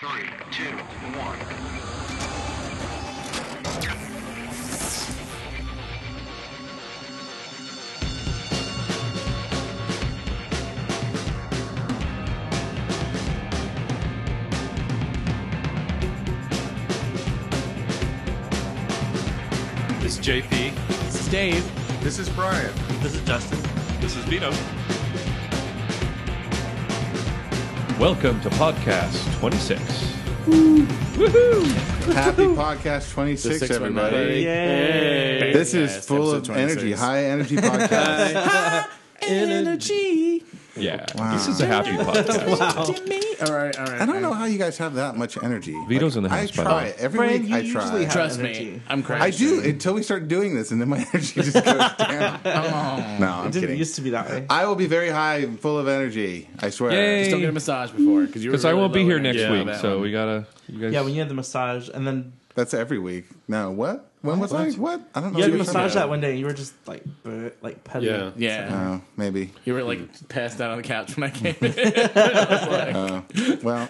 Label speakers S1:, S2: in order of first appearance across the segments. S1: Three, two, one.
S2: This is JP.
S3: This is Dave.
S4: This is Brian.
S3: This is Dustin.
S2: This is Vito. Welcome to podcast 26. Woohoo!
S4: Happy podcast 26,
S5: sixth one,
S4: everybody.
S5: buddy.
S3: Yay!
S4: This
S5: Yes,
S4: is full of
S5: episode
S4: energy,
S5: 26.
S4: high energy podcast.
S3: Energy.
S2: Yeah.
S4: Wow.
S2: This is a happy podcast.
S5: All right, all right.
S4: I don't know how you guys have that much energy.
S2: Vito's in the
S4: I
S2: house, by the
S4: try
S2: way.
S4: every week. I try.
S3: Trust me,
S5: energy.
S3: I'm crazy.
S4: I do until we start doing this, and then my energy just goes down. No, I'm
S5: It didn't
S4: kidding.
S5: used to be that way.
S4: I will be very high and full of energy. I swear.
S2: Yay.
S6: Just don't get a massage before, because
S2: Because I won't be here next week, so we gotta. You guys,
S5: yeah, when you had the massage, and then
S4: That's every week. No, what? When was I? What? I don't know.
S5: you had
S4: what you're
S5: a massage
S4: talking
S5: that one day, and you were just like, brr, like petty.
S6: Yeah.
S4: about.
S6: Yeah.
S4: Oh, maybe.
S6: You were like passed out on the couch when I came in.
S4: Well,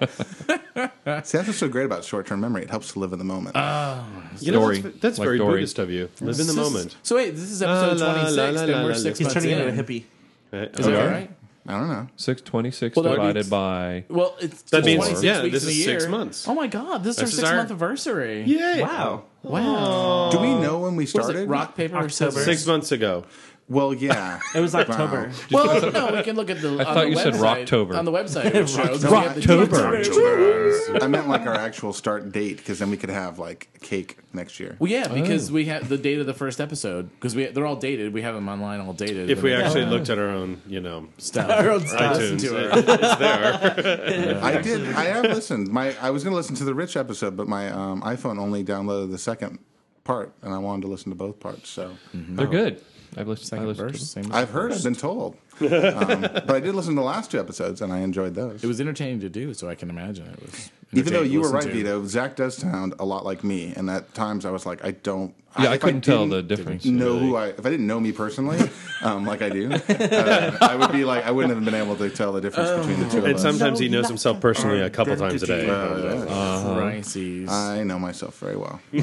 S4: see, that's what's so great about short-term memory. It helps to live in the moment.
S2: Uh,
S6: You know,
S2: Dory.
S6: that's-
S7: That's
S2: like
S7: very
S2: Dory.
S7: Buddhist of you. Live in the
S6: this is-
S7: moment.
S6: So wait, this is episode
S7: La, la,
S6: 26,
S7: la, la,
S6: and we're
S7: la,
S6: six
S7: la.
S5: he's
S6: months
S5: turning
S6: in.
S5: into a hippie.
S7: Right.
S6: Is that
S2: We are?
S6: all right?
S4: I don't know.
S2: six twenty-six
S6: Well, that
S2: divided
S6: means-
S2: by.
S6: Well, it's
S7: That means-
S6: 26
S7: yeah,
S6: weeks
S7: this
S6: in a
S7: is six
S6: year.
S7: months.
S6: Oh my god, this is our
S7: This is
S6: six
S7: our-
S6: month anniversary.
S7: Yay!
S5: Wow.
S6: Wow.
S4: Do we know when we
S6: What is
S4: started?
S6: it, rock paper or scissors?
S7: Six months ago.
S4: Well, yeah.
S5: It was October.
S6: Well, no, we can look at the. I
S2: thought you said Rocktober.
S6: on the website. It shows we have the
S2: Rocktober.
S6: dates.
S4: I meant like our actual start date because then we could have like cake next year.
S6: Well, yeah,
S2: Oh.
S6: because we have the date of the first episode because we they're all dated. We have them online, all dated.
S7: If we
S6: Then
S7: actually looked at our own, you know,
S6: stuff.
S7: iTunes,
S6: to
S7: it- it's there.
S4: I did. I have listened. My I was going to listen to the Rich episode, but my um, iPhone only downloaded the second part, and I wanted to listen to both parts. So
S2: They're good. I've listened. I
S6: Second
S2: listened to
S6: verse,
S2: them.
S6: same as
S4: I've heard. I've been told. Um, but I did listen to the last two episodes, and I enjoyed those.
S6: It was entertaining to do, so I can imagine it was.
S4: Even though
S6: entertaining to
S4: you were right,
S6: listen to.
S4: Vito, Zach does sound a lot like me, and at times I was like, I don't.
S2: Yeah, I
S4: if
S2: couldn't tell the
S4: didn't
S2: difference.
S4: Know who I? If I didn't know me personally, um, like I do, uh, I would be like, I wouldn't have been able to tell the difference
S6: Oh.
S4: between the two of
S7: And
S4: us.
S7: sometimes he knows himself personally a couple times a day.
S6: Uh-huh.
S5: Uh-huh.
S6: Crises.
S4: I know myself very well.
S6: if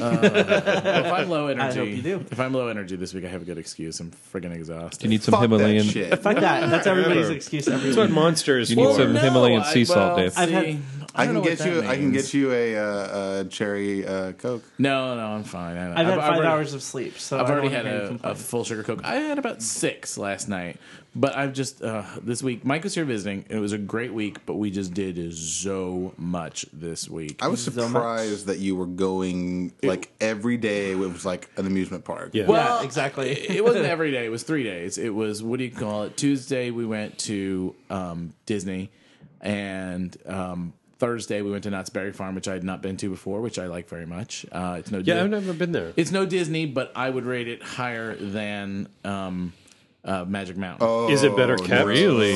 S6: I'm low energy,
S5: hope you do.
S6: If I'm low energy this week, I have a good excuse. I'm friggin' exhausted.
S2: You need some
S4: Fuck
S2: Himalayan.
S4: that shit.
S5: Fuck that. That's everybody's
S7: Whatever.
S5: excuse every
S7: That's what
S5: week.
S7: Monster is
S2: You need
S7: for.
S2: some Himalayan
S6: Oh, I-
S2: sea salt,
S6: well,
S2: Dave.
S6: see,
S5: I've had-
S4: I
S6: don't
S4: can
S6: know
S4: get
S6: what
S4: you.
S6: that
S4: I can
S6: means.
S4: get you a, uh, a cherry uh, coke.
S6: No, no, I'm fine. I know.
S5: I've had five
S6: already-
S5: hours of sleep, so
S6: I've
S5: I
S6: already
S5: don't
S6: had
S5: have any
S6: a, a
S5: complaints.
S6: full sugar coke. I had about six last night, but I've just uh, this week. Mike was here visiting. and It was a great week, but we just did so much this week.
S4: I was
S5: So much.
S4: surprised that you were going like every day. It was like an amusement park.
S7: Yeah.
S6: Well,
S5: Yeah, exactly.
S6: it wasn't every day. It was three days. It was what do you call it? Tuesday we went to um, Disney, and um, Thursday we went to Knott's Berry Farm, which I had not been to before, which I like very much. Uh, it's no,
S7: Yeah, I've
S6: Di-
S7: never been there.
S6: it's no Disney, but I would rate it higher than um, uh, Magic Mountain. Oh,
S7: Is it better kept?
S2: Really?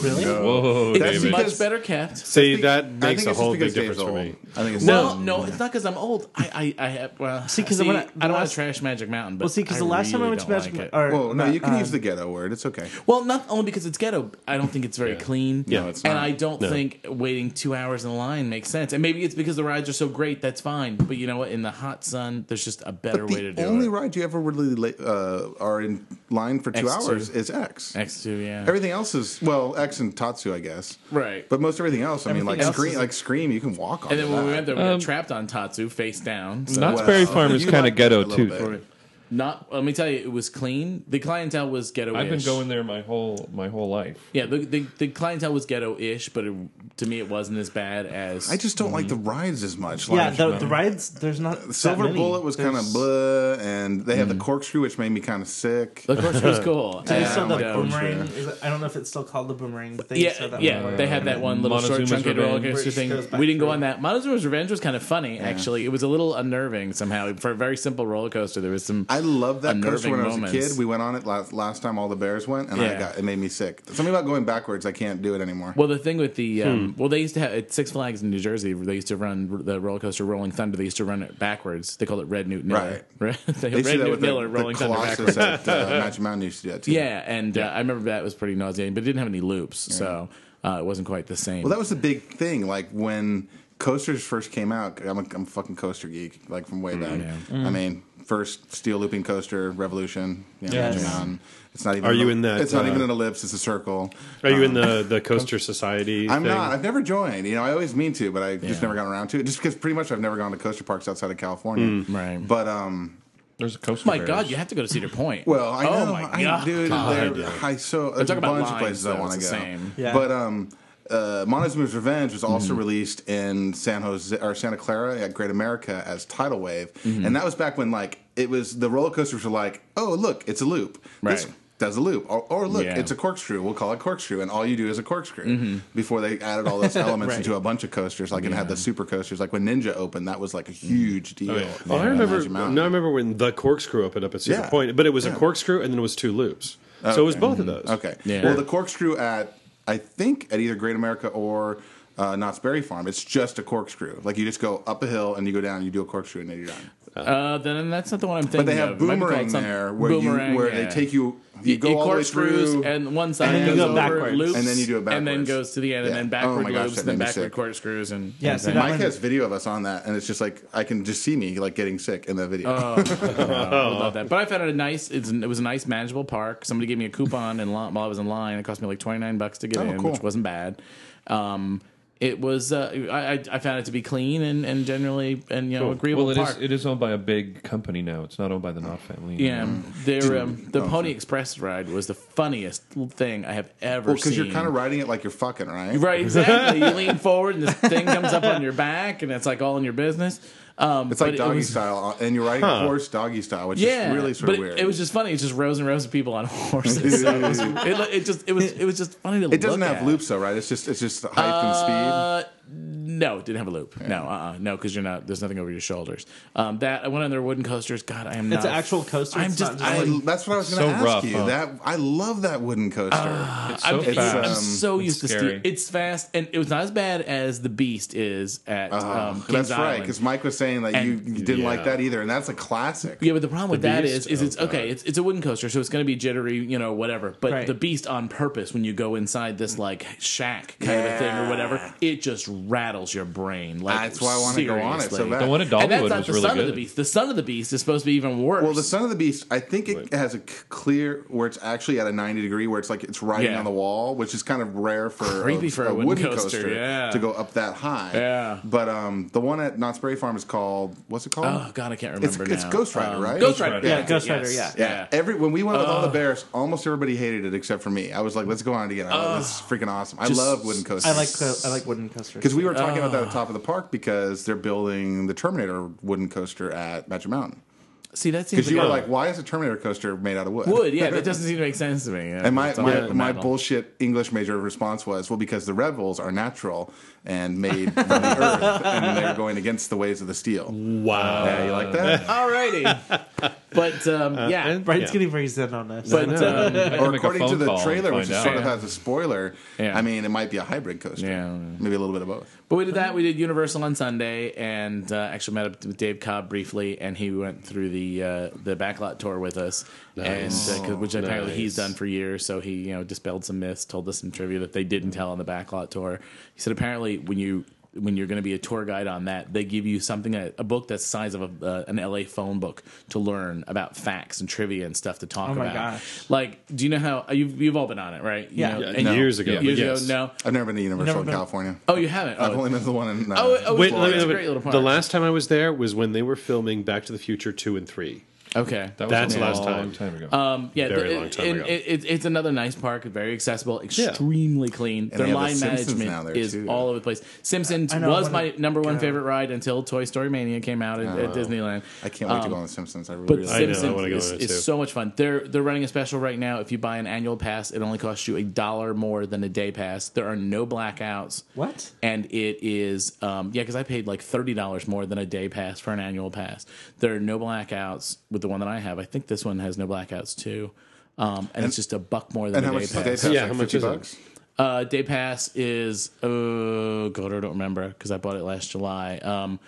S5: Really?
S2: Whoa,
S6: it's
S2: David.
S6: much better kept.
S7: See,
S4: Be- I
S7: that
S4: think
S7: makes
S4: it's
S7: a
S4: just
S7: whole big
S4: because
S7: difference
S4: Dave's
S7: for
S4: old.
S7: me.
S4: I think it's
S6: Well,
S4: just-
S6: no, it's not because I'm old. I, I, I have well.
S5: See, 'cause
S6: see,
S5: when I-
S6: I don't want
S5: last-
S6: to trash Magic Mountain, but
S5: Well, see, because the last time I
S6: really
S5: went to
S6: don't
S5: Magic
S6: like it.
S5: or
S4: Well, no,
S5: not,
S4: you can
S5: uh,
S6: um,
S4: use the ghetto word. It's okay.
S6: Well, not only because it's ghetto, I don't think it's very clean.
S7: Yeah. No, it's
S6: and
S4: not.
S6: I don't think waiting two hours in line makes sense. And maybe it's because the rides are so great, that's fine. But you know what? In the hot sun, there's just a better way to
S4: The
S6: do
S4: only
S6: it.
S4: ride you ever really la- uh, are in line for 2
S6: X2.
S4: hours is X.
S6: Next to yeah,
S4: Everything else is well X and Tatsu, I guess.
S6: Right.
S4: But most everything else, I mean, like
S5: Everything else
S4: scream,
S5: is-
S4: like scream, you can walk on.
S6: and then when we went there, we
S2: Um,
S6: got trapped on Tatsu face down. So
S2: Knott's Berry
S4: Well,
S2: Farm is
S4: you
S2: kind
S4: like
S2: of
S4: it
S2: ghetto
S4: a little
S2: too.
S4: bit.
S6: not let me tell you, it was clean. The clientele was ghetto.
S2: I've been going there my whole my whole life.
S6: Yeah, the, the, the clientele was ghetto-ish, but it, to me, it wasn't as bad as
S4: I just don't like
S6: Mm-hmm.
S4: the rides as much. Like,
S5: Yeah, the, the rides. There's not that
S4: Silver
S5: many.
S4: Bullet was kind of
S5: There's-
S4: blah, and they had
S6: Mm.
S4: the corkscrew, which made me kind of sick.
S6: the course it was cool.
S5: They
S6: And- uh,
S5: still
S4: Yeah,
S5: the
S4: I'm like,
S5: boomerang. Is it, I don't know if it's still called the boomerang. But they used to
S6: Yeah,
S5: have that
S6: yeah,
S5: before.
S6: they had that one little short
S2: Montezuma's
S6: chunky roller
S2: Revenge.
S6: coaster
S5: Which
S6: thing.
S5: goes back
S6: We didn't go
S5: through.
S6: on that. Montezuma's Revenge was kind of funny, actually. It was a little unnerving somehow for a very simple roller coaster. There was some.
S4: I love that coaster
S6: Unnerving
S4: when I was a
S6: moments.
S4: kid. We went on it last, last time all the bears went, and I
S6: Yeah.
S4: got it made me sick. Something about going backwards, I can't do it anymore.
S6: well, the thing with the um, well, they used to have at Six Flags in New Jersey. They used to run r- the roller coaster Rolling Thunder. They used to run it backwards. They called it Red Newt Miller. Right?
S4: They
S6: they, Red
S4: used to do that
S6: Newt
S4: with the, the
S6: Miller Rolling Thunder
S4: Colossus at
S6: backwards.
S4: uh, Magic Mountain. Used to do that too.
S6: Yeah, and Uh, I remember that was pretty nauseating, but it didn't have any loops, so uh, it wasn't quite the same.
S4: Well, that was the big thing. Like when coasters first came out, I'm a, I'm a fucking coaster geek, like from
S7: Mm,
S4: way back. I mean, first steel looping coaster revolution. You know,
S5: Yes.
S4: Japan. It's not even.
S7: Are
S4: an
S7: you
S4: el-
S7: in that,
S4: It's not
S7: uh,
S4: even an ellipse. It's a circle.
S7: Are you in the the coaster society?
S4: Um, I'm
S7: thing?
S4: not. I've never joined. You know, I always mean to, but I just
S6: Yeah.
S4: never got around to it. Just because pretty much I've never gone to coaster parks outside of California.
S7: Mm.
S6: Right.
S4: But um,
S2: There's a coaster.
S6: my
S2: bears.
S6: God, you have to go to Cedar Point.
S4: well, I
S6: oh
S4: know,
S6: my
S4: I,
S6: God.
S4: dude,
S7: God.
S4: there, I so there's
S6: talking
S4: a
S6: about
S4: bunch of
S6: lines,
S4: places I
S6: though.
S4: want to
S6: It's
S4: go.
S6: the same. Mm-hmm.
S5: Yeah.
S4: But um, uh, Montezuma's Revenge was also released in San Jose or Santa Clara at Great America as Tidal Wave,
S6: Mm-hmm.
S4: and that was back when like it was the roller coasters were like, oh look, it's a loop. This
S6: Right.
S4: does a loop, or, or look,
S6: Yeah. Mm-hmm.
S4: it's a corkscrew. We'll call it corkscrew, and all you do is a corkscrew. Before they added all those elements into a bunch of coasters, like it had the super coasters, like when Ninja opened, that was like a huge
S6: Mm-hmm.
S4: deal.
S7: Oh, yeah.
S4: at
S7: Oh, I remember.
S4: Magic Mountain.
S7: No, I remember when the corkscrew opened up at Cedar
S4: Yeah.
S7: Point, but it was
S4: Yeah.
S7: a corkscrew and then it was two loops. So it was both of those.
S4: Okay.
S6: Yeah.
S4: Well, the corkscrew at I think at either Great America or uh, Knott's Berry Farm, it's just a corkscrew. Like you just go up a hill and you go down, and you do a corkscrew, and then you're done.
S6: Uh, then that's not the one I'm thinking
S4: But they have
S6: of. It might be called
S4: boomerang
S6: some-
S4: there where
S6: Boomerang,
S4: you where
S6: yeah.
S4: they take you
S6: You,
S4: you go all the way
S6: corkscrews
S4: through
S6: and one side
S5: then
S6: goes
S5: you go
S6: over,
S5: backwards.
S6: loops,
S4: And then you do it
S6: and then
S4: backwards.
S6: goes to the end,
S4: Yeah.
S6: and then
S4: Oh
S6: backward
S4: my gosh,
S6: loops,
S4: that
S6: then
S4: made me
S6: backward
S4: sick.
S6: corkscrews, and
S5: Yeah, see, that
S4: Mike
S5: one-
S4: has video of us on that, and it's just like I can just see me like getting sick in the video.
S6: Oh, I would
S2: Oh.
S6: love that. But I found it a nice. It's, it was a nice, manageable park. Somebody gave me a coupon and while I was in line, it cost me like twenty nine bucks to get
S4: Oh,
S6: in,
S4: cool.
S6: which wasn't bad. Um, it was. Uh, I, I- I found it to be clean and, and generally and you know agreeable
S2: Well, it
S6: park.
S2: is. It is owned by a big company now. It's not owned by the Knott family.
S6: yeah,
S2: anymore.
S6: their, um, the
S4: Oh,
S6: Pony Express ride was the funniest thing I have ever
S4: well,
S6: seen.
S4: because you're kind of riding it like you're fucking right.
S6: Right, exactly. you lean forward and this thing comes up on your back, and it's like all in your business. Um,
S4: It's like
S6: but it
S4: doggy
S6: was-
S4: style, uh, and you're riding a horse doggy style, which
S6: Yeah,
S4: is really sort
S6: but
S4: of
S6: it-
S4: weird.
S6: It, was just funny. It's just rows and rows of people on horses. So it, was, it, lo- it just it was it was just funny to look.
S4: It doesn't have
S6: at.
S4: loops though, right? It's just it's just height and speed.
S6: Uh, no, it didn't have a loop. No, uh, uh no, because you're not. There's nothing over your shoulders. Um, that I went on their wooden coasters. God, I am.
S5: It's
S6: not
S5: an actual coaster,
S6: I'm
S5: it's
S6: just.
S5: not just
S6: I,
S4: I, that's what I was going to
S2: so
S4: ask
S2: rough,
S4: you.
S2: huh?
S4: That I love that wooden coaster.
S2: It's so
S6: I'm,
S2: fast.
S6: I'm
S4: um,
S6: so used to
S2: scary.
S6: steer. It's fast, and it was not as bad as the Beast is at. um,
S4: Oh,
S6: Kings
S4: that's right,
S6: Island.
S4: because Mike was saying that you,
S6: And-
S4: you didn't
S7: yeah.
S4: like that either, and that's a classic.
S6: Yeah, but the problem with that is,
S7: Beast?
S6: is
S7: Oh,
S6: it's okay.
S4: uh,
S6: It's it's a wooden coaster, so it's going to be jittery, you know, whatever. But
S5: Right.
S6: the beast on purpose, when you go inside this like shack kind of a thing or whatever, it just rattles your brain. Like
S4: That's why I wanna go on it so
S6: seriously.
S4: bad.
S2: The one at
S6: And that's
S2: Dollywood
S6: not
S2: was
S6: the
S2: really
S6: son of
S2: good.
S6: the beast. The son of the beast is supposed to be even worse.
S4: Well, the Son of the Beast, I think it has a c- clear where it's actually at a ninety degree, where it's like it's riding
S6: Yeah.
S4: on the wall, which is kind of rare for
S6: Creepy for a wooden coaster, yeah.
S4: to go up that high.
S6: Yeah.
S4: but um, the one at Knott's Berry Farm is called what's it called?
S6: oh god, I can't
S4: it's
S6: remember.
S4: it's
S6: now.
S4: Ghost Rider,
S6: Um,
S4: right?
S6: Ghost Rider,
S5: Yeah,
S6: that's
S5: Ghost
S6: it,
S5: Rider,
S6: yes.
S5: yeah.
S4: Yeah. Every when we went with all the bears, almost everybody hated it except for me. I was like, "Let's go on it again." I love this is freaking awesome. I
S6: Just-
S4: love wooden coasters.
S5: I like co- I like wooden coasters.
S4: because we were talking about that at top of the park because they're building the Terminator wooden coaster at Magic Mountain.
S6: See, that seems
S4: Because you
S6: like
S4: were
S6: a-
S4: like, "Why is a Terminator coaster made out of wood?"
S6: wood. Yeah, that doesn't seem to make sense to me. Yeah,
S4: And my,
S6: it's all
S4: my,
S6: about
S4: my
S6: metal.
S4: bullshit English major response was, well, because the rebels are natural and made from the earth, and they're going against the ways of the steel.
S7: Wow.
S4: Yeah, you like that?
S6: Alrighty, but um, yeah,
S7: and-
S5: Brian's
S7: Yeah.
S5: getting raised in on this.
S6: but. Um,
S2: Uh, I can
S4: Or
S2: make a
S4: according to
S2: phone
S4: the
S2: call and
S4: trailer, which
S2: find
S4: is
S2: out.
S4: sort of has a spoiler,
S6: Yeah.
S4: I mean, it might be a hybrid coaster.
S6: Yeah.
S4: Maybe a little bit of both.
S6: But we did that. We did Universal on Sunday, and uh, actually met up with Dave Cobb briefly, and he went through the uh, the backlot tour with us, and uh, 'cause- which apparently he's
S7: Nice.
S6: done for years. So he you know dispelled some myths, told us some trivia that they didn't tell on the backlot tour. He said apparently when you when you're going to be a tour guide on that, they give you something a, a book that's the size of a, uh, an LA phone book to learn about facts and trivia and stuff to talk
S5: Oh my
S6: about.
S5: gosh.
S6: Like, do you know how uh, you've you've all been on it, right? You
S5: Yeah.
S6: know,
S5: Yeah,
S6: and
S7: no. Years ago,
S6: Years
S7: but yes.
S6: ago. No.
S4: I've never been to Universal
S5: Never
S4: in
S5: been-
S4: California.
S6: Oh, you haven't. Oh,
S4: I've only been to the one in. Uh,
S6: Oh, oh,
S7: Wait, let
S6: Florida.
S7: me,
S6: It's
S7: let
S6: a
S7: me-
S6: great little park.
S7: the last time I was there was when they were filming Back to the Future two and three.
S6: Okay.
S2: That was
S7: That's
S2: a
S7: the last
S2: long
S7: time.
S2: ago.
S6: Um, yeah,
S7: Very
S6: the-
S7: long time
S6: and
S7: ago.
S6: It, it, it's another nice park, very accessible, extremely clean.
S4: they
S6: Their
S4: have the
S6: line
S4: Simpsons now there,
S6: management is
S4: too.
S6: all over the place. Simpsons
S5: I know, I
S6: was
S5: wanna
S6: my number one
S5: go.
S6: favorite ride until Toy Story Mania came out at, at Disneyland.
S4: Oh. I can't wait to go on The Simpsons. I really,
S6: But
S4: really
S7: I know,
S6: Simpsons
S7: wanna go
S6: is,
S7: on it, too.
S6: is so much fun. They're they're running a special right now. If you buy an annual pass, it only costs you a dollar more than a day pass. There are no blackouts.
S5: What?
S6: And it is um, yeah, because I paid like thirty dollars more than a day pass for an annual pass. There are no blackouts with the one that I have. I think this one has no blackouts too. Um, and, it's just a buck more
S4: And
S6: than a
S4: how
S6: day
S4: much is the
S6: pass.
S4: day pass?
S7: Yeah,
S4: like
S7: how much
S4: 50
S7: is it?
S4: bucks?
S6: Uh, day pass is oh god, I don't remember because I bought it last July. Um,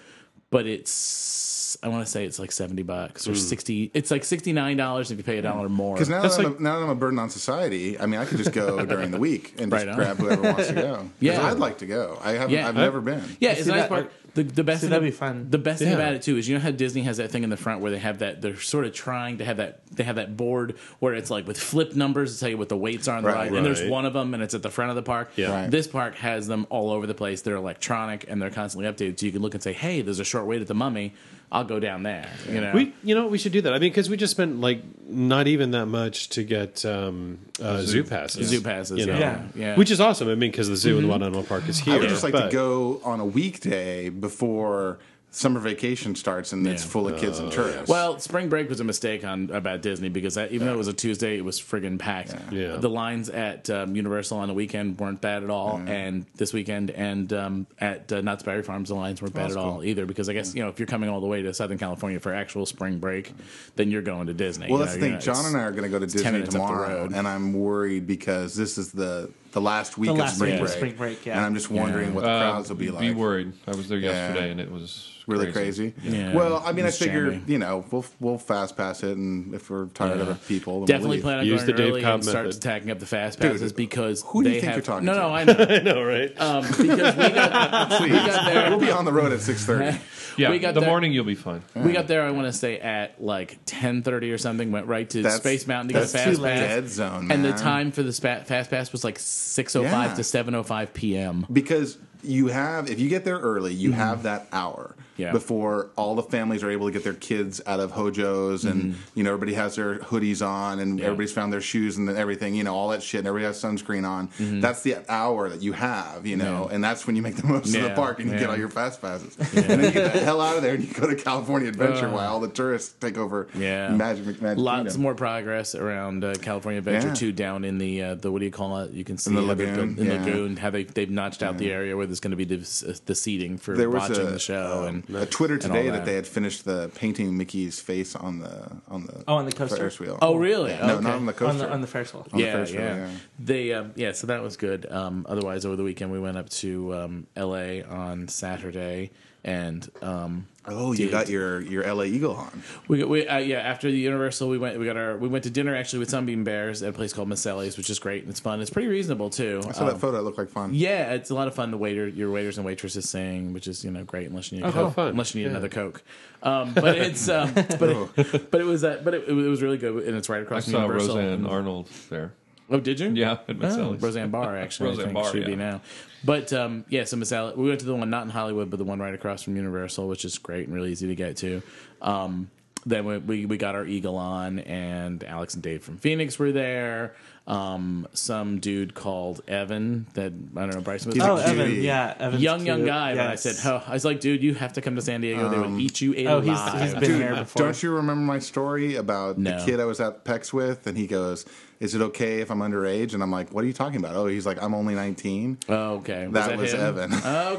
S6: but it's I want to say it's like seventy bucks
S4: Hmm.
S6: or sixty. It's like sixty nine dollars if you pay a dollar more.
S4: Because now,
S7: That's
S4: that I'm
S7: like-
S4: a- now that I'm a burden on society, I mean, I could just go during the week and just
S6: Right on.
S4: grab whoever wants to go. 'Cause
S6: Yeah.
S4: I'd like to go. I haven't.
S6: Yeah.
S4: I've never been.
S6: Yeah, it's a
S5: See,
S6: nice
S5: that-
S6: part. The, the best
S5: see,
S6: thing-
S5: that'd be fun.
S6: The best thing
S2: Yeah.
S6: about it too is you know how Disney has that thing in the front where they have that they're sort of trying to have that they have that board where it's like with flip numbers to tell you what the weights are on the
S4: Right.
S6: ride, and there's
S7: Right.
S6: one of them and it's at the front of the park.
S7: Yeah.
S4: Right.
S6: This park has them all over the place. They're electronic and they're constantly updated, so you can look and say, "Hey, there's a short wait at the Mummy. I'll go down there." You know,
S7: We, you know, we should do that. I mean, because we just spent like not even that much to get um, uh, zoo. passes.
S6: Zoo passes,
S7: you know?
S5: yeah.
S6: Yeah.
S7: Which is awesome. I mean, because the zoo and the Wild Animal Park is here.
S4: I would just like
S7: but-
S4: to go on a weekday before summer vacation starts and it's
S6: Yeah.
S4: full of kids
S2: Oh,
S4: and tourists.
S6: Well, spring break was a mistake on about Disney because that, even though it was a Tuesday, it was friggin' packed.
S7: Yeah. Yeah.
S6: The lines at um, Universal on the weekend weren't bad at all, and this weekend and um, at uh, Knott's Berry Farms the lines weren't bad at all either. Because I guess you know if you're coming all the way to Southern California for actual spring break, then you're going to Disney.
S4: Well,
S6: you
S4: that's the
S6: know,
S4: thing.
S6: you're not-
S4: John and I are going to go to Disney
S6: minutes up the
S4: tomorrow,
S6: road.
S4: and I'm worried because this is the the last week
S5: The
S4: of
S5: last
S4: spring
S5: week of
S4: break.
S5: spring break, yeah.
S4: And I'm just wondering what the
S6: Uh,
S4: crowds will be like.
S2: Um, Be worried. I was there yesterday and it was
S4: Really crazy.
S6: Yeah.
S4: Well, I mean, I
S6: It's
S4: figure
S6: jammy.
S4: you know we'll we'll fast pass it, and if we're tired
S6: Yeah.
S4: of people, then we'll
S6: Definitely
S4: leave.
S6: plan on
S7: Use
S6: going
S7: the Dave
S6: early
S7: Cobb
S6: and start
S7: method.
S6: tacking up the fast passes because
S4: who do you
S6: they
S4: think
S6: have-
S4: you're talking
S6: No,
S4: to?
S6: no, I know
S7: I know, right?
S6: um, because we got
S4: Please.
S6: we got there.
S4: We'll be on the road at six thirty.
S2: Yeah,
S6: we got
S2: the
S6: there-
S2: morning you'll be fine.
S4: Mm.
S6: We got there, I want to say, at like 10.30 or something, went right to
S4: That's-
S6: Space Mountain to get a
S4: that's
S6: fast
S4: too
S6: pass.
S4: dead zone,
S6: And the
S4: man.
S6: time for the spa- fast pass was like 6.05
S4: Yeah.
S6: to 7.05 p.m.
S4: because you have if you get there early you have that hour
S6: Mm-hmm. Yeah.
S4: before all the families are able to get their kids out of hojos
S6: Mm-hmm.
S4: and you know everybody has their hoodies on and everybody's found their shoes and then everything you know all that shit and everybody has sunscreen on
S6: Mm-hmm.
S4: that's the hour that you have you know and that's when you make the most of the
S6: Yeah,
S4: park and you get
S6: yeah.
S4: all your fast passes and then you get the hell out of there and you go to california adventure while all the tourists take over
S6: Yeah.
S4: magic magic
S6: Lots
S4: Kingdom.
S6: more progress around uh, California Adventure
S4: Yeah.
S6: 2 down in the, uh, the, what do you call it? You can see
S4: the
S6: how they've
S4: lagoon,
S6: built- in
S4: yeah.
S6: Lagoon, how they, they've notched out the area where there's going to be the, the seating for
S4: there was
S6: watching
S4: a,
S6: the show.
S4: um,
S6: and
S4: a Twitter
S6: all
S4: today that.
S6: that.
S4: they had finished the painting Mickey's face on the on the
S5: Oh, on the coaster?
S4: Ferris wheel.
S6: Oh, really?
S4: No,
S6: Okay.
S4: not on the coaster.
S5: on the on the Ferris wheel.
S4: the
S6: yeah,
S4: Ferris
S6: yeah.
S4: wheel, yeah.
S6: They um, yeah, so that was good. Um, otherwise, over the weekend we went up to um, L.A. on Saturday, and um,
S4: oh, you
S6: did-
S4: got your your LA Eagle on.
S6: we got we uh, yeah after the Universal we went we got our we went to dinner actually with Sunbeam Bears at a place called Maselli's, which is great and it's fun. It's pretty reasonable too. Um,
S4: I saw that photo. It looked like fun.
S6: Yeah, it's a lot of fun. The waiter, your waiters and waitresses sing, which is you know great unless you
S2: Oh,
S6: need a
S7: how
S6: coke,
S7: fun.
S6: unless you need another coke. Um, but it's um, but
S4: Oh.
S6: it, but it was uh, but it, it was really good and it's right
S2: I
S6: across from
S2: saw
S6: Universal.
S2: Roseanne Arnold there.
S6: Oh, did you?
S2: Yeah, at Miss
S6: Oh,
S2: Sally's.
S6: Roseanne Barr actually.
S2: Roseanne
S6: I think
S2: Barr,
S6: she'd be
S2: yeah.
S6: now. But um, yeah, so Miss Alli- we went to the one not in Hollywood, but the one right across from Universal, which is great and really easy to get to. Um, then we, we we got our eagle on, and Alex and Dave from Phoenix were there. Um, some dude called Evan that I don't know Bryce was
S4: He's
S5: Oh,
S4: a
S5: Evan,
S4: cutie.
S5: yeah, Evan,
S6: young young guy. But I said, oh, I was like, dude, you have to come to San Diego. they would eat you
S5: oh,
S6: alive.
S5: he's he's been here before.
S4: Don't you remember my story about the
S6: No.
S4: kid I was at PEX with? And he goes, Is it okay if I'm underage? And I'm like, What are you talking about? Oh, he's like, I'm only 19.
S6: Oh, okay,
S4: that, was
S6: him? Oh.
S4: Evan.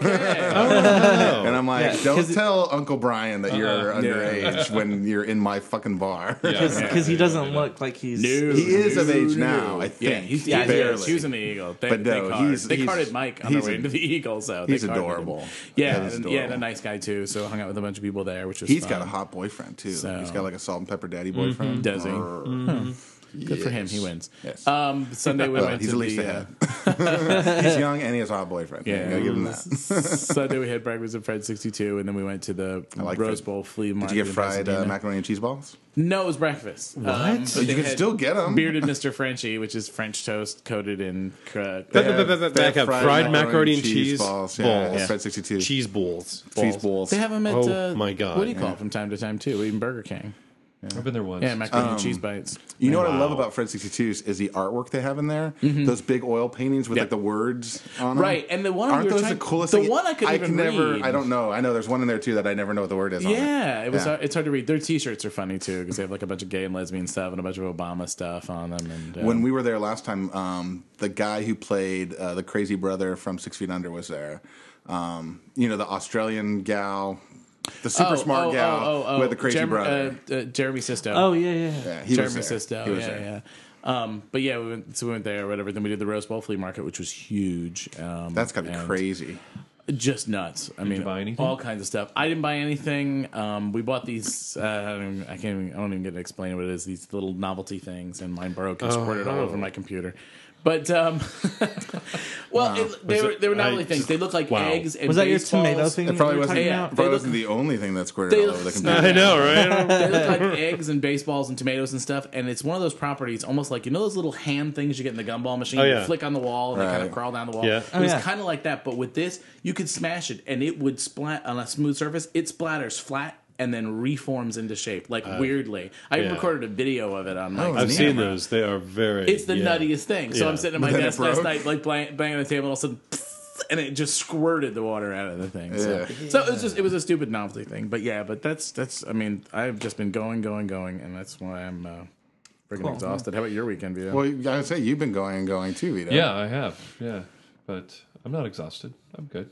S6: Okay.
S4: and I'm like,
S5: Yeah,
S4: Don't
S5: 'cause it-
S4: tell Uncle Brian that you're
S6: Uh-huh.
S4: underage when you're in my fucking bar.
S5: because he doesn't look like he's.
S6: No,
S4: He is
S6: no,
S4: of age
S6: no.
S4: now, I
S6: Yeah,
S4: think.
S6: he's, yeah, he
S4: Barely.
S6: is. He was in the Eagle. They,
S4: But
S6: they
S4: no,
S6: carded,
S4: he's-
S6: they
S4: he's-
S6: carded Mike on the
S4: he's
S6: way
S4: a-
S6: into the Eagle, so
S4: he's
S6: they carded him.
S4: adorable.
S6: Yeah,
S4: That is
S6: and, yeah, and a
S4: adorable.
S6: nice guy too. So hung out with a bunch of people there, which was
S4: He's
S6: fun.
S4: got a hot boyfriend, too.
S6: So- Mm-hmm.
S4: He's got like a salt and pepper daddy boyfriend.
S6: Does he? Mm-hmm.
S4: Grr.
S6: good for him. He wins.
S4: Yes.
S6: Um, Sunday we
S4: Well,
S6: went
S4: he's
S6: to
S4: at least
S6: the, uh,
S4: ahead. he's young and he has a hot boyfriend. Yeah,
S6: Yeah.
S4: gotta give him that.
S6: Sunday we had breakfast at Fred 62, and then we went to the
S4: like
S6: Rose
S4: Fred.
S6: Bowl flea
S4: Did
S6: market.
S4: you
S6: in
S4: get fried uh,
S6: Pasadena.
S4: macaroni and cheese balls?
S6: No, it was breakfast. What?
S4: But you can still get them.
S6: Bearded Mr. Frenchie, which is French toast coated in uh,
S7: Back up, back up. Fried, macaroni and cheese
S4: balls.
S7: balls.
S4: Yeah, yeah. Fred 62.
S7: Cheese balls.
S4: Cheese balls.
S6: They have them at
S7: Oh,
S6: uh,
S7: my God.
S6: What do you call it from time to time too? Even Burger King.
S2: I've been there once.
S6: Yeah, macaroni
S4: Um,
S6: and cheese bites.
S4: You know what I
S7: Wow.
S4: love about Fred 62s is the artwork they have in there. Those big oil paintings with
S6: Mm-hmm. Yeah.
S4: like the words on them.
S6: Right, and the one
S4: aren't
S6: we were
S4: those
S6: trying-
S4: the coolest?
S6: the
S4: thing?
S6: one I could even
S4: can never.
S6: read.
S4: I don't know. I know there's one in there too that I never know what the word is. on it.
S6: Yeah, it was.
S4: Yeah.
S6: hard- It's hard to read. Their T-shirts are funny too because they have like a bunch of gay and lesbian stuff and a bunch of Obama stuff on them. And uh,
S4: When we were there last time, um, the guy who played uh, the crazy brother from Six Feet Under was there. Um, you know, the Australian gal, the super
S6: Oh,
S4: smart
S6: oh,
S4: gal
S6: oh, oh, oh,
S4: with the crazy
S6: Jerem-
S4: brother.
S6: uh, uh, Jeremy Sisto.
S5: Oh yeah, yeah. yeah.
S4: yeah, he
S6: Jeremy
S4: was there.
S6: Sisto.
S4: He was
S6: yeah,
S4: there.
S6: yeah. Um, but yeah, we went, so we went there or whatever. Then we did the Rose Bowl flea market, which was huge. Um,
S4: That's gotta be
S6: and-
S4: crazy.
S6: just nuts. I mean,
S2: you buy anything?
S6: all kinds of stuff. I didn't buy anything. Um, we bought these. Uh, I don't even- I can't. Even, I don't even get to explain what it is. These little novelty things, and mine broke and squirted all
S2: Oh.
S6: over my computer. But um, well, it, they
S2: Was
S6: were
S2: it-
S6: they were novelty
S2: I-
S6: things. They look like
S2: wow.
S6: eggs. And
S5: Was that your
S6: baseballs.
S5: tomato thing?
S4: It probably
S5: you were
S4: wasn't,
S5: talking
S6: Yeah.
S5: about?
S4: probably
S6: They
S4: wasn't
S6: look-
S4: the only thing that squirted
S6: They
S4: all over the
S6: look-
S4: computer.
S7: know, right?
S6: They look like eggs and baseballs and tomatoes and stuff. And it's one of those properties, almost like you know those little hand things you get in the gumball machine.
S7: Oh,
S6: You
S7: yeah.
S6: flick on the wall and they kind of
S4: Right.
S6: crawl down the wall.
S7: Yeah.
S6: It
S7: Oh,
S6: was
S5: yeah.
S6: kind of like that, but with this, you could smash it and it would splat on a smooth surface. It splatters flat and then reforms into shape, like weirdly. I
S7: Uh, yeah.
S6: recorded a video of it on
S4: Oh,
S6: my. camera.
S4: neat.
S7: I've seen those. They are very.
S6: It's the
S7: yeah.
S6: nuttiest thing. So
S7: Yeah.
S6: I'm sitting at my
S4: Then it
S6: desk last
S4: broke?
S6: night, like bang, banging on the table, and all of a sudden, pfft, and it just squirted the water out of the thing. So, so it was just it was a stupid novelty thing. But yeah, but that's that's I mean I've just been going going going, and that's why I'm uh, freaking exhausted. How about your weekend, Vito?
S4: Well, you- I would say you've been going and going too, Vito.
S2: Yeah, I have. Yeah, but I'm not exhausted. I'm good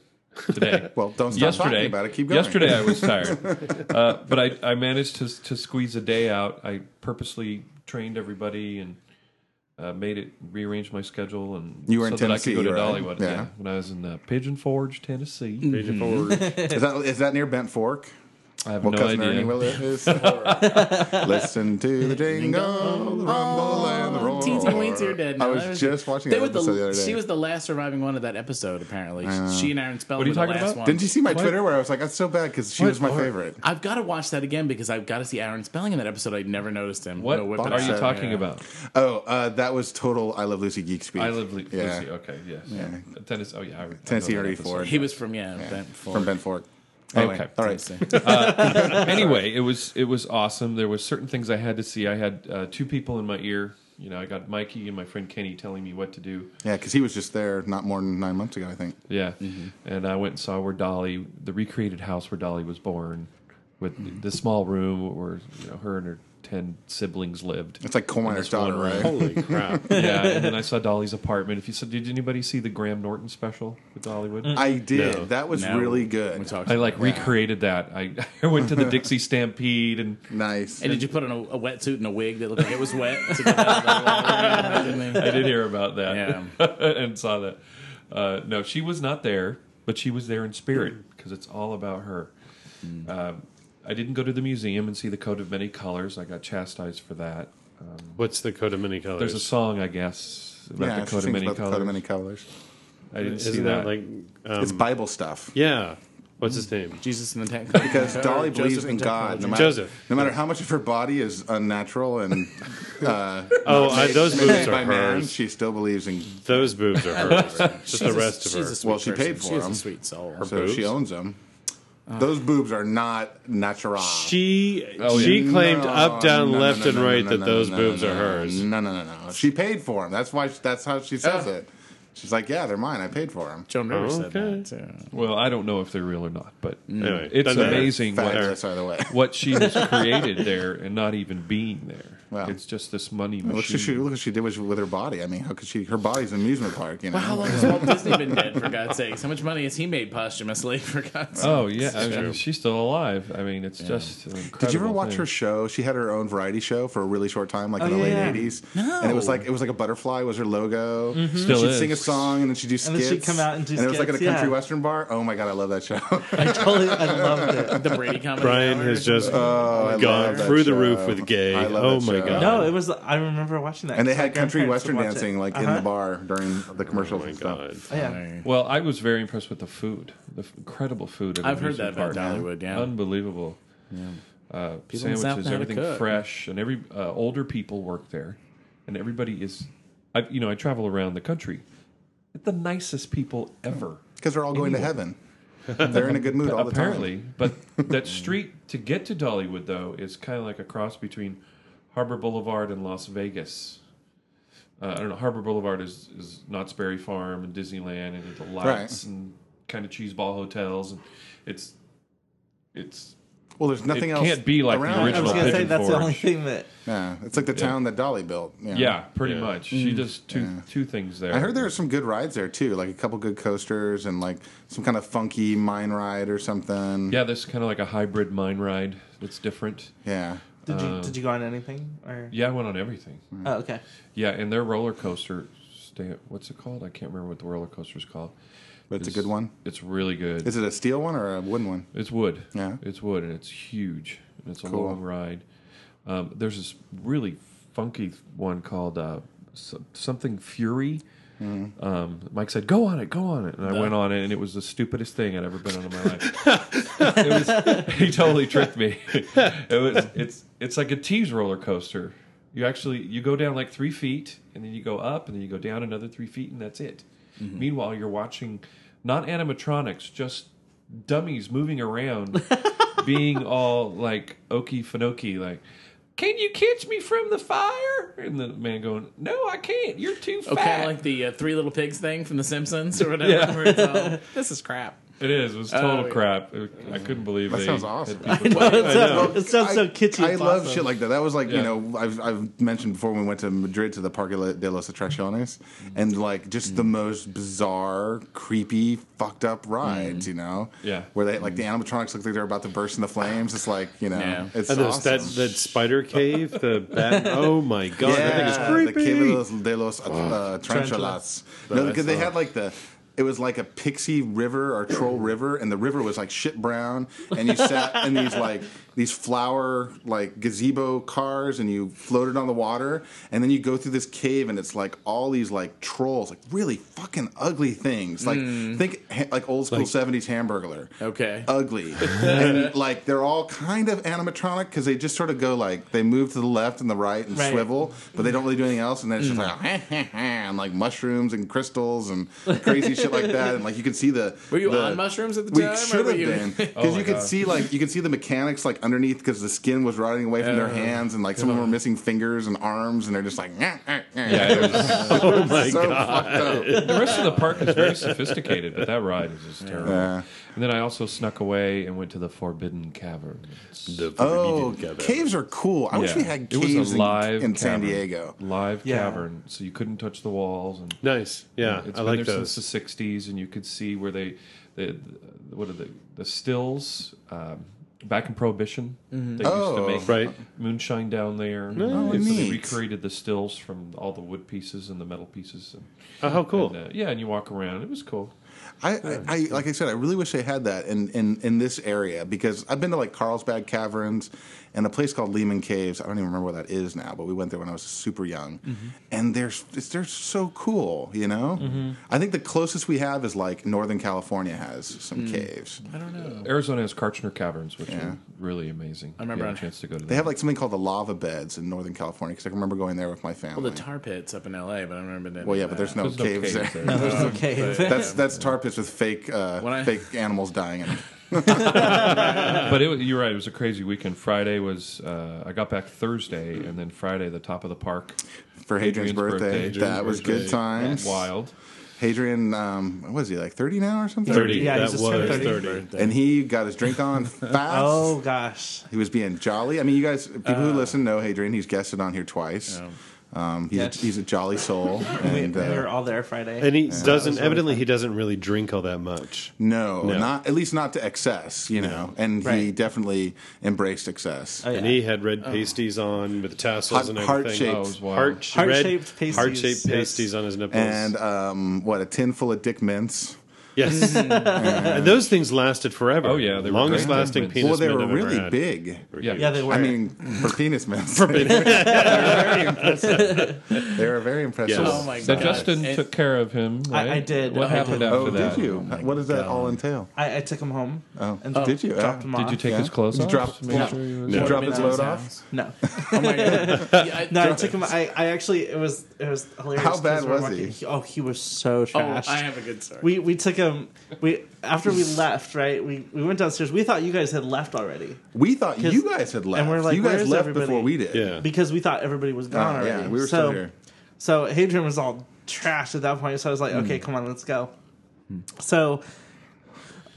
S2: today.
S4: Well, don't stop
S2: yesterday
S4: talking about it. Keep going.
S2: Yesterday I was tired, uh, but I, I managed to to squeeze a day out. I purposely trained everybody and uh, made it rearrange my schedule and
S4: You were in
S2: so that I could go
S4: Tennessee,
S2: to
S4: right?
S2: Dollywood.
S4: Yeah.
S2: Yeah. when I was in uh, Pigeon Forge, Tennessee.
S7: Agent Forward.
S4: Is that is that near Bent Fork?
S2: I have
S4: What
S2: no
S4: cousin Ernie
S2: idea.
S4: will it is? Listen to the jingle, the rumble, and the roar.
S6: Teens and Weens are dead.
S4: I
S6: now.
S4: was,
S6: That
S4: just watching
S6: they
S4: that
S6: were the-
S4: episode the other day.
S6: She was the last surviving one of that episode. Apparently, she and Aaron Spelling.
S2: What are you
S6: were the
S2: talking
S6: last
S2: about?
S6: one.
S4: Didn't you see my Twitter where I was like, "That's so bad" because she was my favorite.
S6: I've got to watch that again because I've got to see Aaron Spelling in that episode. I'd never noticed him.
S2: What
S6: No, whip it
S2: are you
S6: out.
S2: talking
S6: Yeah.
S2: about?
S4: Oh, uh, that was total. I love Lucy geek speak.
S2: I live Lu-
S4: Yeah.
S2: Lucy. Okay, yes. Tennessee. Oh yeah, I, I know
S4: Tennessee
S2: that
S4: already
S2: episode.
S4: Ford
S6: He was from yeah, Bent
S4: from
S6: Forward.
S4: Bent Fork. Anyway,
S2: Okay.
S4: all right.
S2: anyway, it was it was awesome. There was certain things I had to see. I had uh, two people in my ear. You know, I got Mikey and my friend Kenny telling me what to do.
S4: Yeah, because he was just there not more than nine months ago, I think.
S2: Yeah, and I went and saw where Dolly, the recreated house where Dolly was born, with the small room where you know her and her ten siblings lived.
S4: It's like coal miner's daughter, right?
S7: Holy crap!
S2: yeah, and then I saw Dolly's apartment. If you said, did anybody see the Graham Norton special with Dollywood?
S4: I did. that was
S6: No.
S4: really
S6: We
S4: good.
S6: talked
S2: I like recreated that. I, I went to the Dixie Stampede and
S4: Nice.
S6: And did you put on a, a wetsuit and a wig that looked like it was wet? to get out of the water?
S2: I did hear about that.
S6: Yeah.
S2: and saw that. Uh, no, she was not there, but she was there in
S4: Hmm.
S2: spirit because it's all about her. Um, I didn't go to the museum and see the coat of many colors. I got chastised for that.
S7: What's the code of many colors?
S2: There's a song, I guess, about
S4: yeah,
S2: the
S4: she
S2: coat of
S4: sings
S2: many
S4: about the
S2: colors.
S4: coat of many colors.
S2: I didn't see
S7: Isn't
S2: that.
S7: that like? Um,
S4: It's Bible stuff.
S7: yeah. What's his name?
S6: Jesus and the Tank.
S4: Because Dolly believes in God. No matter,
S7: Joseph.
S4: No matter how much of her body is unnatural and uh,
S7: Oh, I, those boobs
S4: made by
S7: are
S4: man,
S7: hers.
S4: she still believes in.
S7: Those boobs are hers. Just the rest of her.
S4: Well, she paid for
S6: She's
S4: them.
S6: a sweet soul.
S4: So
S7: boobs?
S4: she owns them. Those boobs are not natural.
S7: She
S2: Oh, yeah.
S7: she claimed
S4: No,
S7: up, down,
S4: no, no,
S7: left,
S4: no,
S7: and
S4: no,
S7: right
S4: no,
S7: that
S4: no,
S7: those
S4: no,
S7: boobs
S4: no,
S7: are
S4: no,
S7: hers.
S4: No, no, no, no. She paid for them. That's why. That's how she says it. She's like, yeah, they're mine. I paid for them.
S6: Joan Rivers
S7: Okay.
S6: said that uh, too.
S2: well, I don't know if they're real or not, but
S4: Hmm.
S7: Anyway,
S2: it's
S7: doesn't matter.
S2: amazing what,
S4: Fabulous, by the way.
S2: what she has created there and not even being there.
S4: Wow.
S2: It's just this money
S4: Look, she, she,
S2: machine.
S4: look what she did with, with her body. I mean, how could she? Her body's an amusement park, you know.
S6: How long has Walt Disney been dead? For God's sakes, how much money has he made posthumously? For God's sake,
S2: Oh yeah, I mean, she's still alive. I mean, it's just an incredible.
S4: Did you ever watch
S2: thing.
S4: her show? She had her own variety show for a really short time, like in the
S5: yeah.
S4: late '80s, and it was like it was like a butterfly was her logo.
S2: Still
S4: she'd
S2: is.
S4: sing a song and then she'd do skits,
S5: And then she'd come out and do
S4: it was like in a
S5: skits,
S4: country
S5: yeah.
S4: western bar. Oh my god, I love that show.
S5: I totally, I loved it.
S6: the Brady comedy.
S7: Brian
S6: Hour?
S7: has just Oh
S4: Oh, I
S7: gone
S4: love that
S7: through the
S4: show.
S7: roof with gay.
S4: I love
S7: Oh
S4: that
S7: my
S4: show.
S7: god!
S5: No, it was. I remember watching that.
S4: and they
S5: My
S4: had country
S5: grandparents
S4: western
S5: would watch it. Uh-huh.
S4: dancing like in the bar during the commercials and stuff.
S7: God.
S5: Oh, yeah.
S2: Well, I was very impressed with the food, the f- incredible food. At
S6: I've heard that
S2: part.
S6: about Dollywood. Yeah,
S2: Unbelievable. Uh,
S6: in the South know how
S2: sandwiches,
S6: to
S2: everything
S6: cook.
S2: fresh, and every uh, older people work there, and everybody is, I, you know, I travel around the country, the nicest people ever,
S4: because they're all going to heaven. They're in a good mood all the
S2: apparently. But that street to get to Dollywood though is kind of like a cross between Harbor Boulevard and Las Vegas. Uh, I don't know. Harbor Boulevard is is Knott's Berry Farm and Disneyland and the lights and kind of cheeseball hotels and it's it's
S4: time. Well, there's nothing
S2: It
S4: else.
S2: can't be like the
S4: around.
S5: I was
S2: original.
S5: gonna say
S2: Pigeon
S5: that's the
S2: Forge.
S5: only thing that.
S4: Yeah, it's like the town that Dolly built. you know.
S2: Yeah, pretty
S7: Yeah.
S2: much. She does two two things there.
S4: Mm. I heard there were some good rides there too, like a couple good coasters and like some kind of funky mine ride or something.
S2: Yeah, there's kind of like a hybrid mine ride that's different.
S4: Yeah.
S5: Did you did you go on anything or?
S2: Yeah, I went on everything.
S5: Oh, okay.
S2: Yeah, and their roller coaster sta what's it called? I can't remember what the roller coaster's called.
S4: But it's, a good one.
S2: It's really good.
S4: Is it a steel one or a wooden one?
S2: It's wood.
S4: Yeah.
S2: It's wood, and it's huge, and it's a
S4: Cool.
S2: long ride. Um, there's this really funky one called uh, so- something Fury.
S4: Mm.
S2: Um, Mike said, "Go on it, go on it," and I went on it, and it was the stupidest thing I'd ever been on in my life. it was, he totally tricked me. it was it's it's like a tease roller coaster. You actually you go down like three feet, and then you go up, and then you go down another three feet, and that's it.
S4: Mm-hmm.
S2: Meanwhile, you're watching not animatronics, just dummies moving around, being all like okey finoki, like. Can you catch me from the fire? And the man going, No, I can't. You're too fat.
S6: Oh, kind of like the uh, Three Little Pigs thing from The Simpsons or whatever. where it's all, this is crap.
S2: It is. It was total
S6: Oh, yeah.
S2: crap. It- I couldn't believe
S4: That
S2: they
S4: sounds awesome.
S2: had people play it.
S5: It sounds so kitschy.
S4: I
S5: it's
S4: love
S5: awesome.
S4: shit like that. That was like you
S2: Yeah.
S4: know I've I've mentioned before when we went to Madrid to the Parque de los Atracciones
S2: Mm-hmm.
S4: and like just the most bizarre, creepy, fucked up rides. You know,
S2: Mm-hmm. Yeah. Mm-hmm.
S4: where they like the animatronics look like they're about to burst into flames. It's like you know,
S6: Yeah.
S4: it's
S7: And those-
S4: awesome.
S7: that that spider cave, the bat. Oh my god, that thing is
S4: the Cave
S7: creepy.
S4: de los, de los uh, uh, Tarantulas. No, because they had like the. It was like a pixie river or troll river, and the river was like shit brown. And you sat in these like these flower like gazebo cars, and you floated on the water. And then you go through this cave, and it's like all these like trolls, like really fucking ugly things. Like think ha- like old school seventies Hamburglar.
S6: Okay.
S4: Ugly. and like they're all kind of animatronic because they just sort of go like they move to the left and the right and
S5: Right.
S4: swivel, but they don't really do anything else. And then it's just like and like mushrooms and crystals and crazy shit like that. And like you could see the
S6: Were you
S4: the-
S6: on mushrooms at the
S4: Uh, we
S6: time, or
S4: should
S6: were
S4: have
S6: you-
S4: been because
S2: Oh my
S4: you could
S2: God.
S4: see like you could see the mechanics like underneath because the skin was rotting away from their
S6: Oh.
S4: hands and like some of them were missing fingers and arms and they're just like yeah,
S2: Yeah, it was-
S7: Oh my
S4: so
S7: god.
S4: fucked up.
S2: the rest of the park is very sophisticated, but that ride is just terrible.
S4: Yeah.
S2: And then I also snuck away and went to the Forbidden Caverns.
S7: The
S4: Oh, caves are cool. I wish we had
S2: it was
S4: caves
S2: a
S4: in,
S2: live
S4: in San
S2: cavern.
S4: Diego.
S2: Live
S5: Yeah.
S2: cavern, so you couldn't touch the walls, and
S7: nice. Yeah,
S2: It's
S7: I
S2: been
S7: like
S2: there
S7: those.
S2: since the '60s, and you could see where they, the, the what are the the stills um, back in Prohibition. They used to
S4: Oh.
S2: make
S7: Right.
S2: moonshine down there.
S7: Oh,
S2: And so they
S4: neat.
S2: recreated the stills from all the wood pieces and the metal pieces. And,
S7: Oh, how cool.
S2: and, uh, yeah, and you walk around. It was cool.
S4: I, I, I like I said, I really wish they had that in, in, in this area because I've been to like Carlsbad Caverns and a place called Lehman Caves. I don't even remember where that is now, but we went there when I was super young, and they're it's, they're so cool. You know, I think the closest we have is like Northern California has some caves.
S6: I don't know.
S2: Arizona has Karchner Caverns, which
S4: Yeah.
S2: are really amazing. I
S6: remember
S2: had
S6: on-
S2: a chance to go to.
S4: They have like something called the lava beds in Northern California because I can remember going there with my family.
S6: Well, the tar pits up in L.A., but I remember that.
S4: well, yeah, but there's no
S2: There's no
S4: caves
S2: caves
S4: there.
S2: there.
S5: There's no cave.
S4: that's that's tar pits with fake uh,
S6: When I-
S4: fake animals dying in them.
S2: but it, was- you're right. It was a crazy weekend. Friday was. Uh, I got back Thursday, and then Friday, the top of the park.
S4: For Hadrian's,
S2: Hadrian's
S4: birthday,
S2: birthday.
S4: that
S7: Hadrian's
S4: was
S7: birthday.
S4: good times.
S2: Wild.
S4: Hadrian, um, what was he like thirty now or something?
S7: 30.
S5: Yeah,
S7: that was
S5: he's just turned
S7: 30.
S5: 30.
S4: and he got his drink on fast.
S5: Oh gosh.
S4: He was being jolly. I mean, you guys, people who listen know Hadrian. He's guested on here twice. Um, he's,
S5: Yes.
S4: a, he's a jolly soul.
S5: We,
S4: And,
S5: we were
S4: uh,
S5: all there Friday.
S7: And he
S5: That was
S7: doesn't,
S5: really
S7: evidently, he doesn't really drink all that much.
S4: no,
S7: No.
S4: not at least not to excess, you know. And he
S5: Right.
S4: definitely embraced excess.
S5: Oh, yeah.
S7: And he had red pasties on with the tassels
S4: Heart-
S7: and everything.
S4: heart-shaped.
S2: Oh, it was wild.
S7: Heart,
S5: Heart-shaped
S7: red-
S5: pasties,
S7: Heart-shaped
S5: yes.
S7: pasties on his nipples.
S4: and um, what a tin full of dick mints.
S7: yes. and those things lasted forever.
S2: Oh, yeah, they were
S7: Longest
S2: great.
S7: lasting
S2: Well,
S7: penis
S4: Well, they
S7: men
S4: were
S7: I've ever
S4: really
S7: had.
S4: big.
S2: Yeah.
S5: yeah, they were.
S4: I mean, for penis mints. For penis. they were very impressive.
S7: Yes.
S6: Oh my god.
S2: So Justin took care of him.
S5: I-
S2: Right?
S5: I did.
S2: What
S5: I
S2: happened
S5: did.
S2: after
S4: Oh,
S2: that?
S4: did you? what does that all entail?
S5: I, I took him home.
S4: Oh.
S5: and
S4: Oh. Did you?
S5: Dropped him off.
S2: Did you take his clothes
S4: You
S2: off?
S4: dropped-
S2: to make
S4: yeah.
S2: sure he was-
S4: Did you drop
S6: Been
S4: his
S6: to his
S4: load off?
S6: house.
S5: No,
S6: Oh my god. Yeah, I-
S5: no. I took him. I, I actually it was it was hilarious.
S4: How
S5: 'cause
S4: bad
S5: we were
S4: was he?
S5: Oh, he was so
S6: Oh,
S5: trash.
S6: I have a good story.
S5: we we took him. We after we left, right? We we went downstairs. We thought you guys had left already
S4: We thought
S5: 'Cause-
S4: you guys had left.
S5: and we're like,
S4: you guys
S5: "Where's
S4: left
S5: everybody?"
S4: before we did.
S7: Yeah.
S5: because we thought everybody was gone
S4: Oh, yeah,
S5: already.
S4: we were
S5: so,
S4: still here.
S5: So Hadrian was all trashed at that point. So I was like, okay,
S4: Hmm.
S5: come on, let's go. So,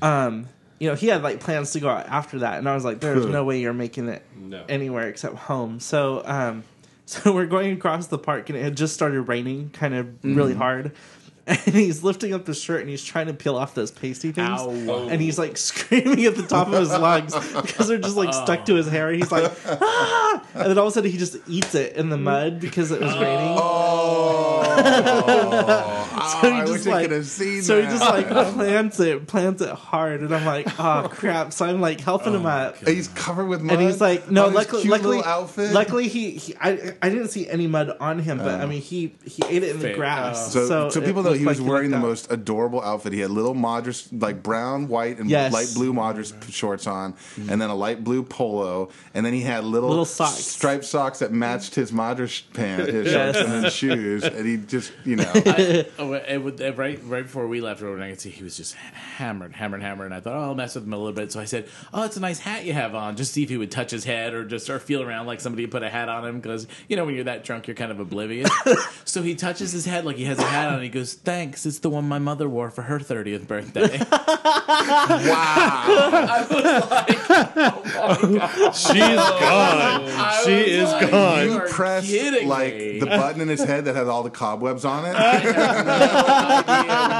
S5: um, you know, he had like plans to go out after that, and I was like, there's no way you're making it
S2: No.
S5: anywhere except home. So, um, so we're going across the park, and it had just started raining, kind of
S4: Mm-hmm.
S5: really hard. And he's lifting up his shirt and he's trying to peel off those pasty things.
S6: Ow.
S5: And he's like screaming at the top of his lungs because they're just like stuck to his hair. He's like, ah! And then all of a
S4: Mm.
S5: sudden he just eats it in the mud because it was raining.
S4: Oh, Oh, I wish I could have seen
S5: so
S4: that.
S5: he just like plants it, plants it hard, and I'm like, oh crap! So I'm like helping
S4: Oh,
S5: him up,
S4: He's covered with mud.
S5: and he's like, no,
S4: on his
S5: luckily,
S4: cute
S5: luckily,
S4: little outfit. Oh.
S5: luckily he, he I, I didn't see any mud on him, but I mean he he ate it in the
S6: Fit.
S5: grass.
S4: So, so,
S5: it
S4: people know
S5: looked
S4: he was
S5: like
S4: wearing the
S5: lucked out.
S4: most adorable outfit. He had little Madras, like brown, white, and
S5: Yes. Mm-hmm.
S4: light blue Madras p- shorts on, and then a light blue polo, and then he had little,
S5: Little socks.
S4: striped socks that matched his Madras pants, his shorts, and his shoes. And he just, you know,
S6: I, oh, it would, uh, right right before we left over, and I could see he was just hammered, hammered, hammered. And I thought, oh, I'll mess with him a little bit. So I said, oh, it's a nice hat you have on. Just see if he would touch his head or just or feel around like somebody put a hat on him because you know when you're that drunk, you're kind of oblivious. so he touches his head like he has a hat on. And he goes, thanks, it's the one my mother wore for her thirtieth birthday.
S4: wow,
S2: She's gone. she is gone.
S4: you pressed
S6: kidding
S4: like
S6: me.
S4: the button in his head that had all the cobwebs on it.
S6: idea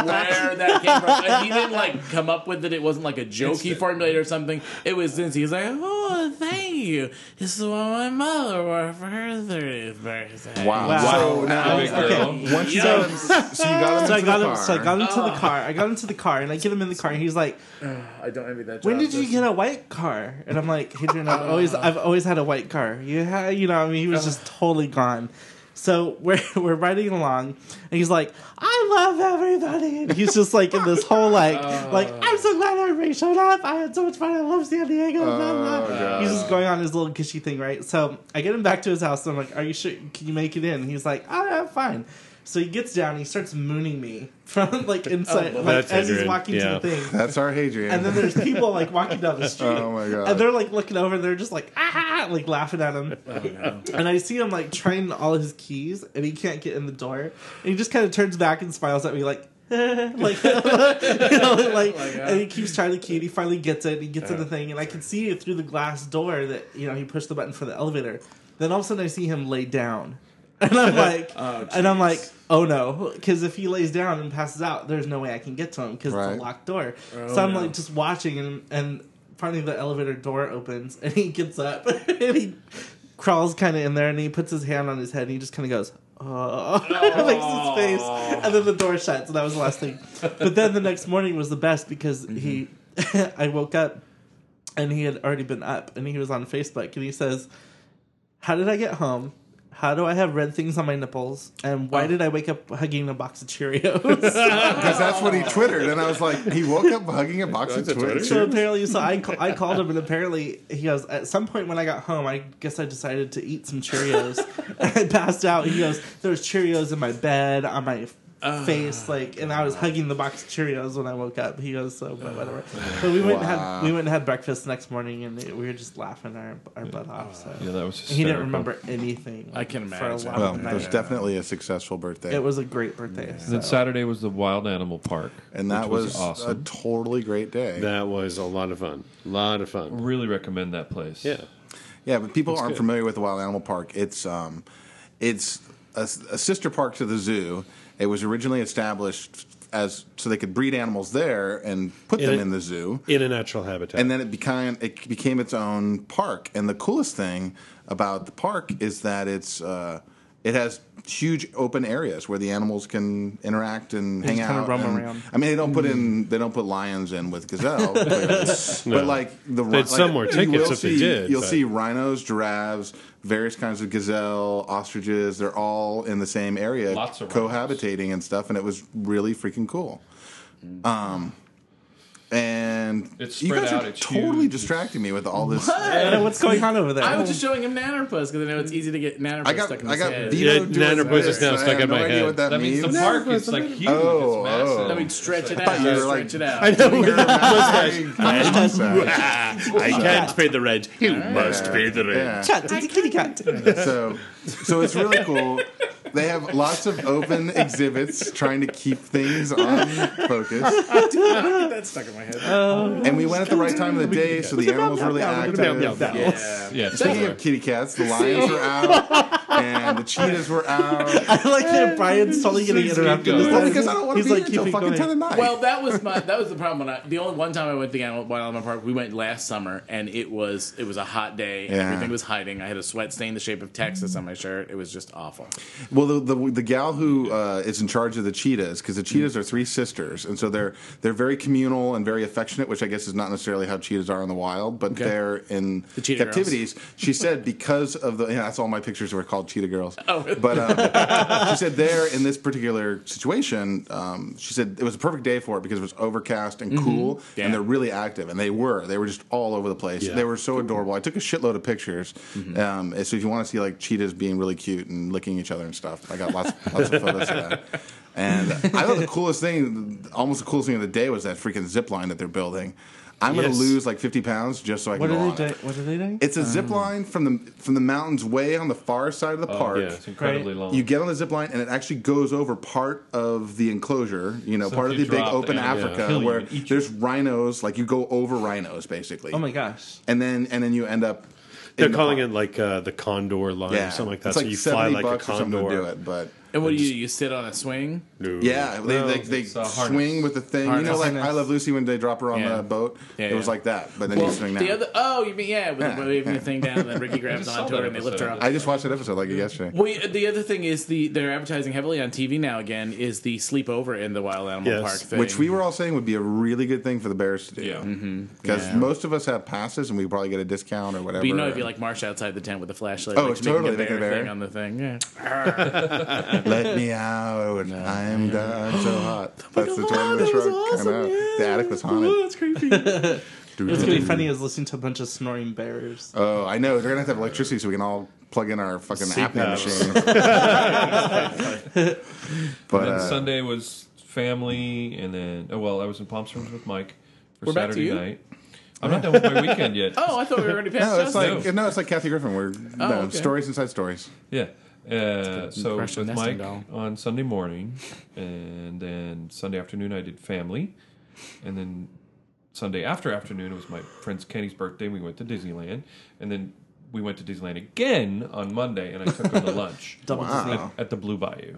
S6: where that came from. And He didn't like come up with it. It wasn't like a joke he formulated or something. It was since he was like, "Oh, thank you. This is what my mother wore for her thirtieth birthday."
S4: Wow.
S5: Wow.
S4: So now,
S2: Big girl.
S4: once you got him, so you got him
S5: So I
S4: into
S5: got
S4: the
S5: him. So I
S4: car.
S5: got him to the car. I got him to the car, and I get him in the car, and he's like,
S6: I don't envy that.
S5: "When did you get a white car?" And I'm like, "Adrian, I've always, I've always had a white car. Yeah, you know, I mean, he was just totally gone." So we're we're riding along, and he's like, "I love everybody." And he's just like in this whole like, like I'm so glad everybody showed up. I had so much fun. I love San Diego. Blah, blah. he's just going on his little gushy thing, right? So I get him back to his house, and I'm like, "Are you sure? Can you make it in?" And he's like, "Oh, yeah, fine." So he gets down, and he starts mooning me from like inside, like,
S7: That's
S5: as he's
S7: Adrian,
S5: walking
S7: yeah.
S5: to the thing.
S4: That's our Hadrian.
S5: And then there's people like walking down the street.
S4: Oh, my God.
S5: And they're like looking over and they're just like ah like laughing at him. And I see him like trying all his keys and he can't get in the door. And he just kind of turns back and smiles at me like like, you know, like and he keeps trying the key and he finally gets it and he gets in the thing and I can see it through the glass door that you know he pushed the button for the elevator. Then all of a sudden I see him lay down. And I'm like, and I'm like, oh no, because if he lays down and passes out, there's no way I can get to him because
S4: Right.
S5: it's a locked door. so I'm like just watching, and and finally the elevator door opens, and he gets up, and he crawls kind of in there, and he puts his hand on his head, and he just kind of goes, oh, makes his face, and then the door shuts, and that was the last thing. but then the next morning was the best because he, I woke up, and he had already been up, and he was on Facebook, and he says. How did I get home? How do I have red things on my nipples? And why did I wake up hugging a box of Cheerios?
S4: Because that's what he twittered, and I was like, he woke up hugging a box of Twitter.
S5: so apparently, so I, ca- I called him, and apparently he goes. At some point when I got home, I guess I decided to eat some Cheerios. and I passed out. He goes, there was Cheerios in my bed on my. face like and I was hugging the box of Cheerios when I woke up. He goes so but whatever. But we went and
S4: Wow.
S5: had we went and had breakfast the next morning and we were just laughing our our butt off. So
S2: Yeah, that was
S5: he didn't
S2: hysterical.
S5: remember anything.
S6: I can
S5: for a
S6: imagine.
S5: long
S4: Well, it
S5: night.
S4: was definitely a successful birthday,
S5: It was a great birthday.
S2: And then Saturday was the Wild Animal Park,
S4: and that
S2: which
S4: was,
S2: awesome.
S4: a totally great day.
S7: That was a lot of fun. lot of fun.
S2: really recommend that place.
S7: Yeah.
S4: yeah, but people aren't
S7: good.
S4: familiar with the Wild Animal Park. It's um, it's a, a sister park to the zoo. It was originally established as so they could breed animals there and put
S7: In
S4: them
S7: a-
S4: in the zoo.
S7: In a natural habitat.
S4: And then it became it became its own park. And the coolest thing about the park is that it's uh, it has huge open areas where the animals can interact and hang
S5: just kinda
S4: out.
S5: roam
S4: and-
S5: around. Mm-hmm.
S4: I mean, they don't put in they don't put lions in with gazelle, clearly. but like the ri- like,
S7: some were
S4: you
S7: tickets
S4: will
S7: if they
S4: see-
S7: did,
S4: You'll
S7: but-
S4: see rhinos, giraffes, various kinds of gazelle, ostriches. They're all in the same area,
S2: Lots of rhinos.
S4: cohabitating and stuff. And it was really freaking cool. Um. And
S2: It's
S4: you
S2: spread
S4: guys
S2: out,
S4: are
S2: it's
S4: totally
S2: huge,
S4: distracting me with all this.
S5: I don't know what's going on over there.
S6: I was just showing him nannerpuss because I know it's easy to get nannerpuss
S4: I got
S6: stuck in
S4: I
S6: his
S4: got
S6: head.
S4: Vito
S7: Yeah,
S4: doing
S7: Nana Puss is
S4: this,
S7: now
S4: and I
S7: stuck
S4: have
S7: in
S4: no
S7: my
S4: idea
S7: head.
S4: What that,
S2: That means the
S4: means.
S2: park is like huge.
S4: Oh,
S2: it's massive.
S4: oh.
S6: I mean, stretch it
S4: I
S6: out.
S4: thought you were like-
S6: stretch it out.
S4: You're a mustache.
S7: Ah,
S3: I can't pay the rent. You must pay the rent.
S4: Yeah.
S5: Chat, it's a kitty cat.
S4: So, so it's really cool. They have lots of open exhibits trying to keep things on focus. Uh,
S6: That's stuck in my head.
S4: And we went at the right time of the day, so the animals were really
S5: Meow, meow, meow, meow, meow,
S4: active.
S5: meow, meow.
S2: Yeah,
S4: Speaking of kitty cats, the lions are out. and the cheetahs were out.
S5: I like that Brian's totally getting
S2: Keep
S5: interrupted.
S2: going.
S5: This
S4: Well,
S5: time.
S4: because I don't want to
S5: He's
S4: be
S5: like,
S4: here until
S5: keep it
S4: fucking
S5: going.
S4: ten tonight.
S6: Well, that was my that was the problem. When I, the only one time I went to the Animal Wild Animal Park, we went last summer, and it was it was a hot day.
S4: Yeah.
S6: Everything was hiding. I had a sweat stain the shape of Texas on my shirt. It was just awful.
S4: Well, the the, the gal who uh, is in charge of the cheetahs, because the
S6: Mm-hmm.
S4: cheetahs are three sisters, and so they're they're very communal and very affectionate, which I guess is not necessarily how cheetahs are in the wild, but they're in the
S6: cheetah
S4: captivities. She said because of the yeah, that's all my pictures were called cheetah girls.
S6: Oh, really?
S4: but um, she said there in this particular situation, um, she said it was a perfect day for it because it was overcast and cool,
S6: Mm-hmm. Yeah.
S4: and they're really active, and they were they were just all over the place.
S7: Yeah.
S4: They were so adorable. I took a shitload of pictures. Um, and so if you want to see like cheetahs being really cute and licking each other and stuff, I got lots lots of photos of that. And I thought the coolest thing, almost the coolest thing of the day, was that freaking zip line that they're building. I'm gonna
S7: Yes.
S4: lose like 50 pounds just so I can
S5: What
S4: go
S5: are
S4: on
S5: they doing?
S4: it.
S5: What are they doing?
S4: It's a zip line from the from the mountains way on the far side of the park.
S2: Oh, Yeah, it's incredibly
S5: Right.
S2: long.
S4: You get on the zip line, and it actually goes over part of the enclosure. You know,
S2: So
S4: part
S2: if
S4: of the
S2: you
S4: big
S2: drop
S4: open
S2: the animal,
S4: Africa
S2: kill you
S4: where
S2: and eat you.
S4: there's rhinos. Like you go over rhinos, basically.
S5: Oh my gosh.
S4: And then and then you end up.
S7: They're
S4: in the
S7: calling
S4: park.
S7: it like uh, the condor line or something like that.
S4: It's
S7: so
S4: like
S7: you fly
S4: seventy
S7: like a
S4: bucks or something
S7: condor.
S4: to do it, but.
S6: And what do you do? You sit on a swing?
S7: No.
S4: Yeah, they,
S2: No,
S4: they, they
S2: it's a harness.
S4: swing with the thing. You know,
S6: Harness.
S4: like
S5: Harness.
S4: I Love Lucy when they drop her on
S6: Yeah.
S4: the boat.
S6: Yeah,
S4: it was
S6: yeah.
S4: like that, but then you swing
S6: the
S4: now.
S6: other oh you mean yeah with
S4: Yeah,
S6: waving
S4: yeah.
S6: the thing down and then Ricky grabs
S2: just saw
S6: onto
S2: that
S6: her and they lift her
S2: episode.
S6: up.
S4: I just watched that episode like yesterday.
S6: Well, yeah, the other thing is the they're advertising heavily on TV now again is the sleepover in the wild animal
S7: Yes.
S6: park thing,
S4: Which we were all saying would be a really good thing for the Bears to do.
S2: Yeah.
S4: Because
S6: Yeah.
S4: most of us have passes and we probably get a discount or whatever.
S6: But you know, if you like march outside the tent with a flashlight,
S4: Oh,
S6: like,
S4: totally,
S6: making a
S4: make it
S6: bear
S4: bear.
S6: thing on the thing. Yeah,
S4: Let me out. I am dying so hot. That's the term of the truck. I know. The attic was haunted.
S6: that's creepy.
S5: What's gonna be funny is listening to a bunch of snoring bears.
S4: Oh, I know. They're going to have to have electricity so we can all plug in our fucking apnea machine.
S7: CPAPs.
S4: but
S2: And
S4: uh,
S2: Sunday was family, and then oh well, I was in Palm Springs with Mike for
S6: We're back to
S2: Saturday
S6: you?
S2: night. I'm not done with my weekend yet.
S6: Oh, I thought we were already past
S4: no, it's
S6: us.
S4: like no, it's like Kathy Griffin. We're no,
S6: okay.
S4: stories inside stories.
S2: Yeah. Uh, so
S6: fresh
S2: with
S6: nesting
S2: Mike
S6: doll.
S2: on Sunday morning, and then Sunday afternoon I did family, and then Sunday after afternoon it was my friend's Kenny's birthday. We went to Disneyland, and then we went to Disneyland again on Monday, and I took him to lunch
S5: Double
S4: Wow.
S2: at the Blue Bayou,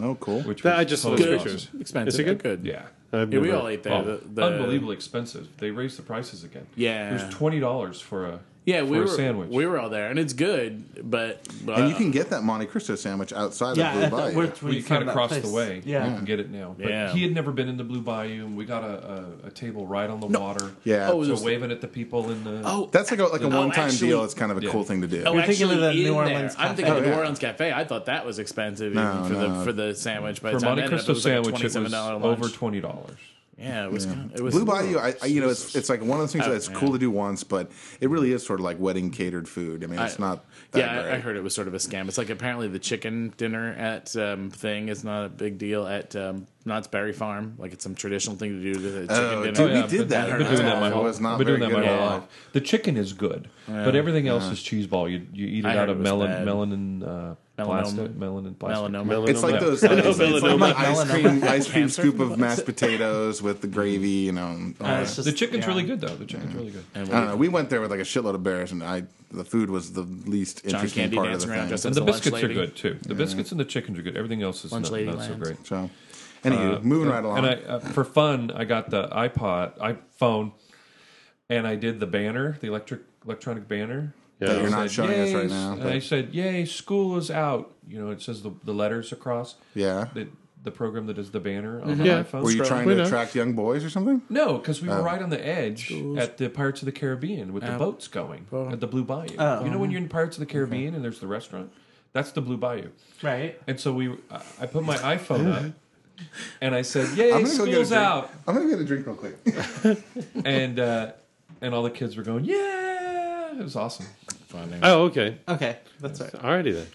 S4: Oh, cool.
S2: which
S7: That,
S2: was
S7: I just saw
S2: totally
S7: those
S2: awesome.
S7: pictures.
S6: expensive.
S7: Is it good?
S6: but good?
S2: Yeah.
S7: I've
S6: Yeah, we
S7: never-
S6: all ate there.
S2: Oh,
S6: Uh, the, the,
S2: unbelievably expensive. They raised the prices again.
S6: Yeah.
S2: it was twenty dollars for a
S6: Yeah,
S2: for
S6: we
S2: a
S6: were
S2: sandwich.
S6: we were all there, and it's good, but, uh, but
S4: and you can get that Monte Cristo sandwich outside
S5: Yeah,
S4: of
S5: at the-
S4: Blue Bayou.
S5: where- where
S2: we
S5: you
S2: kind
S5: found
S2: of
S5: that
S2: crossed
S5: place.
S2: the way.
S5: Yeah. Uh,
S2: You can get it now. But
S6: Yeah.
S2: he had never been in the Blue Bayou, and we got a, a, a table right on the water.
S4: Yeah. Oh,
S2: so
S6: those-
S2: waving at the people in the.
S6: oh,
S4: That's like a, like a
S6: Oh,
S4: one time
S6: actually-
S4: deal. It's kind of a
S2: yeah.
S4: cool thing to do.
S6: oh,
S5: You're thinking of
S6: actually
S5: the
S6: in
S5: New
S6: there.
S5: Orleans
S6: I'm thinking
S4: Cafe.
S6: of
S4: Oh, yeah.
S6: New Orleans Cafe. I thought that was expensive even
S4: No,
S6: for
S4: no.
S6: the for the sandwich. By the
S2: for
S6: time
S2: Monte
S6: I ended up,
S2: Cristo
S6: it was like a
S2: sandwich, it was
S6: $27 lunch.
S2: over twenty dollars.
S6: Yeah, it was. Kind of, it was
S4: Blue Bayou, I, I, you know, it's it's like one of those things
S6: Oh,
S4: that's
S6: man.
S4: cool to do once, but it really is sort of like wedding catered food. I mean, it's
S6: I-
S4: not that
S6: Yeah,
S4: great.
S6: I, I heard it was sort of a scam. It's like apparently the chicken dinner at um, thing is not a big deal at um, Knott's Berry Farm. Like it's some traditional thing to do to the chicken
S4: Oh,
S6: dinner.
S4: dude,
S2: yeah,
S4: we did
S2: but
S4: that.
S2: I've been doing that my
S4: It
S2: whole.
S4: was not
S2: I've been doing
S4: very
S2: that my
S4: good
S2: whole
S4: at all.
S2: life. The chicken is good, but everything else is cheese ball. You you eat it
S6: I
S2: out
S6: heard
S2: of
S6: it was
S2: melon
S6: bad.
S2: melanin uh, plastic, melanin plastic.
S6: Melanoma.
S7: Melanoma.
S4: It's like
S7: Yeah.
S4: those. It's, it's like my
S5: Melanoma.
S4: ice cream, ice cream
S6: Cancer?
S4: scoop of mashed potatoes with the gravy. You know, and all
S5: Uh,
S4: that.
S5: it's just-
S2: The chicken's
S5: yeah.
S2: really good though. The chicken's really good.
S6: And
S4: I don't know. We went there with like a shitload of bears, and I the food was the least
S6: John
S4: interesting
S6: Candy
S4: part of the
S6: dancing
S4: thing.
S6: around just
S2: And
S6: as
S2: the
S6: lunch
S2: biscuits are
S6: lady.
S2: good too. The biscuits and the chickens are good. Everything else is
S6: Lunch
S2: not,
S6: lady
S2: not so
S6: lands.
S2: great.
S4: so, anywho, moving right along.
S2: And I, uh, for fun, I got the iPod, iPhone, and I did the banner, the electric electronic banner.
S4: that
S7: Yeah.
S4: you're not showing us right now.
S2: And
S4: but-
S2: I said, "Yay, school is out." You know, it says the, the letters across.
S4: yeah.
S2: The, the program that does the banner
S6: Mm-hmm.
S2: on the
S7: Yeah.
S2: iPhone.
S4: Were you
S7: Scroll.
S4: trying
S7: We
S4: to
S7: know.
S4: attract young boys or something?
S2: no, because
S4: Oh.
S2: we were right on the edge at the Pirates of the Caribbean with the boats going at the Blue Bayou.
S5: Oh.
S2: You know when you're in Pirates of the Caribbean and there's the restaurant? That's the Blue Bayou.
S5: Right.
S2: And so we, I- I put my iPhone up, and I said, "Yay,
S4: I'm gonna go get a
S2: school's
S4: drink.
S2: out!"
S4: I'm gonna get a drink real quick.
S2: And uh, and all the kids were going, "Yeah!" It was awesome.
S7: Oh, okay.
S5: Okay. That's right.
S7: Alrighty then.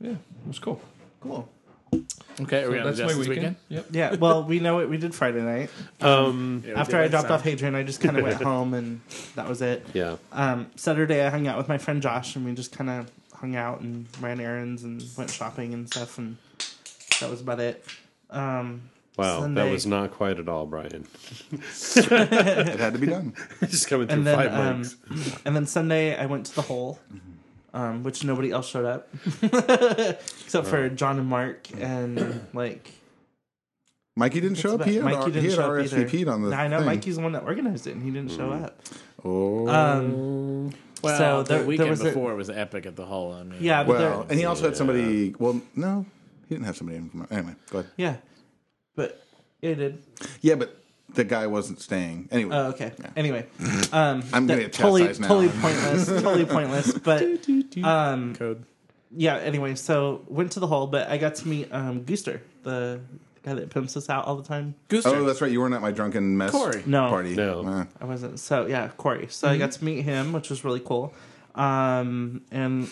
S2: Yeah, it was cool.
S5: Cool.
S6: Okay, are we on
S2: That's
S6: the
S2: my
S6: Justice
S2: weekend.
S6: weekend?
S2: Yep.
S5: Yeah. Well, we know what we did Friday night.
S7: Um,
S5: After I dropped off Hadrian, I just kind of went home, and that was it.
S7: yeah.
S5: Um, Saturday, I hung out with my friend Josh, and we just kind of hung out and ran errands and went shopping and stuff, and that was about it. Um,
S7: Wow, that
S5: Sunday.
S7: was not quite at all, Brian.
S4: It had to be done.
S7: Just coming through
S5: and then
S7: five
S5: um,
S7: mics.
S5: and then Sunday I went to the hole. um, which nobody else showed up except for John and Mark and like
S4: Mikey didn't show up.
S5: Mikey
S4: He had, Mikey
S5: didn't
S4: he had
S5: show up either.
S4: RSVP'd on the.
S5: I know
S4: thing.
S5: Mikey's the one that organized it, and he didn't show up.
S4: Oh.
S5: Um,
S6: Well,
S5: So there-
S6: the
S5: there
S6: weekend
S5: was a-
S6: before was epic at the hall. I mean,
S5: yeah,
S4: well,
S5: but there,
S4: and he also had somebody. Well, no, he didn't have somebody. in Vermont. Anyway, go ahead.
S5: yeah, but yeah, it did.
S4: Yeah, but the guy wasn't staying. Anyway,
S5: Oh, okay. Anyway, um,
S4: I'm gonna
S5: that-
S4: get
S5: totally,
S4: chastised now.
S5: totally pointless, totally pointless. But um,
S6: code.
S5: yeah. Anyway, so went to the hall, but I got to meet um, Gooster, the guy that pimps us out all the time.
S4: oh, that's right. You weren't at my drunken mess
S6: Corey.
S5: No.
S4: party.
S7: No.
S4: Uh,
S5: I wasn't. So yeah, Corey. So I got to meet him, which was really cool. Um, and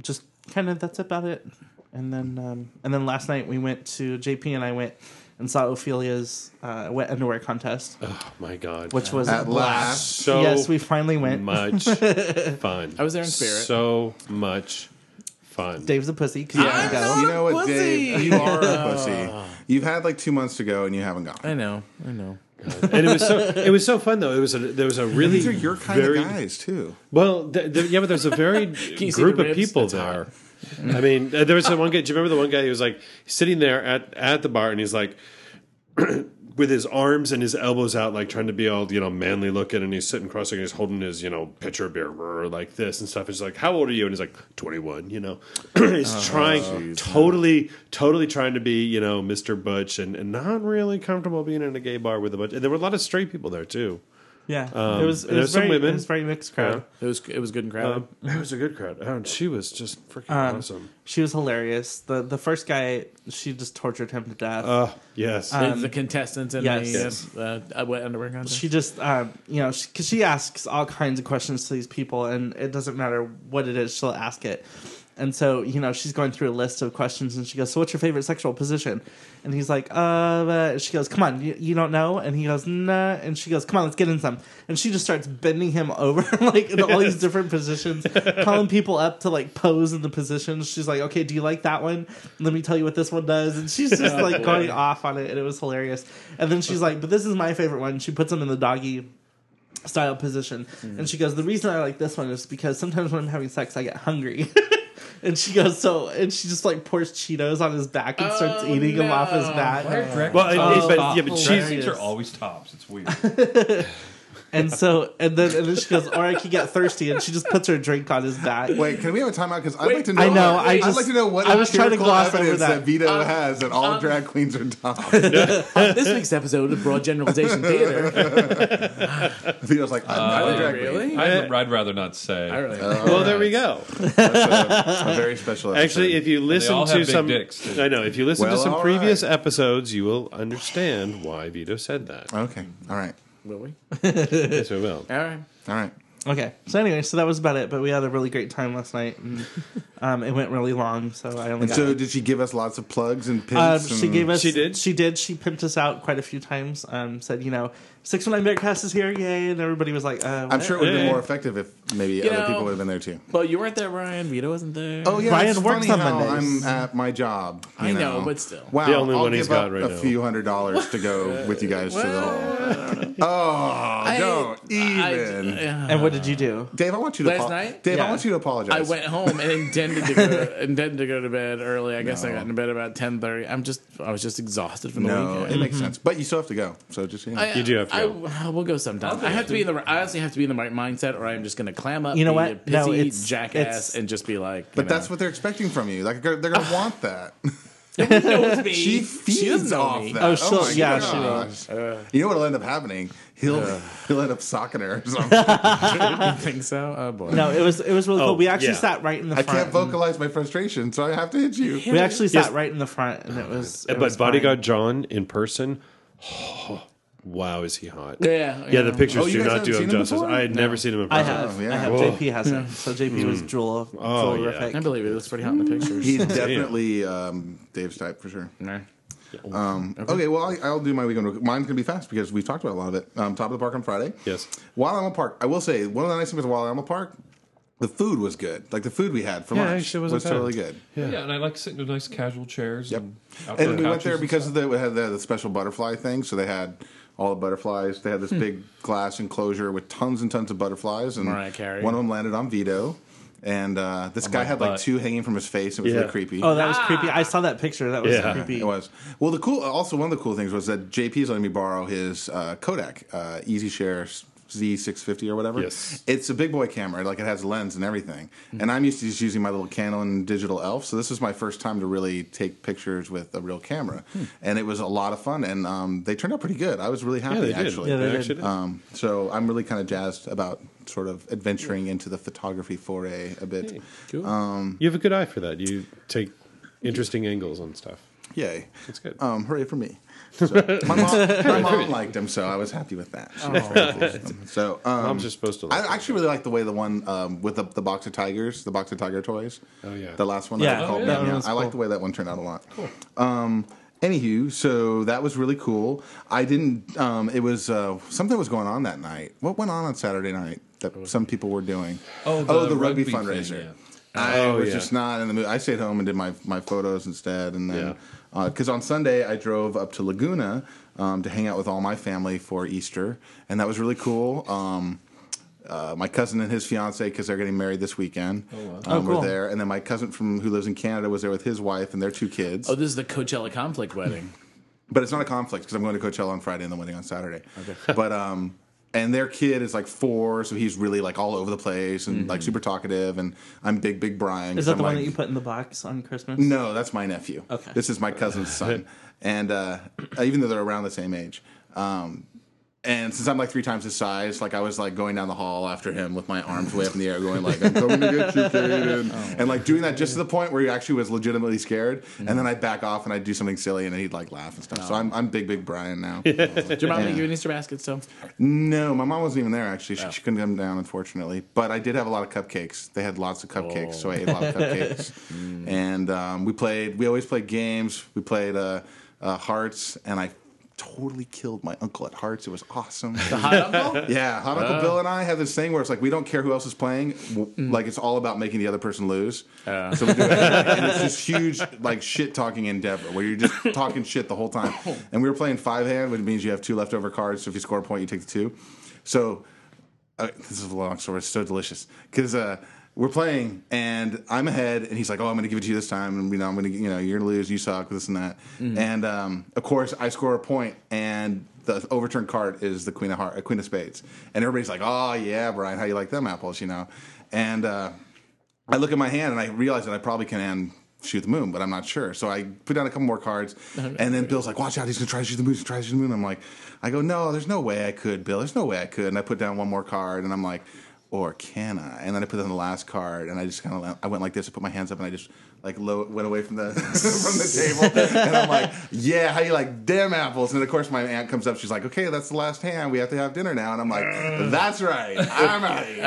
S5: just kind of that's about it. And then um, and then last night we went to JP and I went and saw Ophelia's uh, wet underwear contest,
S7: Oh my god.
S5: which was
S4: at last,
S7: so
S5: yes, we finally went.
S7: much fun. I
S6: was there in spirit.
S7: So much fun.
S5: Dave's a pussy. 'cause he didn't go.
S7: Um,
S4: you know what, Dave? You are a pussy. You've had like two months to go, and you haven't gone.
S6: I know, I know.
S7: and it was so it was so fun though. It was a, there was a really
S4: These are your kind
S7: very
S4: of guys too.
S7: well th- th- yeah, but there's a very
S6: you see
S7: group
S6: the
S7: of
S6: ribs?
S7: people
S6: That's
S7: there. I mean, uh, there was that one guy. Do you remember the one guy who was like sitting there at at the bar and he's like. With his arms and his elbows out, like trying to be all you know manly looking, and he's sitting cross legged, he's holding his you know pitcher of beer brr, like this and stuff. It's like, how old are you? And he's like, twenty one. You know, he's
S6: Oh,
S7: trying totally, totally trying to be you know Mister Butch, and, and not really comfortable being in a gay bar with a bunch. And there were a lot of straight people there too.
S5: Yeah, it was. It
S7: and there's
S5: was
S7: some
S5: very,
S7: women.
S5: It was very mixed crowd.
S6: It was it was good and crowded.
S7: Um, it was a good crowd. Oh, and she was just freaking
S4: Um,
S7: awesome.
S5: She was hilarious. the The first guy, she just tortured him to death.
S7: Oh, yes.
S4: uh,
S6: The-
S4: um,
S6: the contestants in
S5: yes.
S6: the uh, uh, wet underwear contest.
S5: she just um, you know because she, asks all kinds of questions to these people and it doesn't matter what it is she'll ask it and so you know she's going through a list of questions and she goes so what's your favorite sexual position and he's like uh, uh she goes come on you, you don't know and he goes nah and she goes come on let's get in some and she just starts bending him over like in all these different positions calling people up to like pose in the positions she's like okay do you like that one let me tell you what this one does and she's just like going off on it and it was hilarious and then she's like but this is my favorite one she puts him in the doggy style position. And she goes, The reason I like this one is because sometimes when I'm having sex, I get hungry. and she goes, So, and she just like pours Cheetos on his back and starts
S7: Oh,
S5: eating him off his back.
S2: Uh, Well, it- it-
S5: Oh,
S2: but, yeah, but
S5: awful.
S2: cheese
S5: Right.
S2: things are always tops. It's weird.
S5: And so, and then, and then she goes, Or I could get thirsty. And she just puts her drink on his back.
S4: Wait, can we have a timeout? Because I'd like to know.
S5: I know, I
S4: would
S5: just-
S4: like to know what
S5: I was trying to
S4: empirical
S5: gloss over
S4: evidence
S5: that. Uh, um,
S4: that. Vito has that all drag queens are tops.
S6: this week's episode of Broad Generalization Theater.
S4: Vito's like, I'm
S5: Uh,
S4: not a drag queen.
S6: Oh, really?
S2: I, would rather not say.
S6: I really.
S7: well, there we go.
S4: That's a, a very special. Episode.
S7: Actually, if you listen
S2: all
S7: to
S2: have big
S7: some,
S2: dicks, too.
S7: I know if you listen to
S4: Well,
S7: some
S4: all
S7: previous
S4: right.
S7: episodes, you will understand why Vito said that.
S4: okay, all right,
S6: Will we?
S7: yes, we will.
S6: All right.
S4: all right.
S5: Okay. So, anyway, so that was about it. But we had a really great time last night. And um, it went really long. So, I only
S4: And
S5: got.
S4: so, did she give us lots of plugs and pins?
S5: Um, she
S4: and-
S5: gave us.
S7: She did?
S5: She did. She pimped us out quite a few times. Um, said, you know, six one nine Bearcast is here, yay! And everybody was like, uh,
S4: I'm
S5: what?
S4: sure it would have been
S7: Hey.
S4: more effective if maybe other
S6: know-
S4: people would have been there too.
S6: Well, you weren't there, Ryan. Vito wasn't there.
S4: Oh yeah,
S5: Brian
S4: it's
S5: works
S4: funny
S5: on
S4: how
S5: Mondays.
S4: I'm at my job. you
S6: I know, but still.
S4: wow,
S7: The only
S4: I'll
S7: one
S4: give
S7: he's got
S4: up
S7: right
S4: a
S7: now.
S4: few hundred dollars to go with you guys to the hall. Oh, don't
S6: I-
S4: even,
S6: uh,
S5: And what did you do?
S4: Dave. I want you to
S6: Last
S4: apo-
S6: night?
S4: Dave, I
S5: Yeah.
S4: want you to apologize.
S6: I went home and intended to go intended to go to bed early. I guess I
S4: No.
S6: got into bed about ten thirty. I'm just I was just exhausted from the
S4: No,
S6: weekend.
S4: it makes sense, but you still have to go. So just you know.
S6: I,
S7: You do have to
S6: I,
S7: go.
S6: I will go sometime. I have to be in the. I honestly have to be in the right mindset, or I'm just going to clam up.
S5: You know
S6: be
S5: what?
S6: a
S5: No,
S6: pissy
S5: it's-
S6: jackass,
S5: it's-
S6: and just be like.
S4: but that's what they're expecting from you. Like they're, they're gonna want that.
S6: knows me.
S4: she feeds
S6: doesn't know
S4: off
S6: me.
S4: that.
S5: Oh, she'll-
S4: my
S5: yeah, she
S4: gosh. Uh, You know what'll end up happening? He'll he'll end up socking her or something.
S6: I think so. Oh boy.
S5: No, it was it was really cool. We actually
S7: Oh, yeah.
S5: sat right in the
S4: I
S5: front.
S4: can't vocalize my frustration, so I have to hit you.
S5: We actually sat right in the front, and it was. It was
S7: Uh, But bodyguard
S5: fine.
S7: John in person, wow, is he hot?
S6: Yeah,
S7: yeah. The
S6: yeah.
S7: pictures
S4: Oh, you
S7: do
S4: guys
S7: not
S4: haven't
S7: do
S4: seen
S7: him
S4: him
S7: justice.
S4: before?
S7: I had never seen him in
S5: I
S7: person.
S5: have,
S4: Oh, yeah.
S5: I have.
S7: Whoa. Hmm.
S5: JP hasn't. So JP was drool,
S7: Oh, yeah.
S5: droolerific.
S6: I believe it. It looks pretty hot in the pictures.
S4: He's definitely um, Dave's type for sure.
S6: Nah.
S4: Um, okay. well, I, I'll do my weekend. rec- Mine's gonna be fast because we've talked about a lot of it. Um, top of the park on Friday.
S7: Yes.
S4: Wild Animal Park. I will say one of the nice things about Wild Animal Park, the food was good. Like the food we had for
S7: Yeah,
S4: lunch
S7: actually, it
S4: was,
S7: wasn't bad.
S4: totally good.
S2: Yeah. and I like sitting in nice casual chairs.
S4: Yep.
S2: And, outdoor
S4: And we went
S2: couches
S4: there
S2: and
S4: because
S2: stuff.
S4: of the, it had the, the special butterfly thing. So they had all the butterflies. They had this big glass enclosure with tons and tons of butterflies, and
S6: Mariah Carey.
S4: one of them landed on Vito. And uh, this guy had like
S2: butt.
S4: two hanging from his face. It was
S7: Yeah.
S4: really creepy.
S5: Oh, that was creepy. I saw that picture. That was
S7: Ah. Yeah.
S5: creepy.
S4: It was. Well, the cool. Also, one of the cool things was that JP's letting me borrow his uh, Kodak uh, EasyShare Z650 or whatever.
S7: Yes.
S4: It's a big boy camera. Like it has a lens and everything. And I'm used to just using my little Canon digital elf. So this was my first time to really take pictures with a real camera,
S7: Hmm.
S4: and it was a lot of fun. And um, they turned out pretty good. I was really happy
S7: Yeah, they did.
S4: actually.
S5: Yeah, they
S7: They
S5: did.
S7: actually did.
S4: Um, so I'm really kind of jazzed about sort of adventuring into the photography foray a bit. Um,
S7: you have a good eye for that. You take interesting angles on stuff.
S4: Yay.
S7: That's good.
S4: Um, hooray for me. So, my mom, my mom liked him, so I was happy with that. She was very cool. So, um,
S7: Moms are supposed to like
S4: I actually really like the way the one um, with the, the box of tigers, the box of tiger toys.
S7: Oh, yeah.
S4: the last one.
S5: Yeah.
S4: I, called
S5: Oh, yeah.
S4: them,
S5: That one
S4: yeah.
S5: was
S4: I like
S5: cool.
S4: the way that one turned out a lot. Um, anywho, so that was really cool. I didn't. Um, it was uh, something was going on that night. What went on on Saturday night that some people were doing?
S2: Oh, the rugby thing, yeah.
S4: I
S7: Oh,
S4: was
S7: yeah.
S4: just not in the mood. I stayed home and did my, my photos instead, and then because on Sunday I drove up to Laguna um, to hang out with all my family for Easter, and that was really cool. Um, uh, my cousin and his fiance, because they're getting married this weekend, um,
S5: Oh, cool.
S4: were there, and then my cousin from who lives in Canada was there with his wife and their two kids.
S6: Oh, this is the Coachella conflict wedding.
S4: But it's not a conflict because I'm going to Coachella on Friday and the wedding on Saturday. Okay. but um, and their kid is like four, so he's really like all over the place and like super talkative. And I'm big, big Brian.
S5: Mm-hmm. Is
S4: 'cause
S5: that
S4: I'm
S5: the one
S4: like- Mm.
S5: that you put in the box on Christmas?
S4: no, that's my nephew.
S5: Okay.
S4: This is my cousin's son. And uh, even though they're around the same age. Um, and since I'm like three times his size, like I was like going down the hall after him with my arms way up in the air, going like, "I'm coming to get you, kid," and, and like doing that just to the point where he actually was legitimately scared. And then I'd back off and I'd do something silly, and he'd like laugh and stuff. So I'm I'm big big Brian now.
S6: Did your mom make you an Easter basket still?
S4: No, my mom wasn't even there actually. She, she couldn't come down, unfortunately. But I did have a lot of cupcakes. They had lots of cupcakes, so I ate a lot of cupcakes. and um, we played. We always played games. We played uh, uh, Hearts, and I totally killed my uncle at Hearts. It was awesome.
S6: Hot uncle?
S4: yeah, Hot Uncle Bill and I have this thing where it's like we don't care who else is playing. W Like it's all about making the other person lose. So we do it, and it's this huge like shit talking endeavor where you're just talking shit the whole time. And we were playing five hand, which means you have two leftover cards. So if you score a point, you take the two. So uh, this is a long story. It's so delicious because uh, we're playing and I'm ahead, and he's like, "Oh, I'm going to give it to you this time, and you know, I'm going to, you know, you're going to lose, you suck, this and that." And um, of course, I score a point, and the overturned card is the queen of heart, uh, queen of spades, and everybody's like, "Oh yeah, Brian, how you like them apples?" You know, and. Uh, I look at my hand and I realize that I probably can hand shoot the moon, but I'm not sure. So I put down a couple more cards, and then Bill's like, "Watch out! He's gonna try to shoot the moon. He's gonna try to shoot the moon." I'm like, "I go, no, there's no way I could, Bill. There's no way I could." And I put down one more card, and I'm like, "Or can I?" And then I put down the last card, and I just kind of I went like this. I put my hands up, and I just like low, went away from the from the table, and I'm like, "Yeah, how you like damn apples?" And then, of course, my aunt comes up. She's like, "Okay, that's the last hand. We have to have dinner now." And I'm like, "That's right. I'm out of here."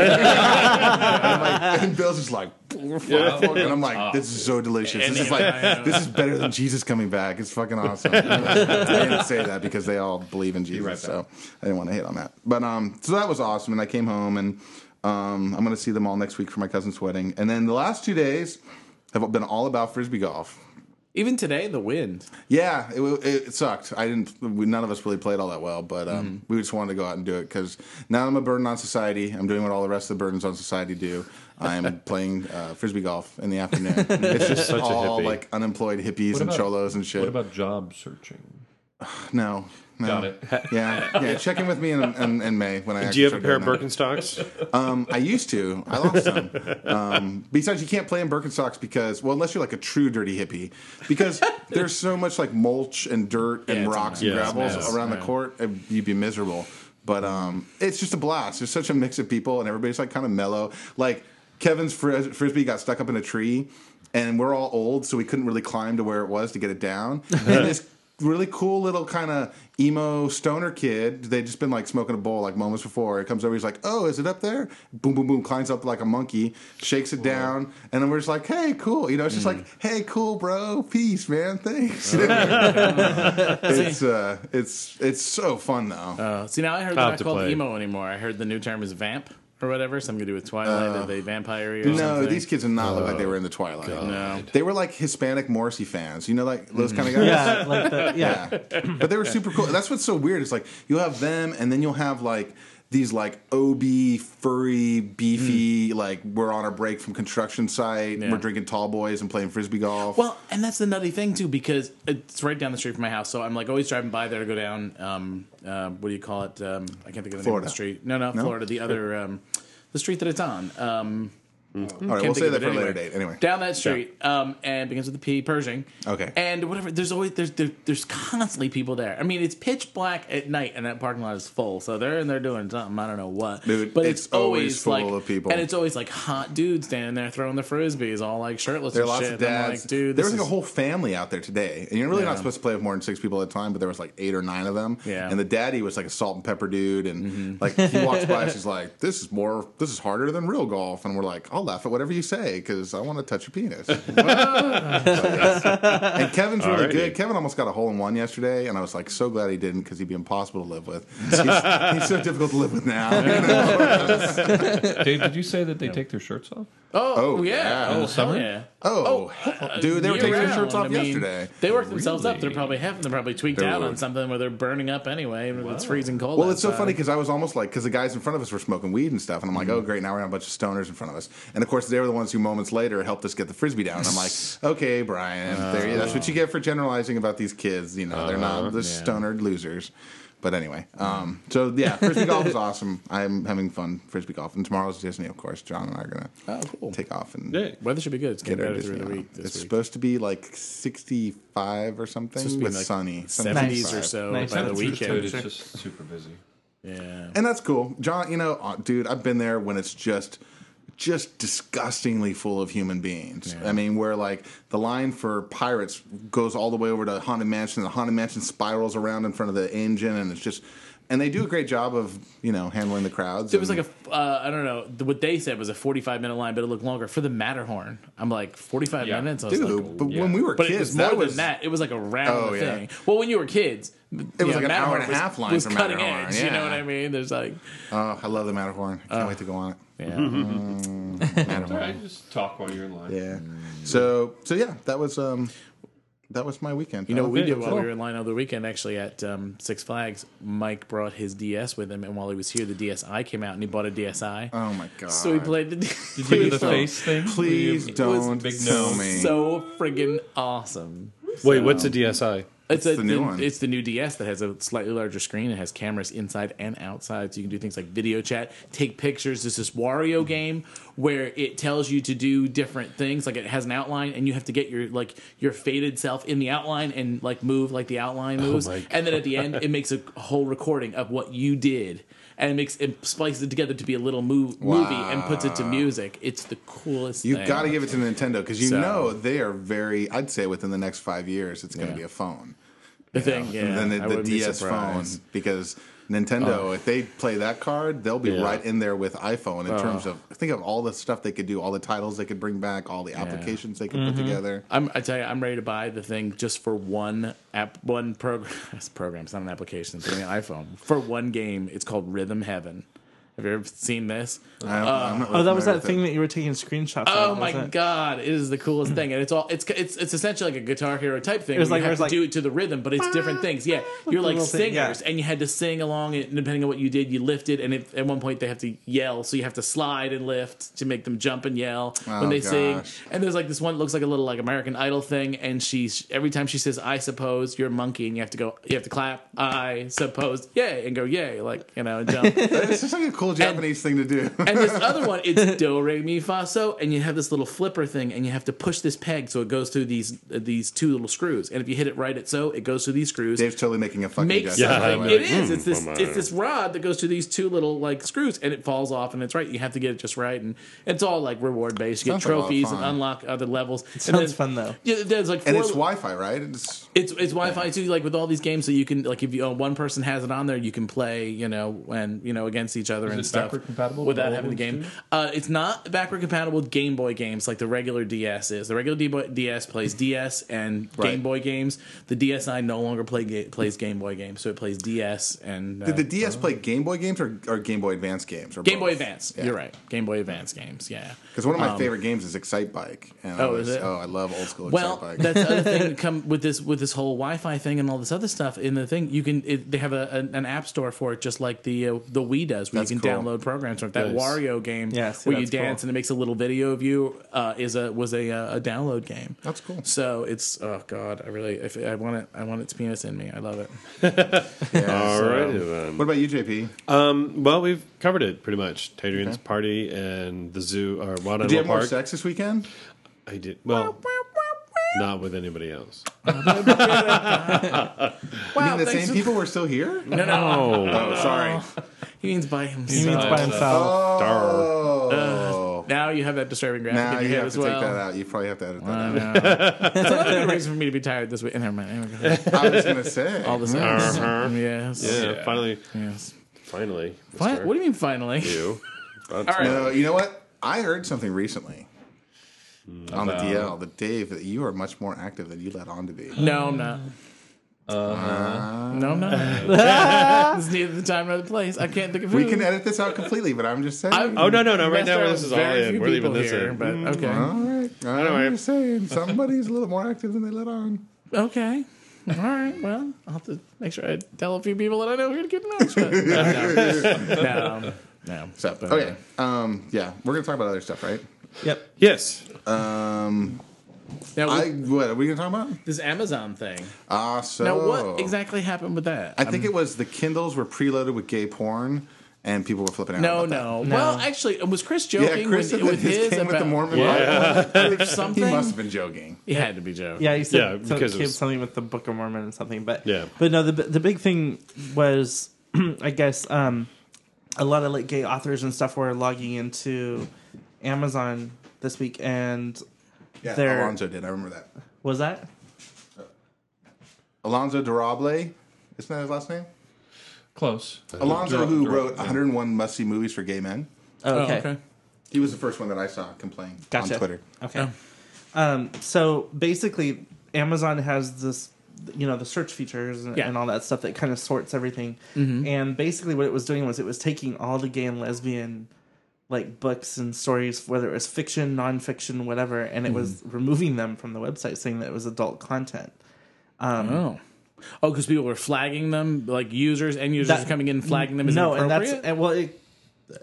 S4: and, I'm like, and Bill's just like, and I'm like, this is so delicious. This is like, this is better than Jesus coming back. It's fucking awesome. I didn't say that because they all believe in Jesus, so I didn't want to hate on that. But um, so that was awesome, and I came home, and um, I'm gonna see them all next week for my cousin's wedding, and then the last two days have been all about frisbee golf.
S6: Even today, the wind.
S4: Yeah, it, wa- it sucked. I didn't. We, none of us really played all that well, but um,
S7: Mm-hmm.
S4: we just wanted to go out and do it because now I'm a burden on society. I'm doing what all the rest of the burdens on society do. I'm playing uh, frisbee golf in the afternoon. It's just
S7: Such a
S4: all
S7: hippie.
S4: like unemployed hippies and
S2: about-
S4: cholos and shit.
S2: What about job searching?
S4: no, no.
S2: Got it.
S4: Yeah, yeah. Check in with me in, in, in May when I.
S7: Do you have a
S4: actually
S7: pair of
S4: start doing that.
S7: Birkenstocks?
S4: Um, I used to. I lost some. Um, besides, you can't play in Birkenstocks because, well, unless you're like a true dirty hippie, because there's so much like mulch and dirt and
S6: Yeah, it's
S4: rocks
S6: a
S4: and
S7: mess. Yeah, it's a
S4: gravels
S6: mess.
S4: around the
S6: Yeah.
S4: court, uh, you'd be miserable. But um, it's just a blast. There's such a mix of people, and everybody's like kind of mellow. Like Kevin's fris- frisbee got stuck up in a tree, and we're all old, so we couldn't really climb to where it was to get it down. and this really cool little kind of emo stoner kid, they'd just been like smoking a bowl like moments before. It comes over, he's like, "Oh, is it up there?" Boom, boom, boom, climbs up like a monkey, shakes it down, and then we're just like, "Hey, cool," you know. It's just like, "Hey, cool, bro, peace, man, thanks." it's uh, it's it's so fun though.
S6: Uh, see, now I heard
S7: I'll
S6: they're
S7: have
S6: not
S7: to
S6: called
S7: play.
S6: emo anymore. I heard the new term is vamp or whatever. Something to do with Twilight. Are they vampire or
S4: no,
S6: something?
S4: these kids did not look like they were in the Twilight.
S6: No. Mm.
S4: They were like Hispanic Morrissey fans, you know, like those kind of guys.
S5: Yeah, like the, yeah.
S4: Yeah. but they were super cool. That's what's so weird. It's like you'll have them, and then you'll have like these like ob furry beefy like we're on a break from construction site
S6: Mm. Yeah.
S4: we're drinking tall boys and playing frisbee golf
S6: Well, and that's the nutty thing too, because it's right down the street from my house. So I'm like always driving by there to go down. Um, uh, what do you call it? Um, I can't think of the name of
S4: Florida.
S6: the street. No, no,
S4: No?
S6: Florida. The other, um, the street that it's on. Um,
S4: all right
S6: can't
S4: we'll
S6: think
S4: say
S6: of
S4: that
S6: it
S4: for a later
S6: anyway.
S4: date anyway
S6: Down that street, um, and begins with the P, Pershing.
S4: Okay.
S6: And whatever, there's always there's there, there's constantly people there. I mean, it's pitch black at night, and that parking lot is full. So they're in there doing something. I don't know what,
S4: Dude,
S6: but
S4: it's
S6: it's,
S4: always
S6: always,
S4: full
S6: like
S4: of people.
S6: and it's always like hot dudes standing there throwing the frisbees, all like shirtless.
S4: there are
S6: and
S4: lots
S6: shit.
S4: of
S6: And I'm
S4: dads
S6: like, dude,
S4: there
S6: this
S4: was like
S6: is-
S4: a whole family out there today and you're really
S6: Yeah.
S4: not supposed to play with more than six people at a time but there was like eight or nine of them
S6: Yeah. Mm-hmm.
S4: and the daddy was like a salt and pepper dude and like he walks by she's like this is more this is harder than real golf and we're like i'll laugh at whatever you say because i want to touch your penis and kevin's really
S7: Alrighty.
S4: good kevin almost got a hole-in-one yesterday and i was like so glad he didn't because he'd be impossible to live with he's, he's so difficult to live with now you know?
S2: Dave, did you say that they take their shirts off?
S6: Oh,
S4: Oh,
S6: yeah.
S4: yeah.
S6: Oh,
S4: In
S2: the summer?
S6: hell yeah.
S4: oh, dude they were taking their
S6: Year-round.
S4: shirts off
S6: uh, I mean,
S4: yesterday
S6: They work themselves up.
S2: Really?
S6: They're probably half of them probably tweaked out on
S4: Dude.
S6: something where they're burning up anyway. and It's freezing cold.
S4: Well, it's so
S6: outside.
S4: funny because I was almost like because the guys in front of us were smoking weed and stuff, and I'm like,
S6: Mm-hmm.
S4: oh great, now we have a bunch of stoners in front of us, and of course they were the ones who moments later helped us get the frisbee down. And I'm like, okay, Brian, there, yeah, that's what you get for generalizing about these kids. You know, they're
S6: Uh-huh,
S4: not the stonered losers. But anyway, um, so yeah, frisbee golf is awesome. I'm having fun frisbee golf, and tomorrow's Disney, of course. John and I are gonna
S6: Oh, cool.
S4: take off and
S7: Yeah.
S6: Weather should be good. It's
S4: get
S6: getting
S4: our
S6: better
S4: Disney.
S6: through the
S4: on.
S6: week
S4: It's
S6: this week.
S4: supposed to be like 65 or something
S6: It's supposed to be
S4: with
S6: like
S4: sunny,
S6: 70s or
S4: 75.
S6: so
S5: Nice.
S6: by the
S5: It's
S2: Dude,
S6: weekend.
S2: it's just super busy.
S6: Yeah.
S4: and that's cool john you know uh, dude i've been there when it's just just disgustingly full of human beings i mean where like the line for pirates goes all the way over to haunted mansion and the haunted mansion spirals around in front of the engine and it's just and they do a great job of you know handling the crowds
S6: It was
S4: and-
S6: like a, uh, I don't know, th- what they said was a 45 minute line, but it looked longer for the Matterhorn. I'm like, 45
S2: Yeah.
S6: minutes? I was
S4: dude
S6: like,
S4: but
S2: yeah.
S4: when we were
S6: But
S4: kids
S6: it was more
S4: that was
S6: than that. It was like around
S4: Oh,
S6: the
S4: yeah.
S6: thing. Well, when you were kids, it
S4: was like an hour and a half line
S6: was
S4: for
S6: cutting
S4: Matterhorn,
S6: edge. You
S4: yeah.
S6: know what I mean? There's like,
S4: oh i love the matterhorn i can't wait to go on it
S6: yeah.
S2: All right, just talk while you're in line.
S4: yeah so so yeah that was um that was my weekend
S6: You know, what we did while we were in line over the weekend. Actually, at um, Six Flags, Mike brought his DS with him, and while he was here, the DSi came out, and he bought a DSi.
S4: oh my god
S6: so we played the.
S2: Did you do the
S4: Please don't.
S2: face thing?
S4: please
S2: Were you-
S4: don't
S2: big
S4: tell
S2: no.
S4: me
S6: so friggin' awesome.
S7: Wait, what's a
S4: um,
S7: DSI?
S6: It's, a,
S4: the new one.
S6: It's the new DS that has a slightly larger screen. It has cameras inside and outside, so you can do things like video chat, take pictures. There's this
S4: Mm-hmm.
S6: Wario game where it tells you to do different things. Like it has an outline, and you have to get your like your faded self in the outline and like move like the outline
S4: Oh
S6: moves.
S7: my
S6: and then at the end, it makes a whole recording of what you did. And it makes it splices it together to be a little mo- movie and puts it to music. It's the coolest.
S4: You've
S6: thing.
S4: got to give it to Nintendo because you
S6: So-
S4: know they are very. I'd say within the next five years, it's going to
S6: Yeah.
S4: be a phone.
S6: the thing. Yeah,
S4: and
S6: I
S4: then the, the
S6: wouldn't be
S4: DS phone
S6: surprised. Oh.
S4: because Nintendo, if they play that card, they'll be
S7: Yeah.
S4: right in there with iPhone in terms
S6: Oh.
S4: of think of all the stuff they could do, all the titles they could bring back, all the applications they could put together.
S6: I'm, I tell you, I'm ready to buy the thing just for one app, one program. It's a program. It's not an application. It's on the iPhone for one game. It's called Rhythm Heaven. Have you ever seen this?
S4: I don't- I'm not
S5: Oh,
S4: really
S5: that
S4: familiar
S5: was that
S4: with
S5: thing that you were taking screenshots.
S6: Oh
S5: of,
S6: my
S5: wasn't it?
S6: god! It is the coolest thing, and it's all it's it's it's essentially like a Guitar Hero type thing.
S5: was
S6: where
S5: like-
S6: you
S5: where
S6: have
S5: it's
S6: to
S5: like-
S6: do it to the rhythm, but it's different things. Yeah, you're
S5: the
S6: like
S5: little thing, yeah.
S6: singers, and you had to sing along. And depending on what you did, you lifted, and if, at one point they have to yell, so you have to slide and lift to make them jump and yell
S4: Oh,
S6: when they sing.
S4: gosh.
S6: And there's like this one that looks like a little like American Idol thing, and she's every time she says "I suppose you're a monkey," and you have to go, you have to clap "I suppose yay" and go yay, like you know, and jump.
S4: It's just like a cool Japanese thing to do.
S6: And this other one, it's do re mi fa so, and you have this little flipper thing, and you have to push this peg so it goes through these uh, these two little screws, and if you hit it right at so, it goes through these screws.
S4: Dave's totally making a fucking
S6: Makes
S4: gesture, by the
S6: something.
S4: way.
S6: It is. It's this.
S7: Mm,
S6: It's this rod that goes through these two little like screws, and it falls off, and it's right. You have to get it just right, and it's all like reward based. You get
S4: Sounds like a lot of
S6: trophies and
S4: fun.
S6: unlock other levels. It
S5: sounds fun, though.
S6: Yeah, there's like four
S4: And it's Wi-Fi, right? It's
S6: it's it's Wi-Fi too. Like with all these games, so you can like if you, uh, one person has it on there, you can play, you know, and you know against each other
S2: Is it
S6: and stuff
S2: backward compatible with
S6: without
S2: all
S6: having the
S2: of them
S6: game. Uh, it's not backward compatible with Game Boy games like the regular DS is. The regular D- Boy- DS plays DS and Game Boy games. The DSi no longer play ga- plays Game Boy games, so it plays DS and uh,
S4: Did the DS play Game Boy games or, or Game Boy Advance games? Or
S6: Game Boy
S4: both?
S6: Advance.
S4: Yeah.
S6: You're right, Game Boy Advance games. Yeah.
S4: Because one of my favorite games is Excite Bike. And I
S6: Um, Oh,
S4: was,
S6: is it?
S4: oh, I love old school
S6: Well,
S4: Excite Bike.
S6: that's the other thing that come with this with this whole Wi-Fi thing and all this other stuff. In the thing, you can it, they have a, an, an app store for it, just like the uh, the Wii does, where
S4: That's
S6: you can
S4: cool.
S6: download programs from it. that
S7: Nice.
S6: Wario game.
S5: Yeah, see,
S6: where you
S5: that's
S6: dance
S5: cool.
S6: and it makes a little video of you uh, is a was a uh, a download game.
S4: That's cool.
S6: So it's oh god, I really if I want it, I want its penis in me. I love it.
S4: yeah.
S7: All righty then.
S4: What about you, JP?
S7: Well, we've covered it pretty much. Tadrian's party and the zoo or Wild
S4: Did
S7: Animal
S4: you have more
S7: Park.
S4: sex this weekend?
S7: I did. Well, not with anybody else.
S4: You mean the same people were still here?
S6: No, no,
S7: Uh,
S4: Oh, sorry.
S6: he means by
S5: He
S6: himself.
S5: means by himself.
S6: Uh,
S4: Oh.
S6: Now you have that disturbing graphic
S4: now
S6: in
S4: you
S6: your head
S4: have
S6: as
S4: to take that
S6: well.
S4: out. You probably have to edit that
S6: I
S4: out.
S6: know. That's another reason for me to be tired this week. Never mind. Anyway, go ahead.
S4: I was going to say.
S6: All this.
S7: Uh-huh.
S6: Yes.
S7: Yeah, finally,
S6: Yes.
S7: finally.
S6: What?
S7: Mr.
S6: What do you mean finally?
S7: you? All
S6: right.
S4: No, you know what? I heard something recently on the
S2: About-
S4: DL that Dave, that you are much more active than you let on to be.
S6: No, I'm not.
S5: Uh-huh.
S6: no, I'm not. It's neither the time nor the place. I can't think of
S4: We
S6: who.
S4: can edit this out completely, but I'm just saying.
S6: I'm-
S7: Oh no no no! Right
S6: Messed
S7: now
S6: around
S7: this
S6: with
S7: is all
S6: very
S7: in.
S6: few
S7: We're leaving
S6: people
S7: this
S6: here,
S7: in.
S6: But
S4: Mm-hmm.
S6: okay.
S4: all right. I'm
S7: Anyway.
S4: just saying somebody's a little more active than they let on.
S6: Okay. All right. Well, I'll have to make sure I tell a few people that I know here to keep an eye shut. No. No. no.
S4: So, okay. Um, yeah, we're going to talk about other stuff, right?
S5: Yep.
S7: Yes.
S6: Now,
S4: I what are we going to talk about?
S6: this Amazon thing.
S4: Ah, so
S6: Now, what exactly happened with that?
S4: I think it was the Kindles were preloaded with gay porn, and people were flipping out.
S6: No,
S4: about that.
S6: no. Well, actually, was Chris joking
S4: Yeah, Chris
S6: with,
S4: with
S6: with his
S4: his came
S6: about
S4: with the Mormon
S6: or
S4: He
S6: something?
S4: must have been joking.
S6: He had to be joking.
S5: Yeah, he said
S7: Yeah,
S5: some-
S7: because it
S5: came
S7: was-
S5: something with the Book of Mormon and something, but
S7: Yeah.
S5: but no, the the big thing was, I guess, um, a lot of like gay authors and stuff were logging into Amazon this week, and
S4: Yeah,
S5: They're-
S4: Alonzo did. I remember that.
S5: was that
S4: Alonzo Durable, isn't that his last name?
S2: Close.
S4: Alonzo,
S7: Dura-
S4: who
S7: Dura-
S4: wrote 101 must see movies for gay men.
S5: oh,
S6: Oh,
S5: okay.
S6: okay.
S4: He was the first one that I saw complain
S5: Gotcha.
S4: on Twitter.
S5: Okay. Um, so basically, Amazon has this, you know, the search features and,
S6: Yeah.
S5: and all that stuff that kind of sorts everything. And basically, what it was doing was it was taking all the gay and lesbian like books and stories, whether it was fiction, nonfiction, whatever, and it was removing them from the website, saying that it was adult content.
S6: Oh. Oh, because people were flagging them, like users and users
S5: That-
S6: were coming in and flagging them as
S5: no, and
S6: inappropriate.
S5: that's and well, it,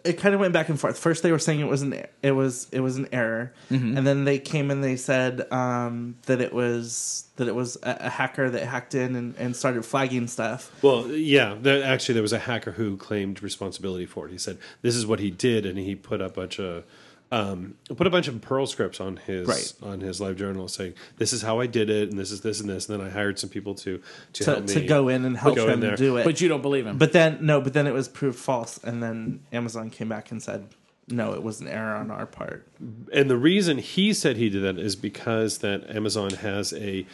S5: it kind of went back and forth. First, they were saying it was an it was it was an error,
S7: Mm-hmm.
S5: and then they came and they said um, that it was that it was a, a hacker that hacked in and, and started flagging stuff.
S7: Well, yeah. There, actually, there was a hacker who claimed responsibility for it. He said this is what he did, and he put a bunch of um, put a bunch of Perl scripts on his
S5: Right.
S7: on his live journal, saying this is how I did it, and this is this and this. And then I hired some people to to,
S5: To,
S7: help me
S5: to go in and help
S7: go in
S5: them
S7: there.
S5: do it,
S6: but you don't believe him.
S5: But then no, but then it was proved false, and then Amazon came back and said no, it was an error on our part.
S7: and the reason he said he did that is because that Amazon has a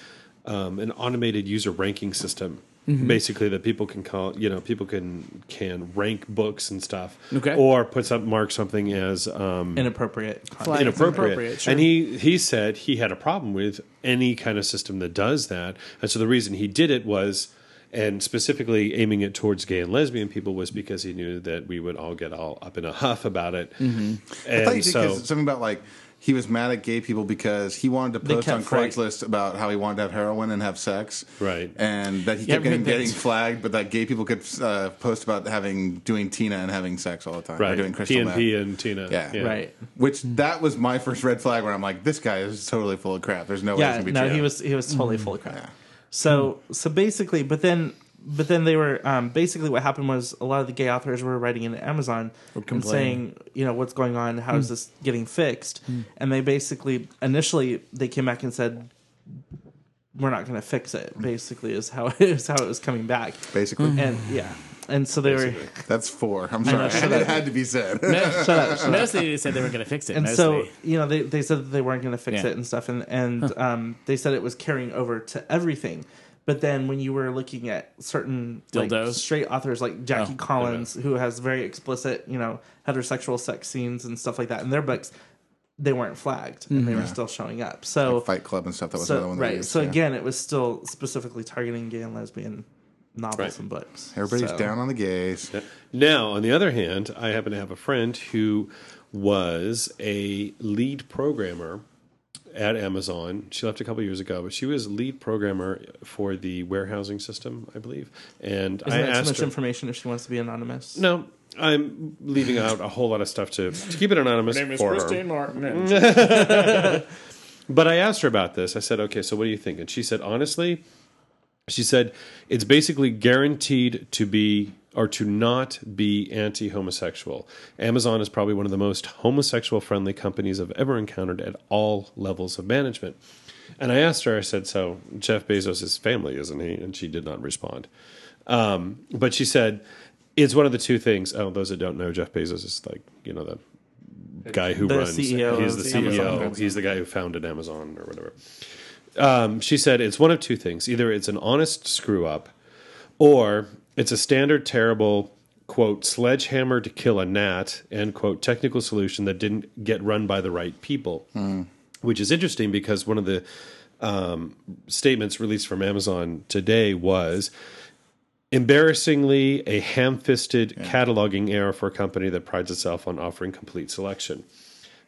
S7: um, an automated user ranking system.
S5: Mm-hmm.
S7: Basically, that people can call, you know, people can can rank books and stuff,
S6: Okay.
S7: or put some mark something as um,
S5: Inappropriate. Content.
S6: Flag-
S7: inappropriate.
S6: inappropriate, sure.
S7: And he he said he had a problem with any kind of system that does that, and so the reason he did it was. And specifically aiming it towards gay and lesbian people was because he knew that we would all get all up in a huff about it. And
S4: Mm-hmm. I thought you did
S7: so,
S4: 'cause something about like he was mad at gay people because he wanted to post on
S5: kept right.
S4: Craigslist about how he wanted to have heroin and have sex,
S7: Right.
S4: And that he
S6: Yeah,
S4: kept getting,
S6: but that's-
S4: getting flagged, but that gay people could uh, post about having doing Tina and having sex all the time, or
S7: right,
S4: doing crystal meth.
S7: PNP and Tina,
S4: Yeah.
S5: Right.
S4: Which that was my first red flag where I'm like, this guy is totally full of crap. There's no way
S5: yeah,
S4: this can be
S5: no,
S4: true.
S5: he was he was totally full of crap. So so basically, but then but then they were um, basically what happened was a lot of the gay authors were writing into Amazon and
S6: complaining.
S5: saying you know what's going on, how is this getting fixed, and they basically initially they came back and said we're not going to fix it. Basically, is how is how it was coming back,
S4: Basically,
S5: and yeah, and so they were.
S4: that's four. I'm sorry,
S5: shut
S4: it
S5: up.
S4: had to be said.
S6: Shut up. Mostly they said they were going to fix it.
S5: and so
S6: mostly.
S5: you know they, they said that they weren't going to fix
S6: Yeah.
S5: it and stuff and and um, they said it was carrying over to everything But then when you were looking at certain like,
S6: Dildos?
S5: straight authors like Jackie
S6: Oh,
S5: Collins, who has very explicit, you know, heterosexual sex scenes and stuff like that in their books, they weren't flagged and they were still showing up. So
S4: Fight Club and stuff. That was
S5: so
S4: another one. That
S5: right.
S4: used,
S5: so
S4: yeah.
S5: again, it was still specifically targeting gay and lesbian novels
S7: Right.
S5: and books.
S4: everybody's
S5: So-
S4: down on the gays.
S7: Now, on the other hand, I happen to have a friend who was a lead programmer at Amazon. She left a couple years ago, but she was lead programmer for the warehousing system, I believe. And
S5: Isn't
S7: I
S5: that too
S7: asked
S5: much
S7: her,
S5: information if she wants to be anonymous?
S7: no, I'm leaving out a whole lot of stuff to, to keep it anonymous for her.
S6: Martin.
S7: But I asked her about this. I said, okay, so what do you think? And she said, honestly, she said, it's basically guaranteed to be or to not be anti homosexual. Amazon is probably one of the most homosexual friendly companies I've ever encountered at all levels of management. And I asked her, I said, so Jeff Bezos is family, isn't he? And she did not respond. Um, but she said, it's one of the two things. Oh, those that don't know, Jeff Bezos is like, you know, the guy who
S5: The
S7: runs.
S5: CEO
S7: He's the
S5: of
S7: CEO.
S5: Amazon.
S7: He's the guy who founded Amazon or whatever. Um, she said it's one of two things: either it's an honest screw up, or it's a standard terrible quote sledgehammer to kill a gnat end quote technical solution that didn't get run by the right people.
S5: Hmm.
S7: Which is interesting because one of the um, statements released from Amazon today was embarrassingly a ham fisted cataloging error for a company that prides itself on offering complete selection.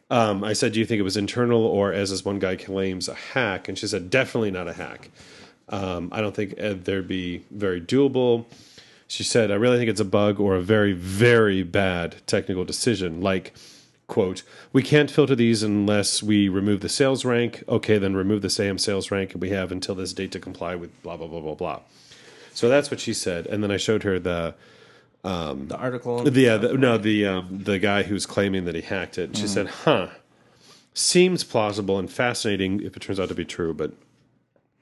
S7: Um, I said, Do you think it was internal or, as this one guy claims, a hack? And she said, Definitely not a hack. Um, I don't think uh, there'd be very doable. She said, I really think it's a bug or a very, very bad technical decision. Like, quote, we can't filter these unless we remove the sales rank. Okay, then remove the same sales rank, and we have until this date to comply with blah, blah, blah, blah, blah. So that's what she said. And then I showed her the
S5: The article.
S7: the, uh, the no the um, the guy who's claiming that he hacked it. She
S4: Mm.
S7: said, "Huh, seems plausible and fascinating if it turns out to be true, but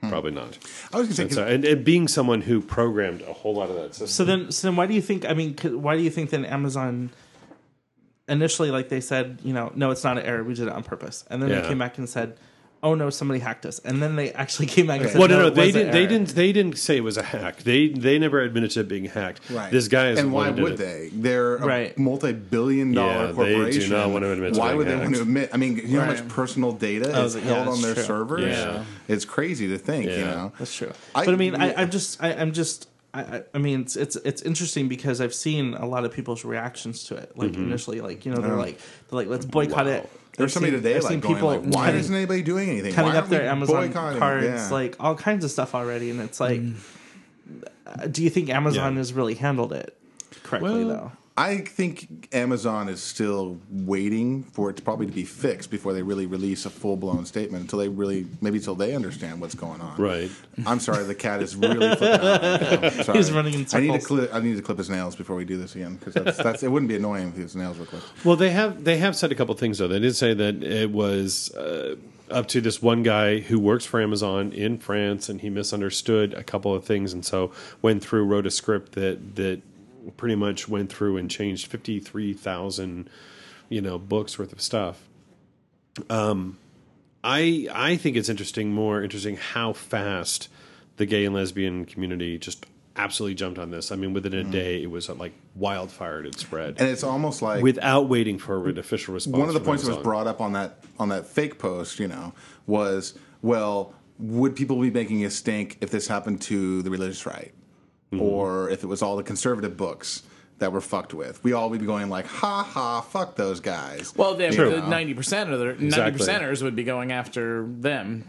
S4: Hmm.
S7: probably not."
S4: I was gonna
S7: And,
S4: say,
S7: so, and, and being someone who programmed a whole lot of that system,
S5: So then, so then, why do you think? I mean, c- why do you think then Amazon initially, like they said, you know, no, it's not an error. We did it on purpose, and then
S7: Yeah.
S5: they came back and said, oh no, somebody hacked us, and then they actually came back and said,
S7: well, no, no,
S5: it
S7: they
S5: was an
S7: didn't. They
S5: error.
S7: didn't. They didn't say it was a hack. They they never admitted to being hacked.
S4: Right.
S7: This guy is
S4: and
S7: the
S4: why
S7: one who did
S4: would
S7: it.
S4: they? They're a
S5: Right.
S4: multi-billion-dollar
S7: Yeah, they do
S4: corporation.
S7: not want to admit to
S4: Why
S7: being
S4: would they want
S7: hacked.
S4: to admit? I mean, you know how much
S5: Right.
S4: personal data
S5: Oh,
S4: is
S5: yeah,
S4: held
S5: that's
S4: on their
S5: true.
S4: servers.
S7: Yeah.
S4: It's crazy to think. You
S7: Yeah.
S4: know,
S5: That's true.
S4: I-
S5: but I mean,
S4: yeah.
S5: I, I'm just, I, I'm just, I, I, I mean, it's, it's, it's interesting because I've seen a lot of people's reactions to it.
S7: Mm-hmm.
S5: Like initially, like you know, they're like, they're like, let's boycott it.
S4: there's somebody today like going like, why isn't anybody doing anything?
S5: cutting
S4: why
S5: up
S4: aren't
S5: their
S4: we
S5: Amazon
S4: boycotting?"
S5: cards,
S4: Yeah.
S5: like all kinds of stuff already, and it's
S7: Mm.
S5: like, uh, do you think Amazon
S7: Yeah.
S5: has really handled it correctly
S2: Well,
S5: though?
S4: I think Amazon is still waiting for it to probably to be fixed before they really release a full blown statement until they really maybe until they understand what's going on.
S7: Right.
S4: I'm sorry, the cat is really flipping out. Right now. I'm sorry.
S5: He's running in
S4: I need to
S5: circles.
S4: clip. I need to clip his nails before we do this again because that's, that's it. Wouldn't be annoying if his nails were clipped.
S7: Well, they have they have said a couple things though. They did say that it was uh, up to this one guy who works for Amazon in France, and he misunderstood a couple of things, and so went through wrote a script that that pretty much went through and changed fifty three thousand you know books worth of stuff. Um, I I think it's interesting, more interesting how fast the gay and lesbian community just absolutely jumped on this. I mean, within a day, it was uh, like wildfire it had spread
S4: And it's almost like
S7: without waiting for an official response.
S4: one of the
S7: from
S4: points that was
S7: Amazon.
S4: brought up on that on that fake post, you know, was well, would people be making a stink if this happened to the religious right, or if it was all the conservative books that were fucked with? We all would be going like, ha ha, fuck those guys.
S6: Well, then
S4: True.
S6: the ninety percent of the ninety
S7: Exactly.
S6: percenters would be going after them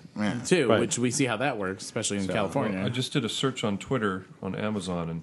S6: too,
S7: Right.
S6: which we see how that works, especially in California.
S2: I just did a search on Twitter on Amazon, and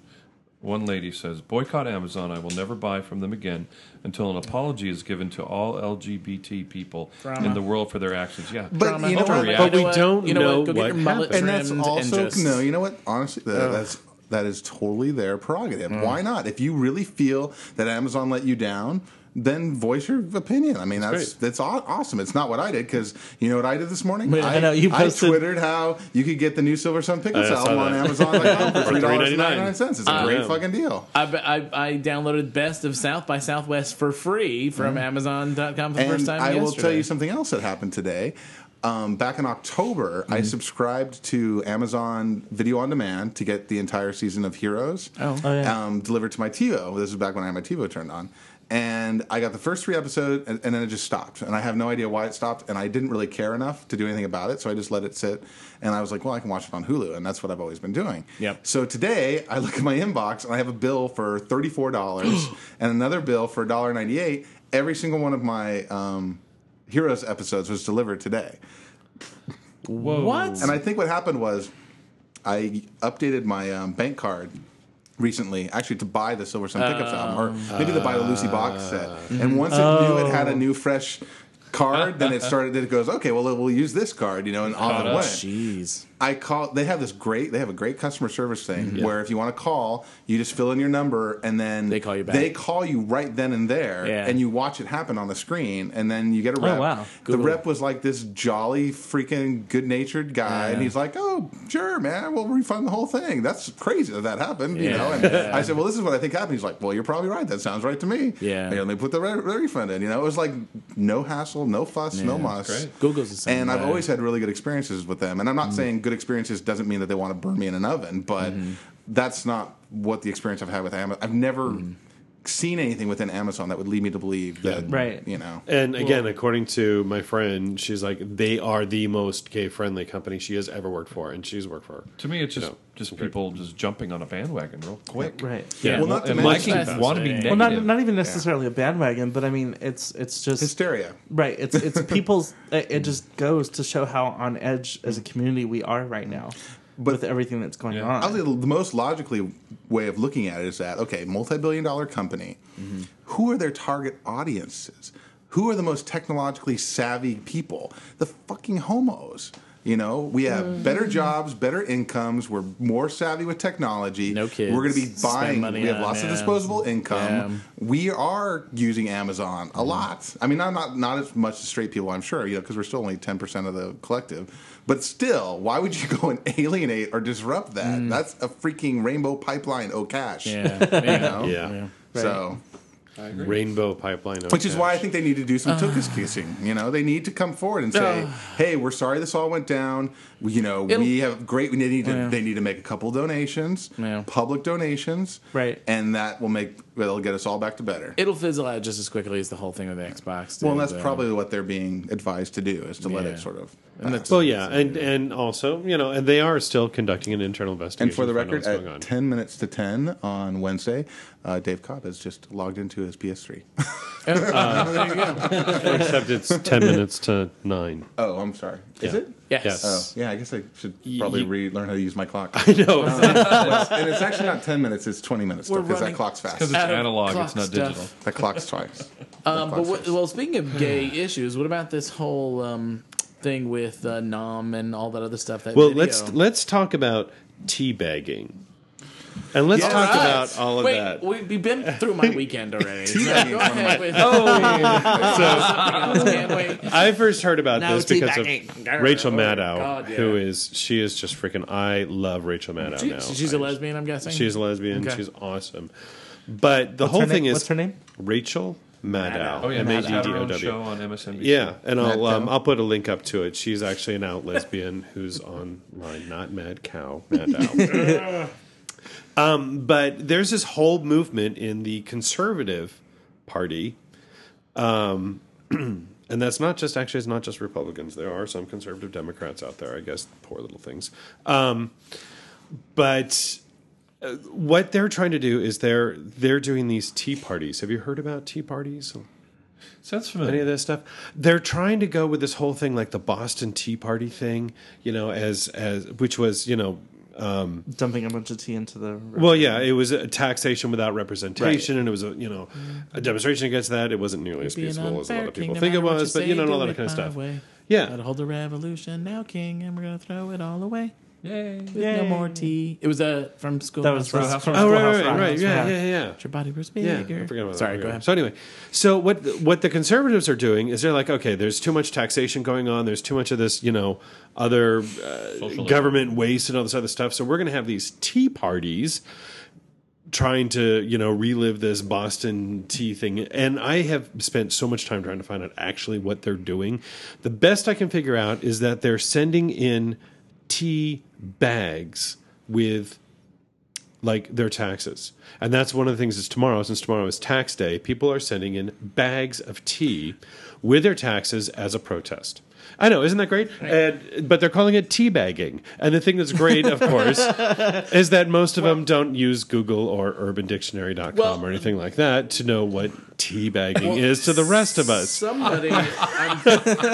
S2: one lady says, "Boycott Amazon. I will never buy from them again until an apology is given to all LGBT people in the world for their actions." Yeah,
S4: but you know
S2: Overreact.
S4: what?
S2: But
S6: You
S7: we don't
S6: you know
S7: know
S6: Go get
S7: what
S6: your mullet
S7: happened.
S4: and that's
S6: trimmed
S4: also
S6: and just,
S4: no. You know what? Honestly, that, that's that is totally their prerogative. Why not? If you really feel that Amazon let you down, then voice your opinion. I mean, that's
S7: great.
S4: that's, aw awesome. It's not what I did because you know what I did this morning.
S5: Yeah, I know, you posted-
S4: I twittered how you could get the new Silver Sun Pickles
S7: I saw
S4: album on
S7: that.
S4: Amazon.com for
S7: For
S4: three dollars and ninety
S7: $3.99.
S4: nine cents. It's a great
S7: yeah.
S4: fucking deal.
S6: I, I, I downloaded Best of South by Southwest for free from Amazon.com for the
S4: Mm-hmm. And
S6: first time.
S4: I will
S6: yesterday.
S4: tell you something else that happened today. Um, back in October, I subscribed to Amazon Video on Demand to get the entire season of Heroes
S6: Oh.
S5: Oh, yeah.
S4: um, delivered to my TiVo. This is back when I had my TiVo turned on. And I got the first three episodes, and, and then it just stopped. And I have no idea why it stopped, and I didn't really care enough to do anything about it, so I just let it sit. And I was like, well, I can watch it on Hulu, and that's what I've always been doing.
S6: Yep.
S4: So today, I look at my inbox, and I have a bill for $34 and another bill for $1.98. Every single one of my um, Heroes episodes was delivered today.
S2: Whoa.
S6: What?
S4: And I think what happened was I updated my um, bank card recently, actually to buy the Silver Sun Pickups album, or maybe to buy the Lucy Box set. And once it knew it had a new fresh card, then it started. Then it goes, okay, well, we'll use this card, you know, and on it
S2: up.
S4: went.
S6: Jeez.
S4: I call. They have this great. They have a great customer service thing where if you want to call, you just fill in your number and then
S6: Mm-hmm. They call you back.
S4: They call you right then and there,
S6: Yeah.
S4: and you watch it happen on the screen, and then you get a rep.
S6: wow.
S4: The
S6: Google.
S4: rep was like this jolly, freaking good-natured guy, and he's like, "Oh, sure, man, we'll refund the whole thing. That's crazy that that happened." You
S6: Yeah.
S4: know, and I said, "Well, this is what I think happened." He's like, "Well, you're probably right. That sounds right to me."
S6: Yeah.
S4: and they put the re- the refund in. You know, it was like no hassle, no fuss, no muss.
S2: great.
S6: Google's the same.
S4: And I've
S6: way.
S4: always had really good experiences with them. And I'm not saying good experiences doesn't mean that they want to burn me in an oven, but that's not what the experience I've had with Amazon. I've never seen anything within Amazon that would lead me to believe that,
S5: Right.
S4: you know.
S7: And again, according to my friend, she's like, they are the most gay friendly company she has ever worked for, and she's worked for.
S2: To me, it's just
S7: No.
S2: just people just jumping on a bandwagon real quick.
S5: Right.
S7: Yeah.
S4: Well, not to
S2: And
S4: mention
S2: liking want to be negative.
S5: Well, not not even necessarily a bandwagon, but I mean, it's it's just
S4: hysteria.
S5: right. It's it's people's. it it just goes to show how on edge as a community we are right now with everything that's going
S2: Yeah.
S5: on.
S4: I'll say the the most logically way of looking at it is that okay, multi-billion-dollar company.
S6: Mm-hmm.
S4: Who are their target audiences? Who are the most technologically savvy people? The fucking homos. You know, we
S6: Mm.
S4: have better jobs, better incomes. We're more savvy with technology.
S6: No kids.
S4: We're going to be
S6: Spend
S4: buying.
S6: money
S4: We have
S6: on
S4: lots of
S6: it.
S4: disposable income.
S6: Yeah. Mm-hmm.
S4: We are using Amazon a lot. I mean, not not not as much as straight people, I'm sure. You know, because we're still only ten percent of the collective. But still, why would you go and alienate or disrupt that? That's a freaking rainbow pipeline, oh cash.
S6: Mm. Yeah. yeah.
S4: know?
S7: Yeah.
S4: So,
S7: Rainbow Pipeline.
S4: which is why I think they need to do
S6: Uh.
S4: some tuchus kissing. You know, they need to come forward and say, "Hey, we're sorry this all went down. We- You know, we have great. We need to.
S6: Yeah.
S4: They need to make a couple donations,
S6: Yeah.
S4: public donations,
S5: Right.
S4: And that will make. That'll get us all back to better.
S6: It'll fizzle out just as quickly as the whole thing with the Xbox. Did,
S4: Well, and that's
S6: uh,
S4: probably what they're being advised to do is to let
S6: Yeah.
S4: it sort of.
S6: And that's-
S7: Well, yeah, and and also, you know, and they are still conducting an internal investigation.
S4: And for the
S7: to find out
S4: record,
S7: what's going on.
S4: at 10 minutes to 10 on Wednesday, uh, Dave Cobb has just logged into his PS3.
S7: except it's ten minutes to nine.
S4: oh, I'm sorry. Is
S7: Yeah.
S4: it?
S6: Yes.
S4: Oh,
S7: Yes.
S4: yeah, I guess I should probably
S7: you-
S4: relearn how to use my clock.
S7: I know.
S4: and it's actually not 10 minutes, it's 20 minutes
S6: We're
S4: because that
S6: running-
S4: clock's
S2: because
S4: fast.
S2: it's
S6: Out of
S2: analog,
S6: clock
S2: it's not
S6: stuff.
S2: digital.
S4: That clock's twice.
S6: Um, but what, well, speaking of gay issues, what about this whole um, thing with uh, Nom and all that other stuff? That
S7: Well,
S6: video?
S7: let's let's talk about teabagging, and let's
S4: Yes.
S7: talk
S4: All right.
S7: about all of
S6: Wait,
S7: that.
S6: We've we've been through my weekend already. So
S4: Teabagging is
S6: go
S4: one of
S6: ahead
S4: my-
S6: with
S7: So
S6: something else, can't we?
S7: Oh. I first heard about
S6: Now
S7: this because of
S6: teabagging.
S7: Rachel
S6: Oh,
S7: Maddow,
S6: God, yeah.
S7: who is she is just freaking. I love Rachel Maddow
S6: She-
S7: now.
S6: she's
S7: I-
S6: a lesbian, I'm guessing.
S7: She's a lesbian.
S6: Okay.
S7: She's awesome. But the whole
S5: her name-
S7: thing is
S5: what's her name?
S7: Rachel Maddow.
S2: Oh yeah,
S7: M A D
S2: Matt
S7: D
S2: had her
S7: O
S2: own
S7: W.
S2: show on MSNBC.
S7: Yeah, and I'll
S4: Mad
S7: um,
S4: cow.
S7: I'll put a link up to it. She's actually an out lesbian who's online, not mad cow, mad out. um, but there's this whole movement in the conservative party, um, and that's not just actually it's not just Republicans. There are some conservative Democrats out there, I guess. Poor little things. Um, but uh, what they're trying to do is they're they're doing these tea parties. Have you heard about tea parties?
S2: sounds
S7: any
S2: familiar.
S7: of this stuff. They're trying to go with this whole thing, like the Boston Tea Party thing, you know, as as which was, you know,
S5: Dumping a bunch of tea into the
S7: well, yeah, it was a taxation without representation, and it was a you know a demonstration against that. It wasn't nearly as
S6: Be an
S7: peaceful as a lot
S6: unfair
S7: of
S6: king,
S7: people
S6: no
S7: think it
S6: matter what
S7: was,
S6: you
S7: but you
S6: say,
S7: know, and all
S6: do
S7: that
S6: it
S7: kind of
S6: my
S7: stuff.
S6: way. Gotta
S7: Yeah,
S6: hold the revolution now, King, and we're gonna throw it all away.
S2: Yay.
S6: With no more tea. It was uh, from school.
S5: That was
S6: Bus.
S5: from, from
S7: oh right,
S5: Schoolhouse
S7: right,
S5: Rock.
S7: right, yeah, yeah, yeah.
S6: Your body was
S7: Yeah,
S6: bigger.
S7: I forgot about that.
S6: Sorry,
S7: Yeah.
S6: go ahead.
S7: So anyway, so what what the conservatives are doing is they're like, okay, there's too much taxation going on. There's too much of this, you know, other uh,
S2: Socialism.
S7: government waste and all this other stuff. So we're going to have these tea parties trying to you know relive this Boston tea thing, and I have spent so much time trying to find out actually what they're doing. The best I can figure out is that they're sending in tea bags with like their taxes. And that's one of the things is tomorrow, since tomorrow is tax day, people are sending in bags of tea with their taxes as a protest. I know, isn't that great? And, but they're calling it tea bagging. And the thing that's great, of course, is that most of them don't use Google or UrbanDictionary.com
S6: Well-
S7: or anything like that to know what tea bagging is to the rest of us.
S6: Somebody, I'm,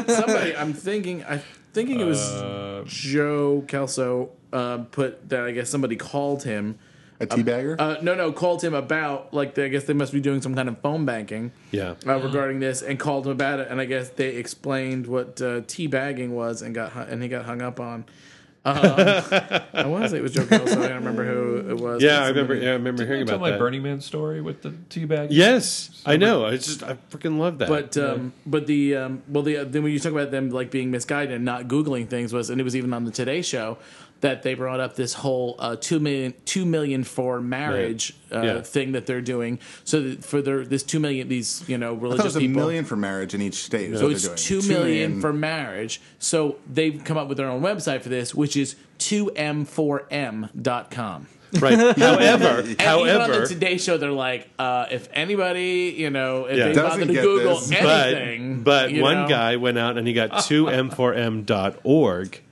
S6: somebody, I'm thinking, I'm thinking it was
S7: Uh,
S6: Joe Kelso uh, put that. I guess somebody called him.
S4: A teabagger?
S6: Uh, no, no, called him about like they, I guess they must be doing some kind of phone banking.
S7: Yeah.
S6: Uh, regarding this, and called him about it, and I guess they explained what uh, tea bagging was, and got hu- and he got hung up on. Um, I want to say it was Joe Kelso. I don't remember who it was.
S7: Yeah, I
S6: Somebody-
S7: remember. Yeah, I remember hearing
S2: Tell
S7: about
S2: my
S7: that.
S2: Burning Man story with the teabag.
S7: yes, I know. I just I freaking love that.
S6: But um, but the um, well the then when you talk about them like being misguided and not googling things was and it was even on the Today Show that they brought up this whole uh, two million two million for marriage uh,
S7: Yeah.
S6: thing that they're doing. So that for their this two million these you
S4: I
S6: know
S4: thought it
S6: religious
S4: was a
S6: people.
S4: million for marriage in each state.
S6: so it's two million for marriage. So they've come up with their own website for this, which is 2m4m.com.
S7: right. However,
S6: And even on
S7: however,
S6: the Today Show, they're like, uh, if anybody, you know, if
S7: Yeah.
S6: they
S4: Doesn't
S6: bother to
S4: get
S6: Google
S4: this.
S6: anything,
S7: but but
S6: you
S7: one
S6: know,
S7: guy went out and he got 2m4m.org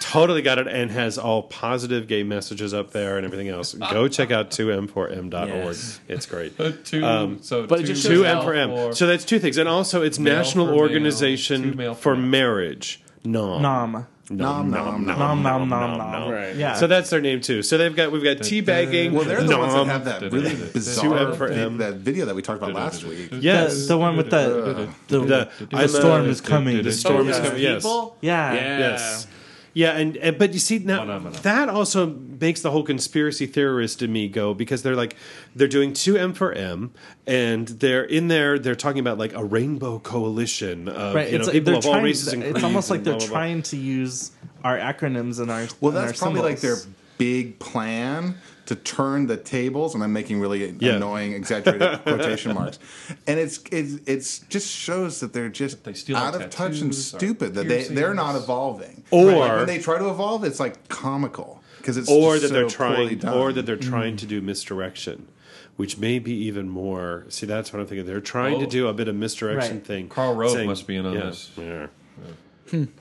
S7: totally got it and has all positive gay messages up there and everything else go check out 2m4m.org
S6: Yes.
S7: it's great
S2: Uh, two, so
S6: but it
S2: two,
S6: just shows
S7: two
S6: how-
S7: M for M.
S2: for-
S7: So that's two things, and also it's National
S2: for male,
S7: Organization
S2: two male for
S7: for
S2: male.
S7: Marriage. Nom.
S4: Nom,
S5: Nom.
S4: nom, nom.
S5: Nom, nom, nom, nom.
S6: Right.
S5: Yeah.
S7: So that's their name too. So they've got we've got teabagging.
S4: Well, they're the ones that
S7: nom.
S4: have that really
S2: Two
S4: bizarre
S7: M for
S4: vi-
S7: M.
S4: that video that we talked about last week.
S7: Yes.
S5: The, the one with the the, the,
S7: I'm
S5: storm
S7: a-
S5: is coming.
S2: The
S7: storm
S4: Oh,
S7: is
S6: Yeah.
S7: coming. Yes.
S6: People?
S5: Yeah.
S6: Yeah.
S7: Yes. Yeah, and, and but you see now
S2: Phenomena.
S7: that also makes the whole conspiracy theorist in me go because they're like they're doing two M for M, and they're in there they're talking about like a rainbow coalition of
S5: Right.
S7: you
S5: It's
S7: know
S5: like
S7: people
S5: they're
S7: of all
S5: trying.
S7: races and
S5: It's
S7: creeds
S5: almost like
S7: and
S5: they're
S7: blah, blah, blah.
S5: trying to use our acronyms and our
S4: Well,
S5: and our
S4: that's probably like their
S5: symbols.
S4: big plan to turn the tables, and I'm making really
S7: Yeah.
S4: annoying, exaggerated quotation marks. And it's it's it's just shows that they're just
S2: they steal
S4: out
S2: our
S4: of touch and
S2: tattoos, our
S4: stupid. That they they're not
S2: piercings.
S4: evolving.
S7: Or-
S4: Like, when they try to evolve, it's like comical because it's
S7: or
S4: just
S7: that
S4: so
S7: they're
S4: poorly
S7: trying
S4: done.
S7: or that they're trying
S5: Mm.
S7: to do misdirection which may be even more see that's what i'm thinking they're trying to
S2: Oh.
S7: do a bit of misdirection
S5: Right.
S7: thing
S2: Karl Rove
S7: saying-
S2: must be in on
S7: yeah,
S2: this.
S7: yeah.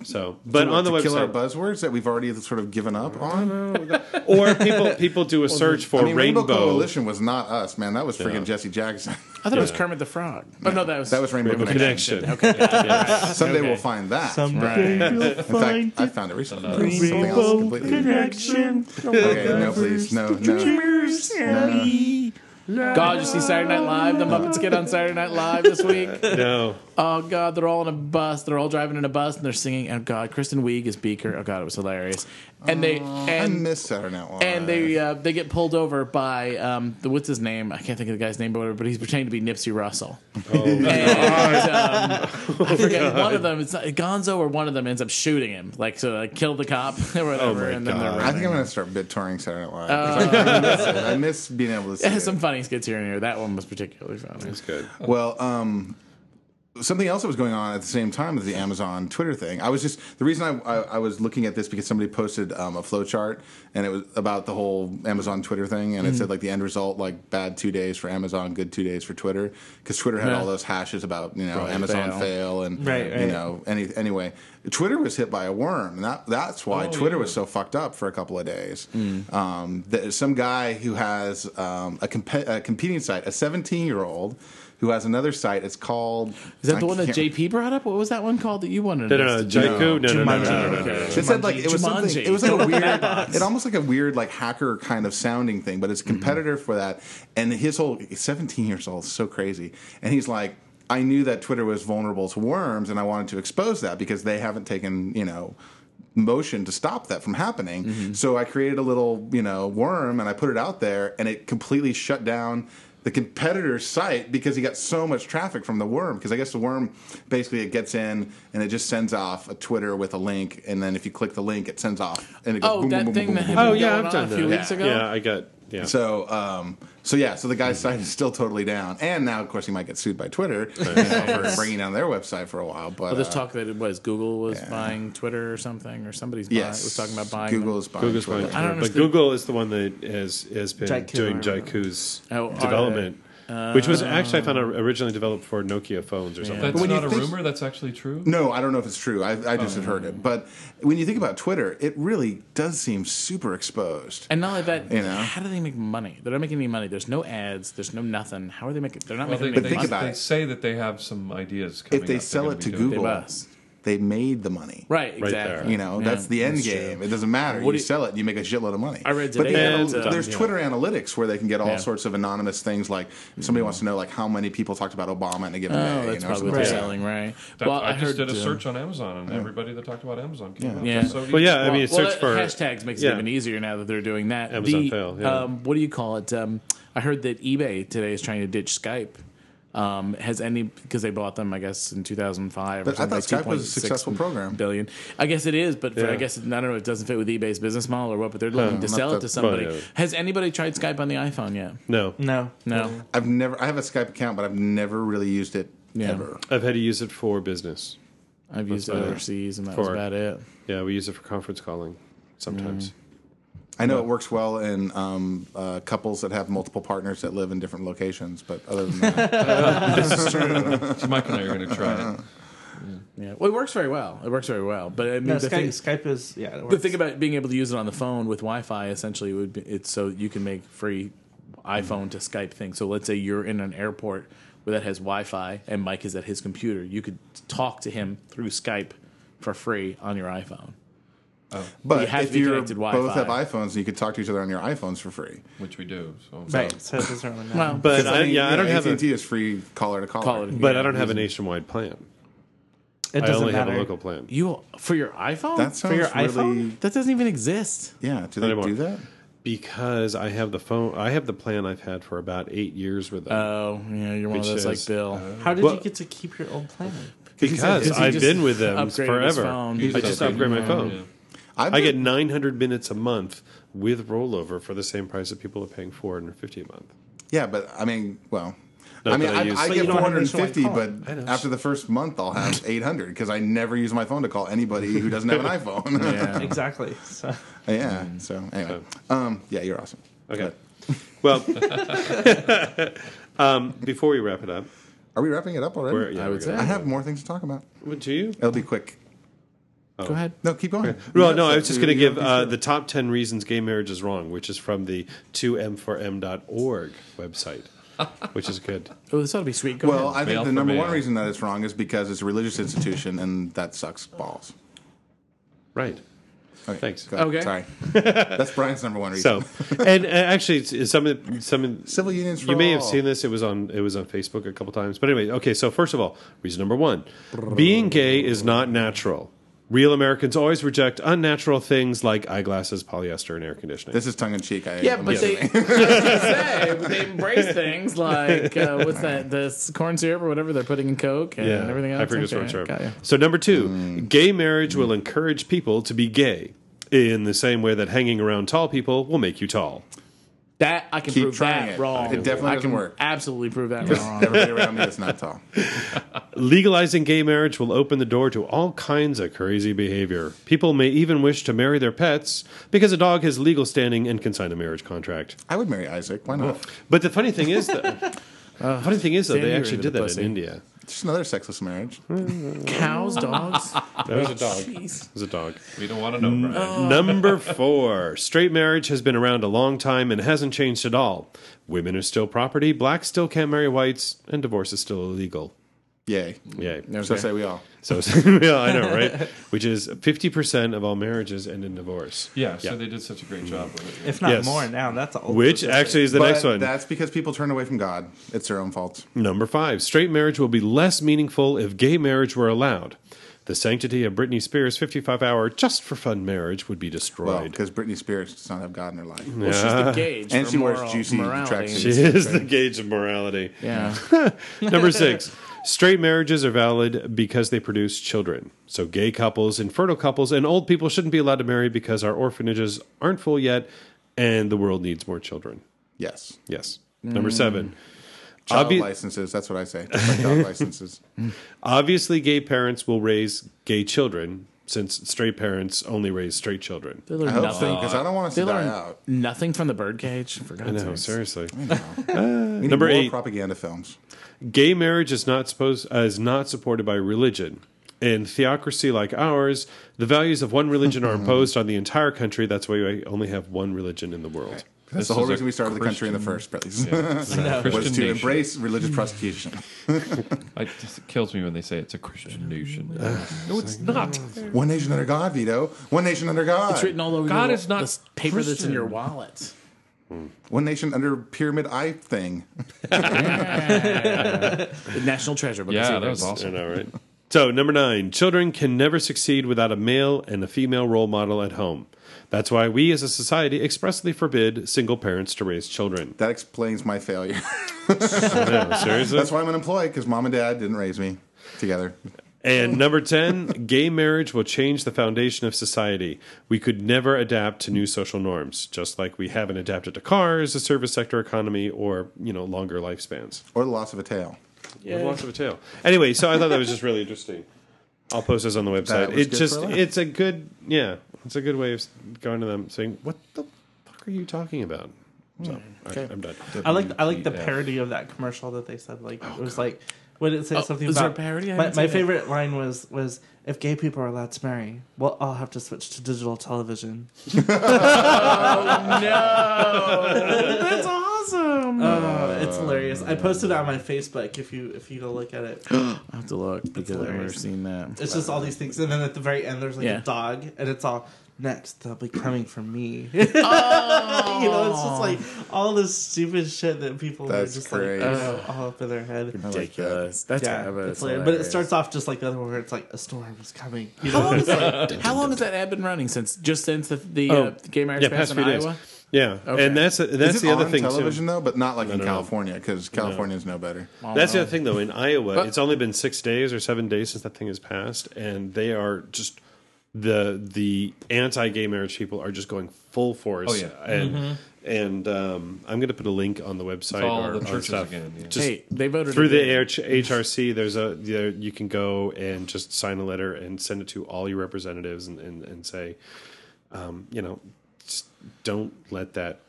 S7: so but
S4: What,
S7: on the
S4: to kill our
S7: website
S4: buzzwords that we've already sort of given up on.
S7: or people people do a search for
S4: I mean, Rainbow,
S7: rainbow,
S4: Coalition was not us, man. That was freaking
S7: Yeah.
S4: Jesse Jackson.
S6: I thought it was Kermit the Frog. Oh no, that was
S4: That was Rainbow,
S7: Rainbow
S4: Connection.
S7: connection
S6: Okay.
S4: Someday
S6: Okay.
S4: we'll find that.
S5: Someday you'll
S4: In
S5: find
S4: fact, I found it recently.
S6: Uh,
S4: That was something else
S5: rainbow
S4: completely.
S5: connection.
S4: Okay, no, please, no, no.
S5: Dreamers and me.
S6: God, you see Saturday Night Live? The Muppets get on Saturday Night Live this week.
S7: no
S6: Oh God, they're all in a bus. They're all driving in a bus and they're singing. Oh God, Kristen Wiig is Beaker. Oh God, it was hilarious. And they
S4: I
S6: and
S4: miss Saturday Night Live.
S6: and they uh, they get pulled over by um the, what's his name? I can't think of the guy's name, but but he's pretending to be Nipsey Russell.
S7: Oh,
S6: and, um, I forget one of them. It's not, Gonzo or one of them ends up shooting him, like to like, kill the cop or whatever.
S7: my
S6: and then
S7: God.
S4: I
S6: they're
S4: think I'm
S6: running.
S4: gonna start bit touring Saturday Night Live. 'cause I, miss it. I miss being able to see it.
S6: Uh, some funny skits here and here. That one was particularly funny.
S7: it's good
S4: Well, um, something else that was going on at the same time as the Amazon Twitter thing. I was just the reason I, I, I was looking at this because somebody posted um, a flow chart and it was about the whole Amazon Twitter thing, and it said like the end result like bad two days for Amazon, good two days for Twitter because Twitter had
S6: Yeah.
S4: all those hashes about you know Amazon fail,
S6: fail.
S4: and
S5: Right,
S4: you
S5: right.
S4: know any anyway. Twitter was hit by a worm, and that that's why
S2: Oh,
S4: Twitter
S2: yeah.
S4: was so fucked up for a couple of days.
S6: Mm.
S4: Um, there's some guy who has um, a, comp- a competing site, a 17 year old who has another site. It's called.
S6: Is that
S4: I
S6: the one that
S4: can't-
S6: JP brought up? What was that one called that you wanted?
S7: no no
S6: us
S7: no
S6: to do?
S7: Jaiku, no no no, no,
S5: Jumanji.
S7: no, no, no.
S6: Okay.
S4: It said like it was
S6: Jumanji.
S4: something. It was like a weird. it almost like a weird like hacker kind of sounding thing, but it's a
S6: Mm-hmm.
S4: competitor for that. And his whole he's 17 years old, so crazy. And he's like, I knew that Twitter was vulnerable to worms, and I wanted to expose that because they haven't taken you know motion to stop that from happening.
S6: Mm-hmm.
S4: So I created a little you know worm and I put it out there, and it completely shut down. The competitor's site because he got so much traffic from the worm. Because I guess the worm basically it gets in and it just sends off a Twitter with a link, and then if you click the link, it sends off and it goes
S6: Oh, that thing that
S7: Oh
S6: Going
S7: yeah,
S6: on
S7: I've done
S6: a
S7: that
S6: few weeks ago?
S7: Yeah, I got Yeah.
S4: So, um, so yeah, so the guy's site is still totally down, and now of course he might get sued by Twitter you know, for bringing down their website for a while. But
S6: Well, there's
S4: uh,
S6: Oh, talk that it was Google was buying Twitter or something, or somebody's buying,
S4: yes,
S6: was talking about buying
S4: Google
S6: them.
S4: is buying
S7: Google's
S4: Twitter.
S7: buying
S6: I don't
S7: Twitter, but
S6: understand.
S7: Google is the one that has has been
S5: Jaiku
S7: doing
S5: or whatever.
S7: Jaiku's
S6: Oh, are
S7: development, which was actually I found out originally developed for Nokia phones or something.
S2: That's
S4: when you
S2: not a
S4: think-
S2: rumor. That's actually true.
S4: No, I don't know if it's true. I, I just had heard
S6: Oh.
S4: it. But when you think about Twitter, it really does seem super exposed.
S6: And not only that,
S4: You know?
S6: how do they make money? They're not making any money. There's no ads. There's no nothing. How are they making? They're not
S2: Well, they,
S6: making
S2: they,
S6: any
S4: think
S6: money.
S4: about
S2: they
S4: it.
S2: say that they have some ideas. Coming
S4: If they
S2: up they're
S4: sell
S2: gonna
S4: it
S2: be
S4: to
S2: doing.
S4: Google,
S6: They must.
S4: They made the money.
S6: Right,
S7: Right there.
S6: exactly.
S4: You know, that's the end game. It doesn't matter.
S6: What
S4: you
S6: do you-
S4: sell it and you make a shitload of money.
S6: I read
S4: but the
S6: today
S4: anal-
S6: that, uh,
S4: there's
S7: yeah.
S4: Twitter analytics where they can get all
S6: Yeah. Mm-hmm.
S4: sorts of anonymous things like if somebody wants to know like how many people talked about Obama in a given
S6: Oh,
S4: day.
S6: that's
S4: you know, or something
S6: probably what they're
S4: like that.
S6: selling, right?
S2: That-
S6: well,
S2: I,
S6: I,
S2: just
S6: heard
S2: did a
S6: uh,
S2: search on Amazon, and everybody that talked about Amazon came
S4: Yeah.
S2: up.
S6: Yeah.
S2: That's So
S7: Well, yeah, I
S6: Well-
S7: mean,
S6: well,
S7: search for
S6: hashtags makes it
S7: yeah.
S6: even easier now that they're doing that.
S7: Amazon
S6: The,
S7: fail, yeah.
S6: um, what do you call it? Um, I heard that eBay today is trying to ditch Skype. Um, has any because they bought them, I guess, in 2005.
S4: But
S6: or
S4: I thought
S6: something,
S4: Skype was a
S6: 2.6
S4: successful program.
S6: Billion, I guess it is, but for,
S7: Yeah.
S6: I guess it, I don't know. It doesn't fit with eBay's business model or what. But they're looking to
S4: not
S6: sell
S4: that-
S6: it to somebody.
S7: Well, yeah.
S6: Has anybody tried Skype on the iPhone yet?
S7: no,
S5: No.
S6: No.
S4: I've never I have a Skype account, but I've never really used it
S6: Yeah.
S4: ever.
S7: I've had to use it for business.
S6: I've used it
S7: about it.
S6: overseas, and that was
S7: For-
S6: about it.
S7: Yeah, we use it for conference calling
S6: Mm.
S7: sometimes.
S4: I know it works well in um, uh, couples that have multiple partners that live in different locations, but other than that,
S2: Mike and I are going to try it.
S6: Yeah. Well, it works very well. It works very well. But I mean,
S5: No,
S6: the
S5: Skype,
S6: thing-
S5: Skype is yeah. It works.
S6: the thing about being able to use it on the phone with Wi-Fi essentially would be, it's so you can make free iPhone to Skype thing. So let's say you're in an airport where that has Wi-Fi and Mike is at his computer, you could talk to him through Skype for free on your iPhone.
S4: but
S6: You have to
S4: if
S6: be
S4: you
S6: connected
S4: both have
S6: Wi-Fi.
S4: iPhones, you could talk to each other on your iPhones for free.
S2: Which we do. So.
S5: right. So it doesn't really matter.
S6: Well,
S7: But I, yeah, I don't have
S4: AT and T
S7: a,
S4: is free caller to caller.
S6: call it.
S7: but
S6: yeah,
S7: I don't have a
S6: reason.
S7: nationwide plan.
S5: it
S7: I
S5: doesn't
S7: only
S5: matter.
S7: have a local plan.
S6: You for your iPhone?
S4: That sounds
S5: your
S4: really
S5: iPhone?
S6: that doesn't even exist.
S4: yeah. Do they
S7: anymore.
S4: do that?
S7: because I have the phone. I have the plan I've had for about eight years with them.
S6: Oh, yeah, you're one
S7: Which
S6: of
S7: is,
S6: those like Bill.
S5: How did
S7: Well-
S5: you get to keep your old plan?
S7: because
S6: Because he
S7: I've
S6: just
S7: been with them
S6: upgraded his
S7: forever.
S6: phone.
S7: I just upgrade my phone.
S2: Yeah.
S4: I've
S7: I
S4: been-
S7: get 900 minutes a month with rollover for the same price that people are paying 450 a month.
S4: Yeah, but I mean, well,
S7: Not
S4: I mean,
S7: that I
S4: I,
S7: use-
S4: I
S7: But
S4: get
S5: you don't have
S4: 450,
S5: nationwide
S4: but after the first month, I'll have 800 because I never use my phone to call anybody who doesn't have an iPhone. yeah.
S5: Exactly. So
S4: So anyway, um, yeah, you're awesome.
S7: Mm-hmm. Okay. Well, um, before we wrap it up,
S4: Are we wrapping it up already?
S7: we're, yeah,
S6: I
S7: we're
S6: would say.
S7: good.
S4: I have more things to talk about.
S7: Would you?
S4: It'll be quick.
S6: Go ahead.
S4: No, keep going.
S7: Well,
S4: Yeah,
S7: no, I
S4: so
S7: was just
S4: we-
S7: going to
S4: we
S7: give
S4: don't be
S7: uh,
S4: sure.
S7: the top 10 reasons gay marriage is wrong, which is from the 2m4m.org website, which is good.
S6: Oh, this ought to be sweet. Go
S4: Well,
S6: ahead.
S4: I think
S2: Male
S4: the
S2: for
S4: number
S7: uh,
S4: one
S2: male.
S4: reason that it's wrong is because it's a religious institution, and that sucks balls.
S7: Right.
S4: Okay,
S7: Thanks.
S4: go ahead.
S6: Okay.
S4: Sorry, that's Brian's number one reason.
S7: So, and, and actually, it's- it's some of- some
S4: Civil unions for
S7: you may have
S4: all.
S7: seen this. It was on it was on Facebook a couple times. But anyway, okay. So first of all, reason number one: being gay is not natural. Real Americans always reject unnatural things like eyeglasses, polyester, and air conditioning.
S4: this is tongue in cheek. I
S6: Yeah,
S4: I'm
S6: but
S4: kidding.
S6: they, I was gonna say, but they embrace things like uh, what's that? This corn syrup or whatever they're putting in Coke and everything else.
S7: I forget which one,
S6: Okay,
S7: sorry.
S6: got ya. Mm.
S7: So number two, gay marriage will encourage people to be gay in the same way that hanging around tall people will make you tall.
S6: That I can
S4: Keep
S6: prove
S4: trying
S6: that
S4: it.
S6: wrong.
S4: It definitely
S6: I
S4: doesn't
S6: can
S4: work.
S6: Absolutely prove that wrong.
S4: Everybody around me that's not tall.
S7: Legalizing gay marriage will open the door to all kinds of crazy behavior. People may even wish to marry their pets because a dog has legal standing and can sign a marriage contract.
S4: I would marry Isaac. Why not?
S7: But the funny thing is, though, funny thing is though,
S6: Sandy
S7: they actually
S6: River,
S7: did
S6: the
S7: that
S6: pussy.
S7: in India.
S4: Just another sexless marriage.
S6: Cows, dogs.
S7: That was a dog. It
S6: Jeez.
S7: was a dog.
S2: We don't want to know, Brian.
S7: Number four, straight marriage has been around a long time and hasn't changed at all. Women are still property, blacks still can't marry whites, and divorce is still illegal.
S4: Yay.
S7: Yay.
S4: So say we all.
S7: So, yeah, I know, right? Which is 50% of all marriages end in divorce.
S2: Yeah, so
S7: Yeah.
S2: they did such a great job with it.
S5: if not
S7: Yes.
S5: more now, that's all.
S7: Which actually is the
S4: But
S7: next one.
S4: That's because people turn away from God. It's their own fault.
S7: Number five, straight marriage will be less meaningful if gay marriage were allowed. The sanctity of Britney Spears' 55 hour just for fun marriage would be
S4: Well,
S7: destroyed.
S4: because Britney Spears does not have God in her life.
S6: Well, she's the gauge
S4: And
S6: for
S4: she wears
S6: moral-
S4: juicy
S6: morality.
S4: tracksuits.
S7: It is the gauge of morality.
S6: Yeah.
S7: Number six, straight marriages are valid because they produce children. So gay couples, infertile couples, and old people shouldn't be allowed to marry because our orphanages aren't full yet and the world needs more children.
S4: Yes.
S7: Yes. Number seven.
S4: Mm. Child
S7: Obvi-
S4: licenses. That's what I say. Just like dog licenses.
S7: Obviously, gay parents will raise gay children since straight parents only raise straight children.
S6: They learn
S4: I hope so
S6: nothing.
S4: because I don't want us
S6: They
S4: to die
S6: learn
S4: out.
S6: nothing from the birdcage. For God's
S7: No,
S6: sakes.
S7: seriously.
S4: We need
S7: Number
S4: more
S7: eight.
S4: propaganda films.
S7: Gay marriage is not supposed uh, is not supported by religion. In theocracy like ours, the values of one religion are imposed on the entire country. That's why we only have one religion in the world.
S4: That's
S2: This
S4: the whole
S2: is a
S4: reason we started the country in the first place. was
S2: Christian
S4: to
S2: nation.
S4: embrace
S7: Hmm.
S4: religious prosecution.
S2: I, it kills me when they say it's a Christian nation. no, it's not.
S4: One nation under God, Vito. One nation under God.
S6: It's written all over
S2: God
S6: your,
S2: is not
S6: this paper that's in
S2: Christian.
S6: your wallet.
S4: One nation under pyramid eye thing.
S6: The National Treasure. Book of
S2: Yeah, that was
S6: Secrets.
S7: I
S2: awesome.
S7: know, right? So, number nine, children can never succeed without a male and a female role model at home. That's why we as a society expressly forbid single parents to raise children.
S4: That explains my failure.
S7: No, seriously?
S4: That's why I'm unemployed because mom and dad didn't raise me together.
S7: And number 10, gay marriage will change the foundation of society. We could never adapt to new social norms, just like we haven't adapted to cars, the service sector economy, or, you know, longer lifespans.
S4: Or the loss of a tail.
S7: With lots of a tail. Anyway, so I thought that was just really interesting. I'll post this on the website.
S4: was
S7: It's
S4: good
S7: just,
S4: for a laugh.
S7: it's a good, yeah, it's a good way of going to them saying, what the fuck are you talking about?
S4: Hmm.
S7: So, all right, I'm done.
S5: I like I like the
S4: E
S2: WTF.
S5: parody of that commercial that they said like it
S7: Oh,
S5: was like what did it say something
S6: is there
S5: about
S6: a parody? I
S5: My,
S6: haven't
S5: my
S6: seen it.
S5: favorite line was was if gay people are allowed to marry, we'll all have to switch to digital television.
S6: That's awesome.
S5: Oh, it's hilarious. I posted it on my Facebook if you if you go look at it.
S6: I have to look because I've never
S5: hilarious.
S6: seen that.
S5: It's just all these things and then at the very end there's like
S6: Yeah.
S5: a dog and it's all next they'll be coming for me. you know, it's just like all this stupid shit that people
S4: That's
S5: are just
S4: great.
S5: like oh, all up in their head.
S6: Ridiculous. That's
S5: Yeah, it's hilarious. but it starts off just like the other one where it's like a storm is coming. You
S6: How
S5: know?
S6: long, is that, how long has that ad been running since? Just since the, the uh,
S7: Oh.
S6: gay marriage
S7: Yeah,
S6: passed
S7: past
S6: in
S7: few days.
S6: Iowa.
S7: Yeah, and that's that's
S4: Is it
S7: the other
S4: on
S7: thing
S4: television though, but not like in
S7: no, no.
S4: California because Californians know better.
S7: too. That's the other thing though. In Iowa, it's only been six days or seven days since that thing has passed, and they are just the the anti-gay marriage people are just going full force.
S2: Oh, yeah.
S7: and and um, I'm going to put a link on the website
S2: all
S7: or
S2: the
S7: on
S2: churches
S7: stuff.
S2: again, yeah.
S7: Just
S6: hey, they voted
S7: through the
S6: again.
S7: AH HRC, there's a there, you can go and just sign a letter and send it to all your representatives and and, and say, um, you know, just don't let that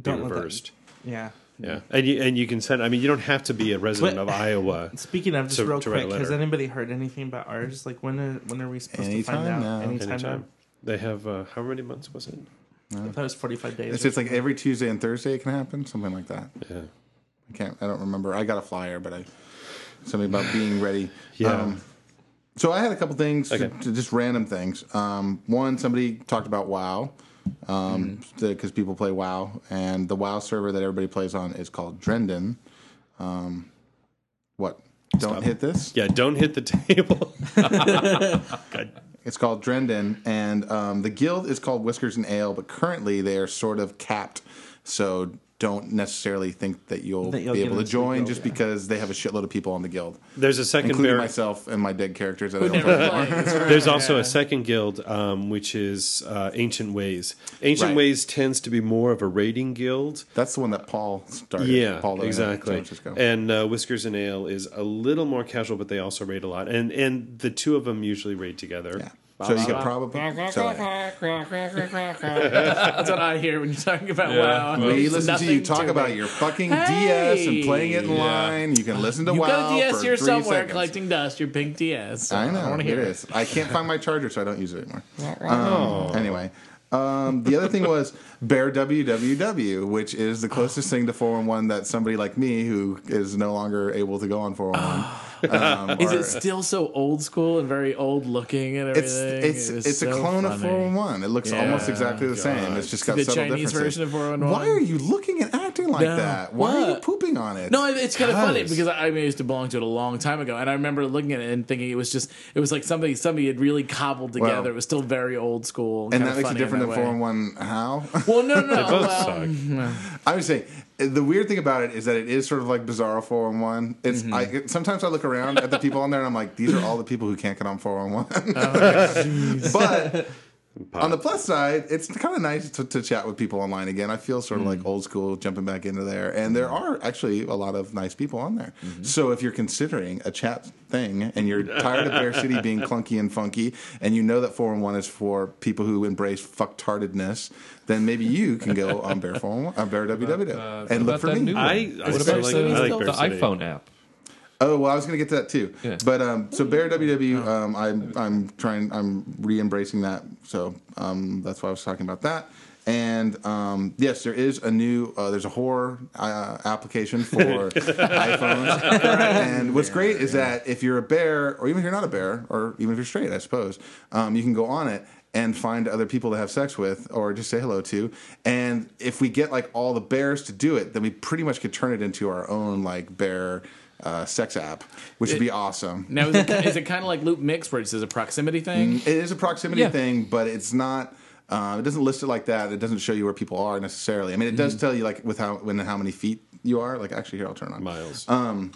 S5: Don't
S7: be
S5: let that-
S7: reversed.
S5: yeah.
S7: Yeah, and you and you can send. I mean, you don't have to be a resident
S5: But-
S7: of Iowa.
S5: Speaking of, just
S7: To-
S5: real
S7: to write a
S5: quick, has
S7: letter.
S5: anybody heard anything about ours? Like when are, when are we supposed to
S4: Anytime
S5: find out?
S4: now.
S5: Anytime,
S7: Anytime
S5: now?
S7: they have, uh, how many months was it?
S5: I thought it was forty five days.
S4: It's just like every Tuesday and Thursday it can happen, something like that.
S7: Yeah,
S4: I can't. I don't remember. I got a flyer, but I something about being ready. Um,
S7: Yeah.
S4: so I had a couple things,
S7: Okay.
S4: to, just random things. Um, one, somebody talked about WoW because
S7: Mm-hmm.
S4: people play WoW, and the WoW server that everybody plays on is called Drendon. Um, what? Don't hit this.
S7: yeah. Don't hit the table.
S4: It's called Drendon, and um, the guild is called Whiskers and Ale, but currently they are sort of capped, so don't necessarily think that you'll,
S5: That you'll
S4: be
S5: get
S4: able to
S5: into the
S4: join
S5: guild,
S4: just
S5: yeah.
S4: because they have a shitload of people on the guild,
S7: There's a second.
S4: including
S7: Bar-
S4: myself and my dead characters. That I
S6: Who
S4: don't
S6: never
S4: play.
S6: played. That's right.
S7: there's also a second guild, um, which is uh, Ancient Ways. Ancient
S4: Right.
S7: Ways tends to be more of a raiding guild.
S4: That's the one that Paul started.
S7: Yeah,
S4: Paul Logan in San
S7: exactly.
S4: Francisco.
S7: And uh, Whiskers and Ale is a little more casual, but they also raid a lot. And and the two of them usually raid together.
S4: Yeah. So you could probably. So
S6: That's what I hear when you're talking about
S2: Yeah.
S4: we
S6: wow. There's
S4: listen to
S6: nothing
S4: you talk
S6: it.
S4: about your fucking
S6: Hey!
S4: DS and playing it in line. You can listen to
S6: You've
S4: WoW
S6: got a DS
S4: for
S6: here
S4: three
S6: somewhere
S4: seconds.
S6: collecting dust, your pink DS. So
S4: I know.
S6: want to hear
S4: it
S6: it.
S4: is. I can't find my charger, so I don't use it anymore.
S6: Oh.
S4: Um, anyway, um, the other thing was Bear WWW, which is the closest thing to 411 that somebody like me, who is no longer able to go on
S6: Oh,
S4: 411, um,
S6: Is
S4: are-
S6: it still so old school and very old looking and
S4: It's
S6: everything?
S4: it's
S6: It was
S4: it's a
S6: so
S4: clone of
S6: funny.
S4: 411. It looks almost
S6: Yeah. Oh,
S4: exactly the same. It's just got
S6: The
S4: subtle
S6: Chinese
S4: differences.
S6: version of 411.
S4: Why are you looking and acting like
S6: No.
S4: that? Why are you
S6: What?
S4: pooping on it?
S6: No, it- it's kind of funny
S4: Guys.
S6: because I I used to belong to it a long time ago, and I remember looking at it and thinking it was just it was like somebody somebody had really cobbled together.
S4: Well-
S6: it was still very old school,
S4: and
S6: kinda
S4: that makes it
S6: funny in
S4: different than
S6: way.
S4: 411 how?
S6: Well, no, no, no.
S7: Both
S6: well,
S7: suck.
S5: um,
S4: I would say the weird thing about it is that it is sort of like bizarro four on one. It's I
S6: Mm-hmm.
S4: it- sometimes I look around at the people on there and I'm like, these are all the people who can't get on four on one. But
S7: Pop.
S4: On the plus side, it's kind of nice to, to chat with people online again. I feel sort of
S2: Mm.
S4: like old school jumping back into there. And there are actually a lot of nice people on there.
S2: Mm-hmm.
S4: So if you're considering a chat thing and you're tired of Bear City being clunky and funky, and you know that 411 is for people who embrace fucktardedness, then maybe you can go on Bear 411, on Bear WW
S2: Uh, what
S4: and look
S2: about
S4: for
S2: that
S4: me.
S2: new one?
S7: I- I
S2: what
S7: still
S2: about
S7: like-
S2: the,
S7: I like
S2: the
S7: Bear City.
S2: iPhone app?
S4: Oh well, I was going to get to that too.
S2: Yeah.
S4: But um, so Bear WW, um, I'm I'm trying, I'm re-embracing that. So um, that's why I was talking about that. And um, yes, there is a new, uh, there's a horror uh, application for iPhones. And what's great is that if you're a bear, or even if you're not a bear, or even if you're straight, I suppose, um, you can go on it and find other people to have sex with or just say hello to. And if we get like all the bears to do it, then we pretty much could turn it into our own like bear uh, sex app, which would be awesome.
S6: Now, is it, is it kind of like Loop Mix where it says a proximity thing?
S4: It is a proximity
S2: Yeah.
S4: thing, but it's not. Uh, it doesn't list it like that. It doesn't show you where people are necessarily. I mean, it does
S6: Mm-hmm.
S4: tell you like with how when how many feet you are. Like actually, here I'll turn it on.
S7: Miles. Um,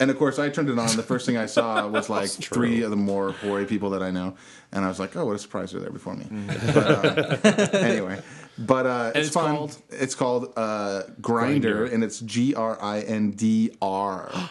S4: And of course, I turned it on. The first thing I saw was like three of the more hoary people that I know, and I was like, "Oh, what a surprise! They're there before me." But, um, anyway, but uh, it's,
S6: Mm-hmm. it's
S4: fun.
S6: called?
S4: It's called uh, Grinder, and it's G R I N D R, and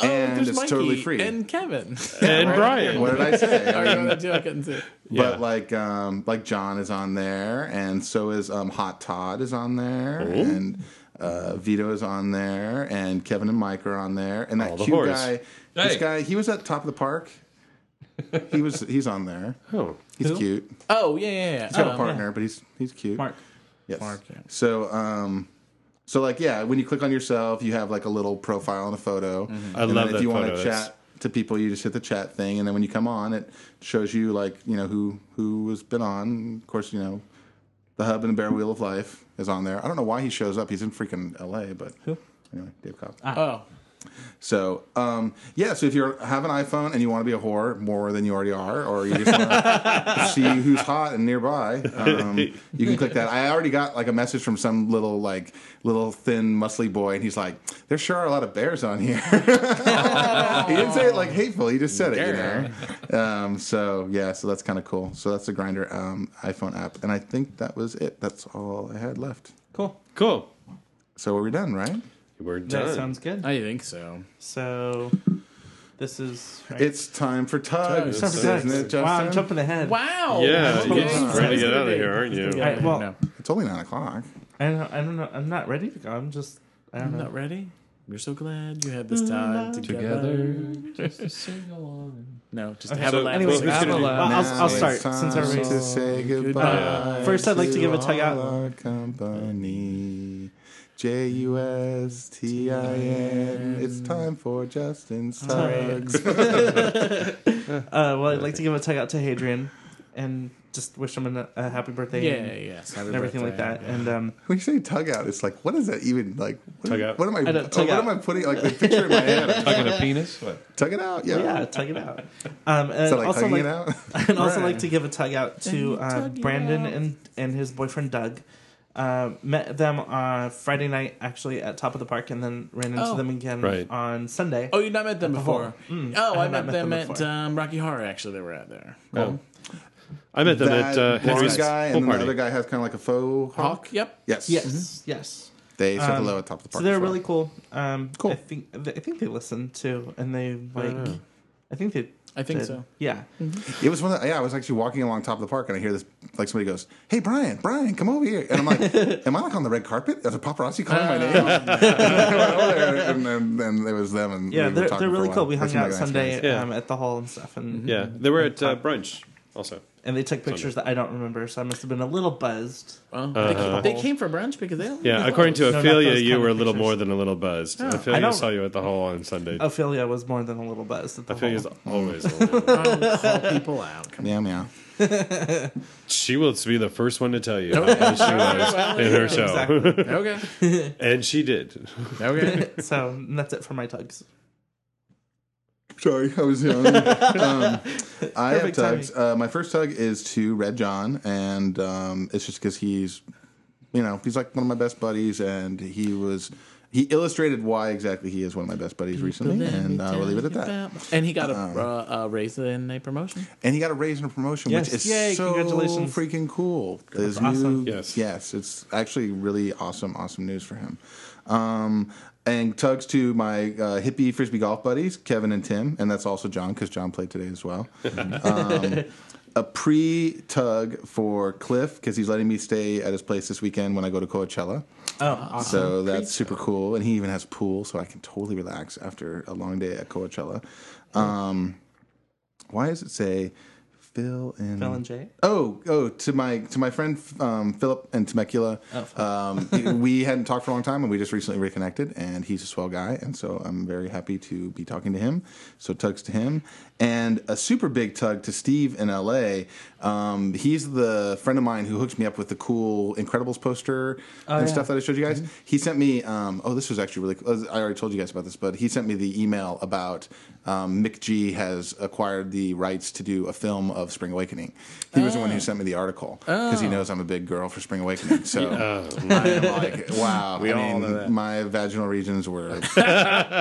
S6: Oh, There's
S4: it's
S6: Mikey
S4: totally free.
S6: And Kevin.
S7: and Brian.
S4: what did I say?
S6: Or
S4: I
S6: you
S4: mean,
S6: wanna do- I couldn't see it.
S7: Yeah.
S4: But like, um, like John is on there, and so is um, Hot Todd is on there, and uh, Vito is on there, and Kevin and Mike are on there, and that
S7: All the
S4: cute
S7: whores.
S4: guy, this
S2: Hey.
S4: guy, he was at top of the park. He was he's on there.
S7: Oh.
S4: He's cute. He's
S6: Oh, yeah, yeah, yeah.
S4: got
S6: Um,
S4: a partner, but he's he's cute.
S5: Mark.
S4: Yes.
S6: Mark, yeah.
S4: So um, so like yeah, when you click on yourself, you have like a little profile and a photo.
S7: I love
S4: and then if
S7: that
S4: you want
S7: photo.
S4: to
S7: It's-
S4: chat to people, you just hit the chat thing, and then when you come on, it shows you like you know who who has been on. Of course, you know the hub and the bare wheel of life is on there. I don't know why he shows up. He's in freaking L.A., but anyway, Dave Cobb.
S6: Oh,
S4: So um, yeah, so if you are have an iPhone and you want to be a whore more than you already are, or you just want to see who's hot and nearby, um, you can click that. I already got like a message from some little like little thin muscly boy, and he's like, "There sure are a lot of bears on here." he didn't say it like hateful. He just said it, you know. Um, so yeah, so that's kind of cool. So that's the Grinder um, iPhone app, and I think that was it. That's all I had left.
S5: Cool.
S7: Cool.
S4: So we're done, right?
S7: We're done.
S5: That sounds good.
S6: I think so.
S5: So this is right.
S4: It's time for tugs,
S5: Time for sex.
S4: isn't it, Justin?
S5: Wow, I'm jumping ahead.
S6: Wow.
S7: yeah,
S6: Okay.
S7: you're ready to
S6: That's
S7: get out
S6: gonna
S7: of
S6: be-
S7: here, aren't
S5: All
S7: you?
S5: right, well,
S6: No.
S4: It's only nine o'clock.
S5: I don't, I don't know. I'm not ready to go. I'm just. I don't
S6: I'm
S5: know.
S6: not ready. We're so glad you had this time together.
S2: Together, Mm, just to sing along.
S6: No, just have a
S7: So-
S6: laugh.
S5: Anyway,
S7: Well, who's
S5: I'll,
S7: gonna do-
S5: I'll- Uh, I'll
S4: Now it's
S5: start since
S4: time
S5: everybody's.
S4: to say goodbye.
S5: First, I'd like to give a tug
S4: all
S5: out.
S4: Our company, J U S T I N. It's time for Justin's tugs.
S5: Uh, well, I'd like to give a tug out to Hadrian, and just wish him a, a happy birthday.
S6: Yeah,
S5: and,
S6: yeah, yes. Happy
S5: and everything like
S6: birthday.
S5: that. And um,
S4: when you say tug out, it's like what is that even like? What,
S7: Tug out.
S4: What am I?
S5: I know,
S4: oh,
S5: tug
S4: what
S5: out.
S4: am I putting like the picture in my head? I'm
S2: Tugging a penis? What?
S4: like, tug it out. Yeah.
S5: yeah, tug it out. Um, and
S4: Is that like
S5: also
S4: tugging
S5: like,
S4: it out?
S5: and also like to give a tug out to uh,
S6: Tug it
S5: Brandon
S6: out.
S5: and and his boyfriend Doug. Uh, met them on Friday night actually at Top of the Park, and then ran into
S6: Oh.
S5: them again
S7: Right.
S5: on Sunday.
S6: Oh, you've not met them before.
S5: I
S6: oh, I,
S5: have not
S6: met,
S5: met
S6: them,
S5: them
S6: at
S5: before.
S6: um, Rocky Horror. Actually, they were out there.
S7: Oh. I met them
S4: that
S7: at uh,
S4: blonde
S7: Henry's
S4: guy
S7: pool
S4: and then the
S7: party.
S4: other guy has kind of like a faux hawk.
S6: Hawk. Yep.
S4: Yes.
S5: yes, yes.
S4: They said
S5: Um,
S4: hello at top of the
S5: So
S4: park.
S5: they're
S4: as well.
S5: really cool. Um,
S4: Cool.
S5: I think I think they listened too, and they like.
S7: know.
S5: I think they.
S6: I think
S5: did.
S6: so. Mm-hmm.
S5: Yeah.
S4: It was one of the, yeah, I was actually walking along top of the park and I hear this, like somebody goes, Hey, Brian, Brian, come over here. And I'm like, am I like on the red carpet? Is a paparazzi calling my name? and, I went over there, and, and, and it was them. And we
S5: Yeah,
S4: were
S5: they're,
S4: talking
S5: they're
S4: for a
S5: really
S4: while.
S5: cool. We
S4: They
S5: hung
S4: seemed
S5: out
S4: like nice
S5: Sunday
S4: guys.
S7: Yeah.
S5: um, at the hall and stuff, and
S4: Mm-hmm.
S7: Yeah, they were at uh, brunch also.
S5: and they took pictures that I don't remember, so I must have been a little buzzed.
S6: Well, they, came, they came for brunch because they. Don't
S7: Yeah, according to
S5: No, not
S7: Ophelia,
S5: those
S7: you
S5: kind
S7: were a
S5: of
S7: little
S5: pictures.
S7: more than a little buzzed.
S5: I
S7: Ophelia
S5: don't-
S7: saw you at the hall on Sunday.
S5: Ophelia was more than a little buzzed at the
S7: Ophelia's
S5: hall.
S7: always. a little-
S6: Oh, call people out. Come
S4: Yeah, meow.
S7: she will be the first one to tell you. how buzzed she was in her show,
S5: Exactly.
S6: on. Okay.
S7: and she did.
S6: Okay.
S5: so and that's it for my tugs.
S4: Sorry, I was young. um, I have
S5: Perfect
S4: tugs. Uh, my first tug is to Red John, and um, it's just because he's, you know, he's like one of my best buddies, and he was He illustrated why exactly he is one of my best buddies recently, and uh, we'll leave it at that.
S6: And he got a, uh, a raise and a promotion.
S4: And he got a raise and a promotion,
S5: Yes.
S4: which is
S5: Yay,
S4: so
S5: congratulations.
S4: freaking cool. His
S5: awesome.
S4: new-
S7: Yes.
S4: yes, it's actually really awesome, awesome news for him. Um, and tugs to my uh, hippie frisbee golf buddies, Kevin and Tim, and that's also John because John played today as well. um, a pre tug for Cliff because he's letting me stay at his place this weekend when I go to Coachella.
S5: Oh, awesome.
S4: So that's super cool. And he even has pool, so I can totally relax after a long day at Coachella. Um, why does it say Phil and
S5: Phil and Jay?
S4: Oh, oh, to my to my friend um, Philip and Temecula.
S5: Oh,
S4: um, we hadn't talked for a long time, and we just recently reconnected. And he's a swell guy, and so I'm very happy to be talking to him. So tugs to him, and a super big tug to Steve in L.A. Um, he's the friend of mine who hooked me up with the cool Incredibles poster and
S5: yeah.
S4: stuff that I showed you guys. He sent me. Um, oh, this was actually really. cool. I already told you guys about this, but he sent me the email about um, Mick G has acquired the rights to do a film of Spring Awakening. He was the one who sent me the article because he knows I'm a big girl for Spring Awakening. So I am like, wow. We I
S3: all
S4: mean,
S3: know that.
S4: my vaginal regions were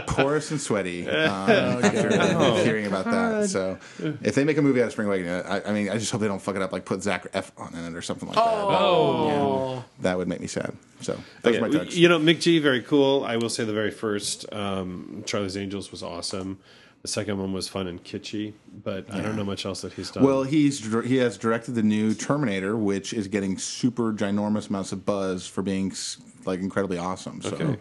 S4: porous and sweaty um, after hearing about that. So if they make a movie out of Spring Awakening, I, I mean, I just hope they don't fuck it up, like put Zach F on it or something like that.
S2: Oh,
S4: That would make me sad. So those are my
S7: Yeah,
S4: tugs.
S7: You know, Mick G, very cool. I will say the very first um, Charlie's Angels was awesome. The second one was fun and kitschy, but I don't know much else that he's done.
S4: Well, he's dir- he has directed the new Terminator, which is getting super ginormous amounts of buzz for being s- like incredibly awesome. So.
S7: okay.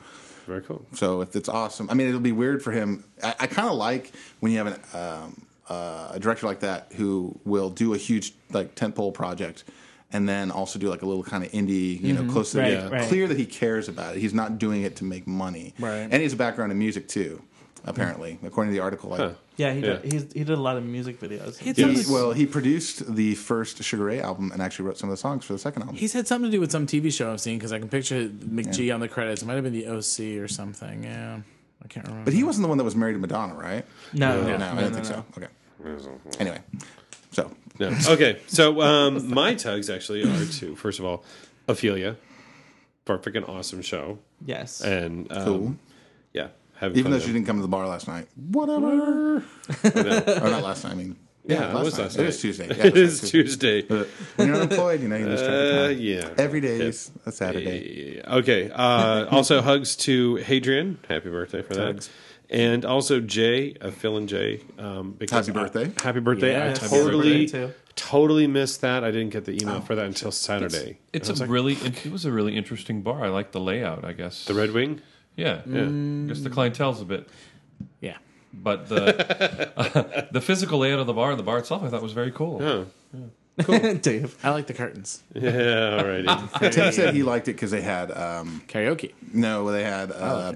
S7: Very cool.
S4: So if it's awesome, I mean, it'll be weird for him. I, I kind of like when you have an, um, uh, a director like that who will do a huge like tentpole project, and then also do like a little kind of indie, you know, close to
S5: Mm-hmm. Right,
S4: the,
S5: right.
S4: clear that he cares about it. He's not doing it to make money,
S6: Right.
S4: And he has a background in music too, apparently,
S5: Mm-hmm.
S4: according to the article. I,
S5: Yeah, he did.
S7: Yeah.
S5: He's, he did a lot of music videos.
S6: He had,
S4: He-
S6: something,
S4: well, he produced the first Sugar Ray album and actually wrote some of the songs for the second album.
S6: he's had something to do with some TV show I've seen because I can picture McGee on the credits. It might have been the OC or something. Yeah, I can't remember.
S4: but he wasn't the one that was married to Madonna, right?
S5: no,
S4: No,
S5: no,
S4: I don't think so. Okay. Anyway, so
S7: Yeah. Okay. So um, my tugs actually are two. First of all, Ophelia, for a freaking awesome show,
S5: Yes.
S7: and um,
S4: cool.
S7: yeah, having
S4: Even
S7: fun
S4: though she
S7: there.
S4: didn't come to the bar last night. Whatever. or not last night, I mean.
S7: Yeah, it was last
S4: It
S7: night.
S4: was Tuesday. Yeah,
S7: it is
S4: last
S7: Tuesday.
S4: Tuesday. When you're unemployed, you know, you lose track of
S7: Uh,
S4: time.
S7: yeah.
S4: Every day is a Saturday.
S7: Okay. Uh, also, hugs to Hadrian. Happy birthday for that.
S6: Hugs.
S7: And also Jay, uh, Phil and Jay. Um, because
S4: Happy
S7: I-
S4: birthday.
S7: happy birthday.
S6: Yes.
S7: I
S6: Happy
S7: totally,
S5: birthday, too.
S7: totally missed that. I didn't get the
S4: Oh,
S7: email for that until Saturday.
S2: it's
S7: I was
S2: a
S7: like,
S2: really it was a really interesting bar. I like the layout. I guess
S7: the Red Wing.
S2: Yeah,
S7: Yeah.
S2: I guess the clientele's a bit,
S6: yeah.
S2: but the the physical layout of the bar and the bar itself, I thought was very cool.
S7: Oh.
S5: Dave.
S6: I like the curtains.
S7: Yeah. Alrighty.
S4: Tim said he liked it because they had, um,
S6: Karaoke.
S4: no, they had uh,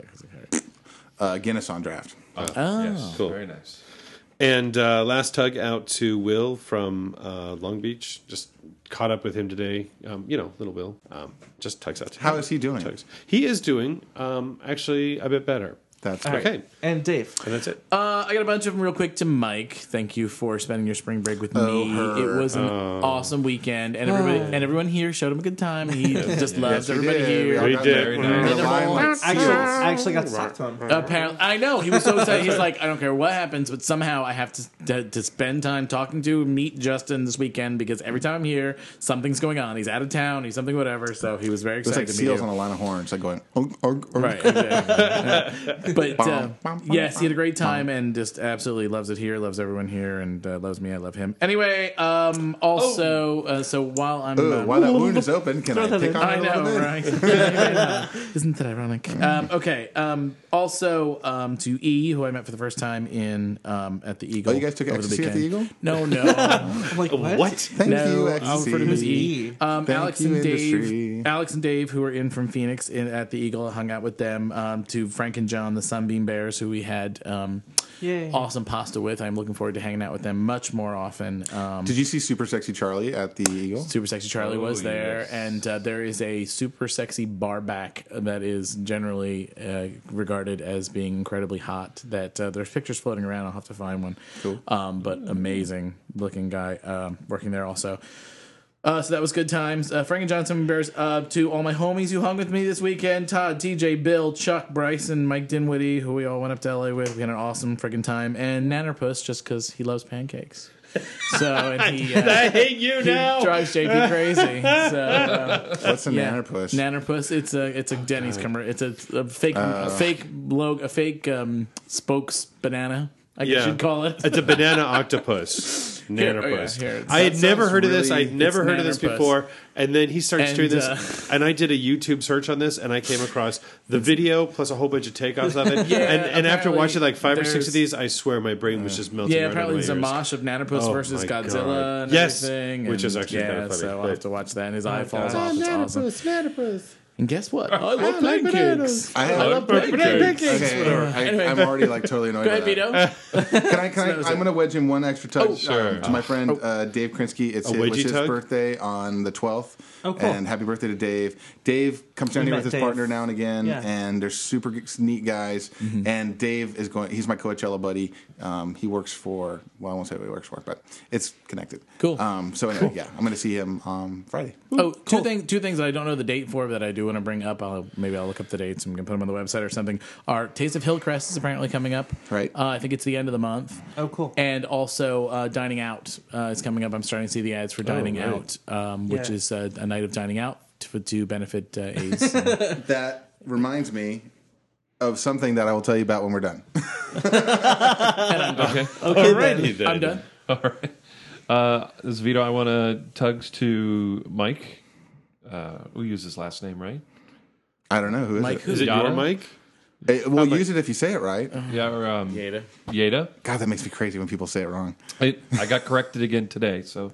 S4: uh, Guinness on draft.
S6: Oh,
S2: Yes,
S7: Cool.
S2: very nice.
S7: And uh, last tug out to Will from uh, Long Beach. Just caught up with him today. Um, you know, little Will. Um, just tugs out to
S4: How
S7: him.
S4: is he doing?
S7: Tugs. He is doing um, actually a bit better.
S4: That's
S5: All right.
S7: Okay.
S5: And Dave.
S7: And that's it.
S6: Uh, I got a bunch of them real quick to Mike. Thank you for spending your spring break with
S4: Oh,
S6: me.
S4: her.
S6: It was an awesome weekend, and everybody and everyone here showed him a good time. He just
S4: Yes,
S6: loves
S4: we
S6: everybody
S4: did.
S6: here.
S4: We
S7: We
S4: all got
S7: did.
S4: married.
S2: Very
S4: We
S2: nice.
S4: were lying like
S5: Actually,
S4: seals.
S5: I actually got to talk to him.
S6: Apparently, I know he was so excited. He's like, I don't care what happens, but somehow I have to, to to spend time talking to meet Justin this weekend because every time I'm here, something's going on. He's out of town. He's something whatever. So he was very
S4: It was
S6: excited
S4: like
S6: to
S4: seals
S6: meet
S4: on
S6: you.
S4: a line of horns, like going, "Ugh, ugh, ugh."
S6: Right. exactly. but uh,
S4: Bum, bum, bum,
S6: yes, he had a great time and just absolutely loves it here, loves everyone here, and uh, loves me. I love him. Anyway, um,
S4: Oh.
S6: also, uh, so while I'm.
S4: Ooh,
S6: uh,
S4: while that wound is open, can I
S5: that
S4: pick
S5: in.
S4: on
S6: I
S4: it a little
S6: know,
S4: bit?
S6: right? Isn't that ironic? Um, okay. Um, also, um, to E, who I met for the first time in um, at the Eagle.
S4: Oh, you guys took
S6: over
S4: ecstasy at the Eagle?
S6: No, no,
S5: I'm like, what?
S4: Thank
S6: no.
S4: you,
S6: I'll refer to him as
S4: ecstasy.
S6: E. Um,
S4: Thank
S6: Alex
S4: you,
S6: and Dave.
S4: industry.
S6: Alex and Dave, who were in from Phoenix in, at the Eagle, I hung out with them. Um, to Frank and John, the Sunbeam Bears, who we had um,
S5: Yay.
S6: awesome pasta with. I'm looking forward to hanging out with them much more often. Um,
S4: Did you see Super Sexy Charlie at the Eagle?
S6: Super Sexy Charlie
S2: Oh,
S6: was there,
S2: yes.
S6: and uh, there is a super sexy bar back that is generally uh, regarded as being incredibly hot. That uh, there's pictures floating around. I'll have to find one. Cool, um, but amazing looking guy um, working there also. Uh, so that was good times. Uh, Frank and Johnson bears uh, to all my homies who hung with me this weekend: Todd, TJ, Bill, Chuck, Bryson, Mike Dinwiddie, who we all went up to LA with. We had an awesome freaking time, and Nannerpuss just because he loves pancakes. So and he, uh,
S3: I hate you
S6: he
S3: now.
S6: drives JP crazy. So uh,
S4: What's a
S6: yeah.
S4: nanner push?
S6: Nannerpuss. It's a it's a Denny's commercial. It's a, a fake
S7: Uh.
S6: a fake log a fake um, spokes banana. I guess
S7: Yeah.
S6: you'd call it.
S7: It's a banana octopus. Nanopus.
S6: oh yeah, here, it's-
S7: I had
S6: that
S7: never
S6: sounds
S7: heard of this.
S6: really-
S7: I'd never
S6: it's
S7: heard of this
S6: nanopus.
S7: before. And then he starts
S6: And,
S7: doing this.
S6: uh,
S7: and I did a YouTube search on this and I came across the video plus a whole bunch of takeoffs of it.
S6: Yeah,
S7: and and after
S6: apparently
S7: watching like five or six of
S6: there's-
S7: these, I swear my brain was just melting.
S6: Yeah,
S7: right
S6: apparently
S7: out of
S6: it's
S7: my
S6: a
S7: ears.
S6: mosh of Nanopus
S7: Oh
S6: versus
S7: my
S6: Godzilla
S7: God.
S6: and
S7: Yes,
S6: everything.
S7: which
S6: and
S7: is actually
S6: yeah,
S7: kinda funny,
S6: So I'll
S7: but-
S6: have to watch that and his eye falls off. It's awesome.
S3: Nanopus.
S6: And guess what? I love pancakes.
S4: I have. Okay, I,
S6: Anyway.
S4: I'm already like totally annoyed.
S6: Go
S4: by
S6: ahead,
S4: that.
S6: Vito.
S4: Can I? Can I I'm going to wedge in one extra touch um, to my friend uh, Dave Krinsky. It's it was
S7: Oh. wedgie
S4: his
S7: tug?
S4: birthday on the 12th.
S5: Oh, cool.
S4: And happy birthday to Dave. Dave comes down
S5: We
S4: here
S5: met
S4: with his
S5: Dave.
S4: partner now and again,
S5: Yeah.
S4: and they're super g- neat guys. And Dave is going. He's my Coachella buddy. Um, he works for. Well, I won't say what he works for, but it's connected.
S6: Cool.
S4: Um, so anyway, yeah, I'm going to see him um, Friday.
S7: Mm,
S6: Oh, two things. Two things I don't know the date for, but I do want to bring up. I'll maybe I'll look up the dates. I'm gonna put them on the website or something. Our Taste of Hillcrest is apparently coming up.
S4: Right.
S6: Uh, I think it's the end of the month.
S5: Oh, cool.
S6: And also uh, dining out uh, is coming up. I'm starting to see the ads for dining
S7: Oh, right.
S6: out, um, which
S5: Yeah.
S6: is uh, a night of dining out to, to benefit uh, AIDS. and-
S4: That reminds me of something that I will tell you about when we're done.
S5: Okay, then.
S7: Alrighty then.
S6: I'm done.
S2: All right. Uh, this is Vito. I want to tugs to Mike. Uh, we use his last name, right?
S4: I don't know who is
S6: Mike,
S4: it.
S6: who?
S7: Is it your
S2: Yada?
S7: mic?
S4: Hey, we'll use it if you say it right.
S2: Yeah, or um,
S6: Data.
S2: Yeda.
S4: God, that makes me crazy when people say it wrong.
S2: I, I got corrected again today, so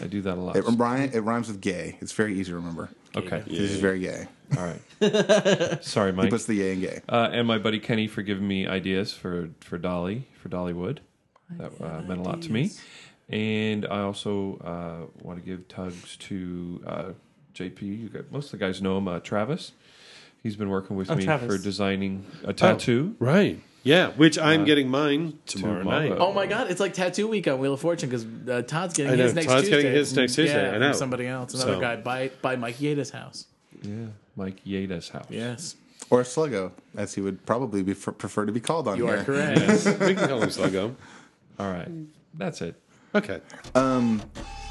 S2: I do that a lot.
S4: It, rhyme, it rhymes with gay. It's very easy to remember.
S2: okay.
S4: This is very gay.
S2: All right. Sorry,
S4: He
S2: Mike.
S4: puts the yay in gay.
S2: Uh, and my buddy Kenny for giving me ideas for for Dolly for Dollywood. That uh, meant a lot to me. And I also uh, want to give tugs to uh, JP. You got, most of the guys know him, uh, Travis. He's been working with
S5: Oh,
S2: me
S5: Travis. Oh.
S2: for designing a tattoo.
S7: Right. Yeah, which I'm getting mine tomorrow,
S2: tomorrow.
S7: night.
S6: Oh my God! It's like Tattoo Week on Wheel of Fortune because uh, Todd's getting
S7: I know,
S6: his next
S7: Todd's
S6: Tuesday.
S7: getting his next
S6: from-
S7: Tuesday,
S6: Yeah,
S7: I
S6: from
S7: know.
S6: somebody else, another
S7: So-
S6: guy by by Mike Yeda's house.
S2: Yeah, Mike Yeda's house.
S6: Yes,
S4: Or Sluggo, as he would probably be, prefer to be called on
S6: you
S4: here.
S6: are correct.
S7: we can call him Sluggo.
S2: All right, that's it.
S7: Okay.
S4: Oh,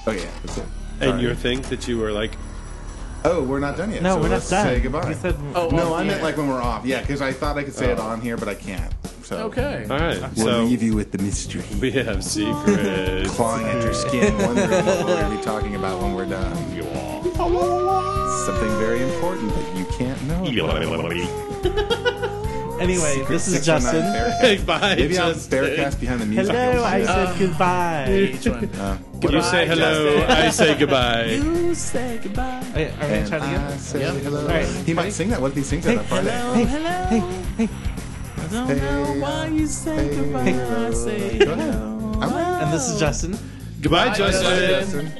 S4: yeah. That's it.
S7: And your thing that you were like,
S4: Oh, we're not done yet.
S5: No,
S4: so
S5: we're not
S4: let's
S5: done.
S4: Say goodbye.
S5: You said,
S6: Oh,
S4: no,
S6: oh,
S4: I meant
S6: yeah.
S4: like when we're off. Yeah, because I thought I could say it on here, but I can't. So
S6: okay.
S7: all right,
S4: We'll
S7: so
S4: leave you with the mystery.
S7: we have secrets.
S4: Clawing at your skin, wondering what we're going to be talking about when we're done. Something very important that you can't know.
S5: anyway,
S4: Secret
S5: this is
S4: 619
S5: Justin.
S4: Bearcat.
S7: Hey, Bye.
S4: Maybe I'll
S7: Justin.
S4: Bearcast behind the music.
S5: Hello, I
S4: Yeah.
S5: said goodbye.
S6: Each one.
S7: You say hello, I say goodbye.
S6: You say goodbye.
S5: Wait, are we gonna
S4: And
S5: try it
S4: I
S5: again?
S4: say
S6: Yep.
S4: hello.
S5: right,
S4: He might sing that. What if he sings that on Friday?
S6: Hey, hello.
S5: Hey, hey,
S6: I don't
S4: Hey,
S6: know why you say
S4: hey,
S6: goodbye.
S4: hello.
S6: I say
S4: Go ahead.
S6: hello.
S4: I'm right.
S5: And this is Justin.
S7: Goodbye,
S6: Bye,
S7: Justin.
S6: Justin.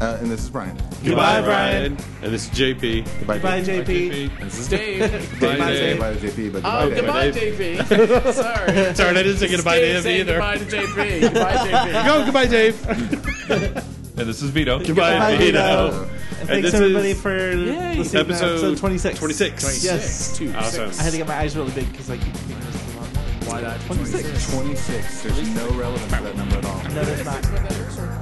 S4: Uh, and this is Brian.
S7: Goodbye,
S5: Goodbye,
S7: Brian. And this is JP.
S4: Goodbye,
S5: Bye, JP.
S6: This is Dave.
S4: Dave.
S7: Bye,
S4: Didn't say
S7: Dave.
S4: Goodbye to JP, but
S6: Oh,
S4: goodbye, Dave.
S6: goodbye, JP. Sorry.
S7: Sorry, I didn't say goodbye to
S6: Dave
S7: him
S6: saying
S7: either.
S6: Goodbye to JP. Goodbye, JP.
S7: Go, goodbye, Dave.
S2: And this is Vito.
S7: Goodbye, Vito. this
S5: And thanks
S7: is
S5: everybody for
S6: Yay.
S5: listening to
S7: episode
S5: episode 26.
S7: 26.
S5: Yes.
S6: Two,
S7: Awesome.
S6: six.
S5: I had to get my eyes really big because I keep thinking it's the wrong one.
S6: Wide-eyed.
S5: 26.
S4: 26. There's no relevance to that number at all.
S5: No, that's not.
S6: Twenty-six.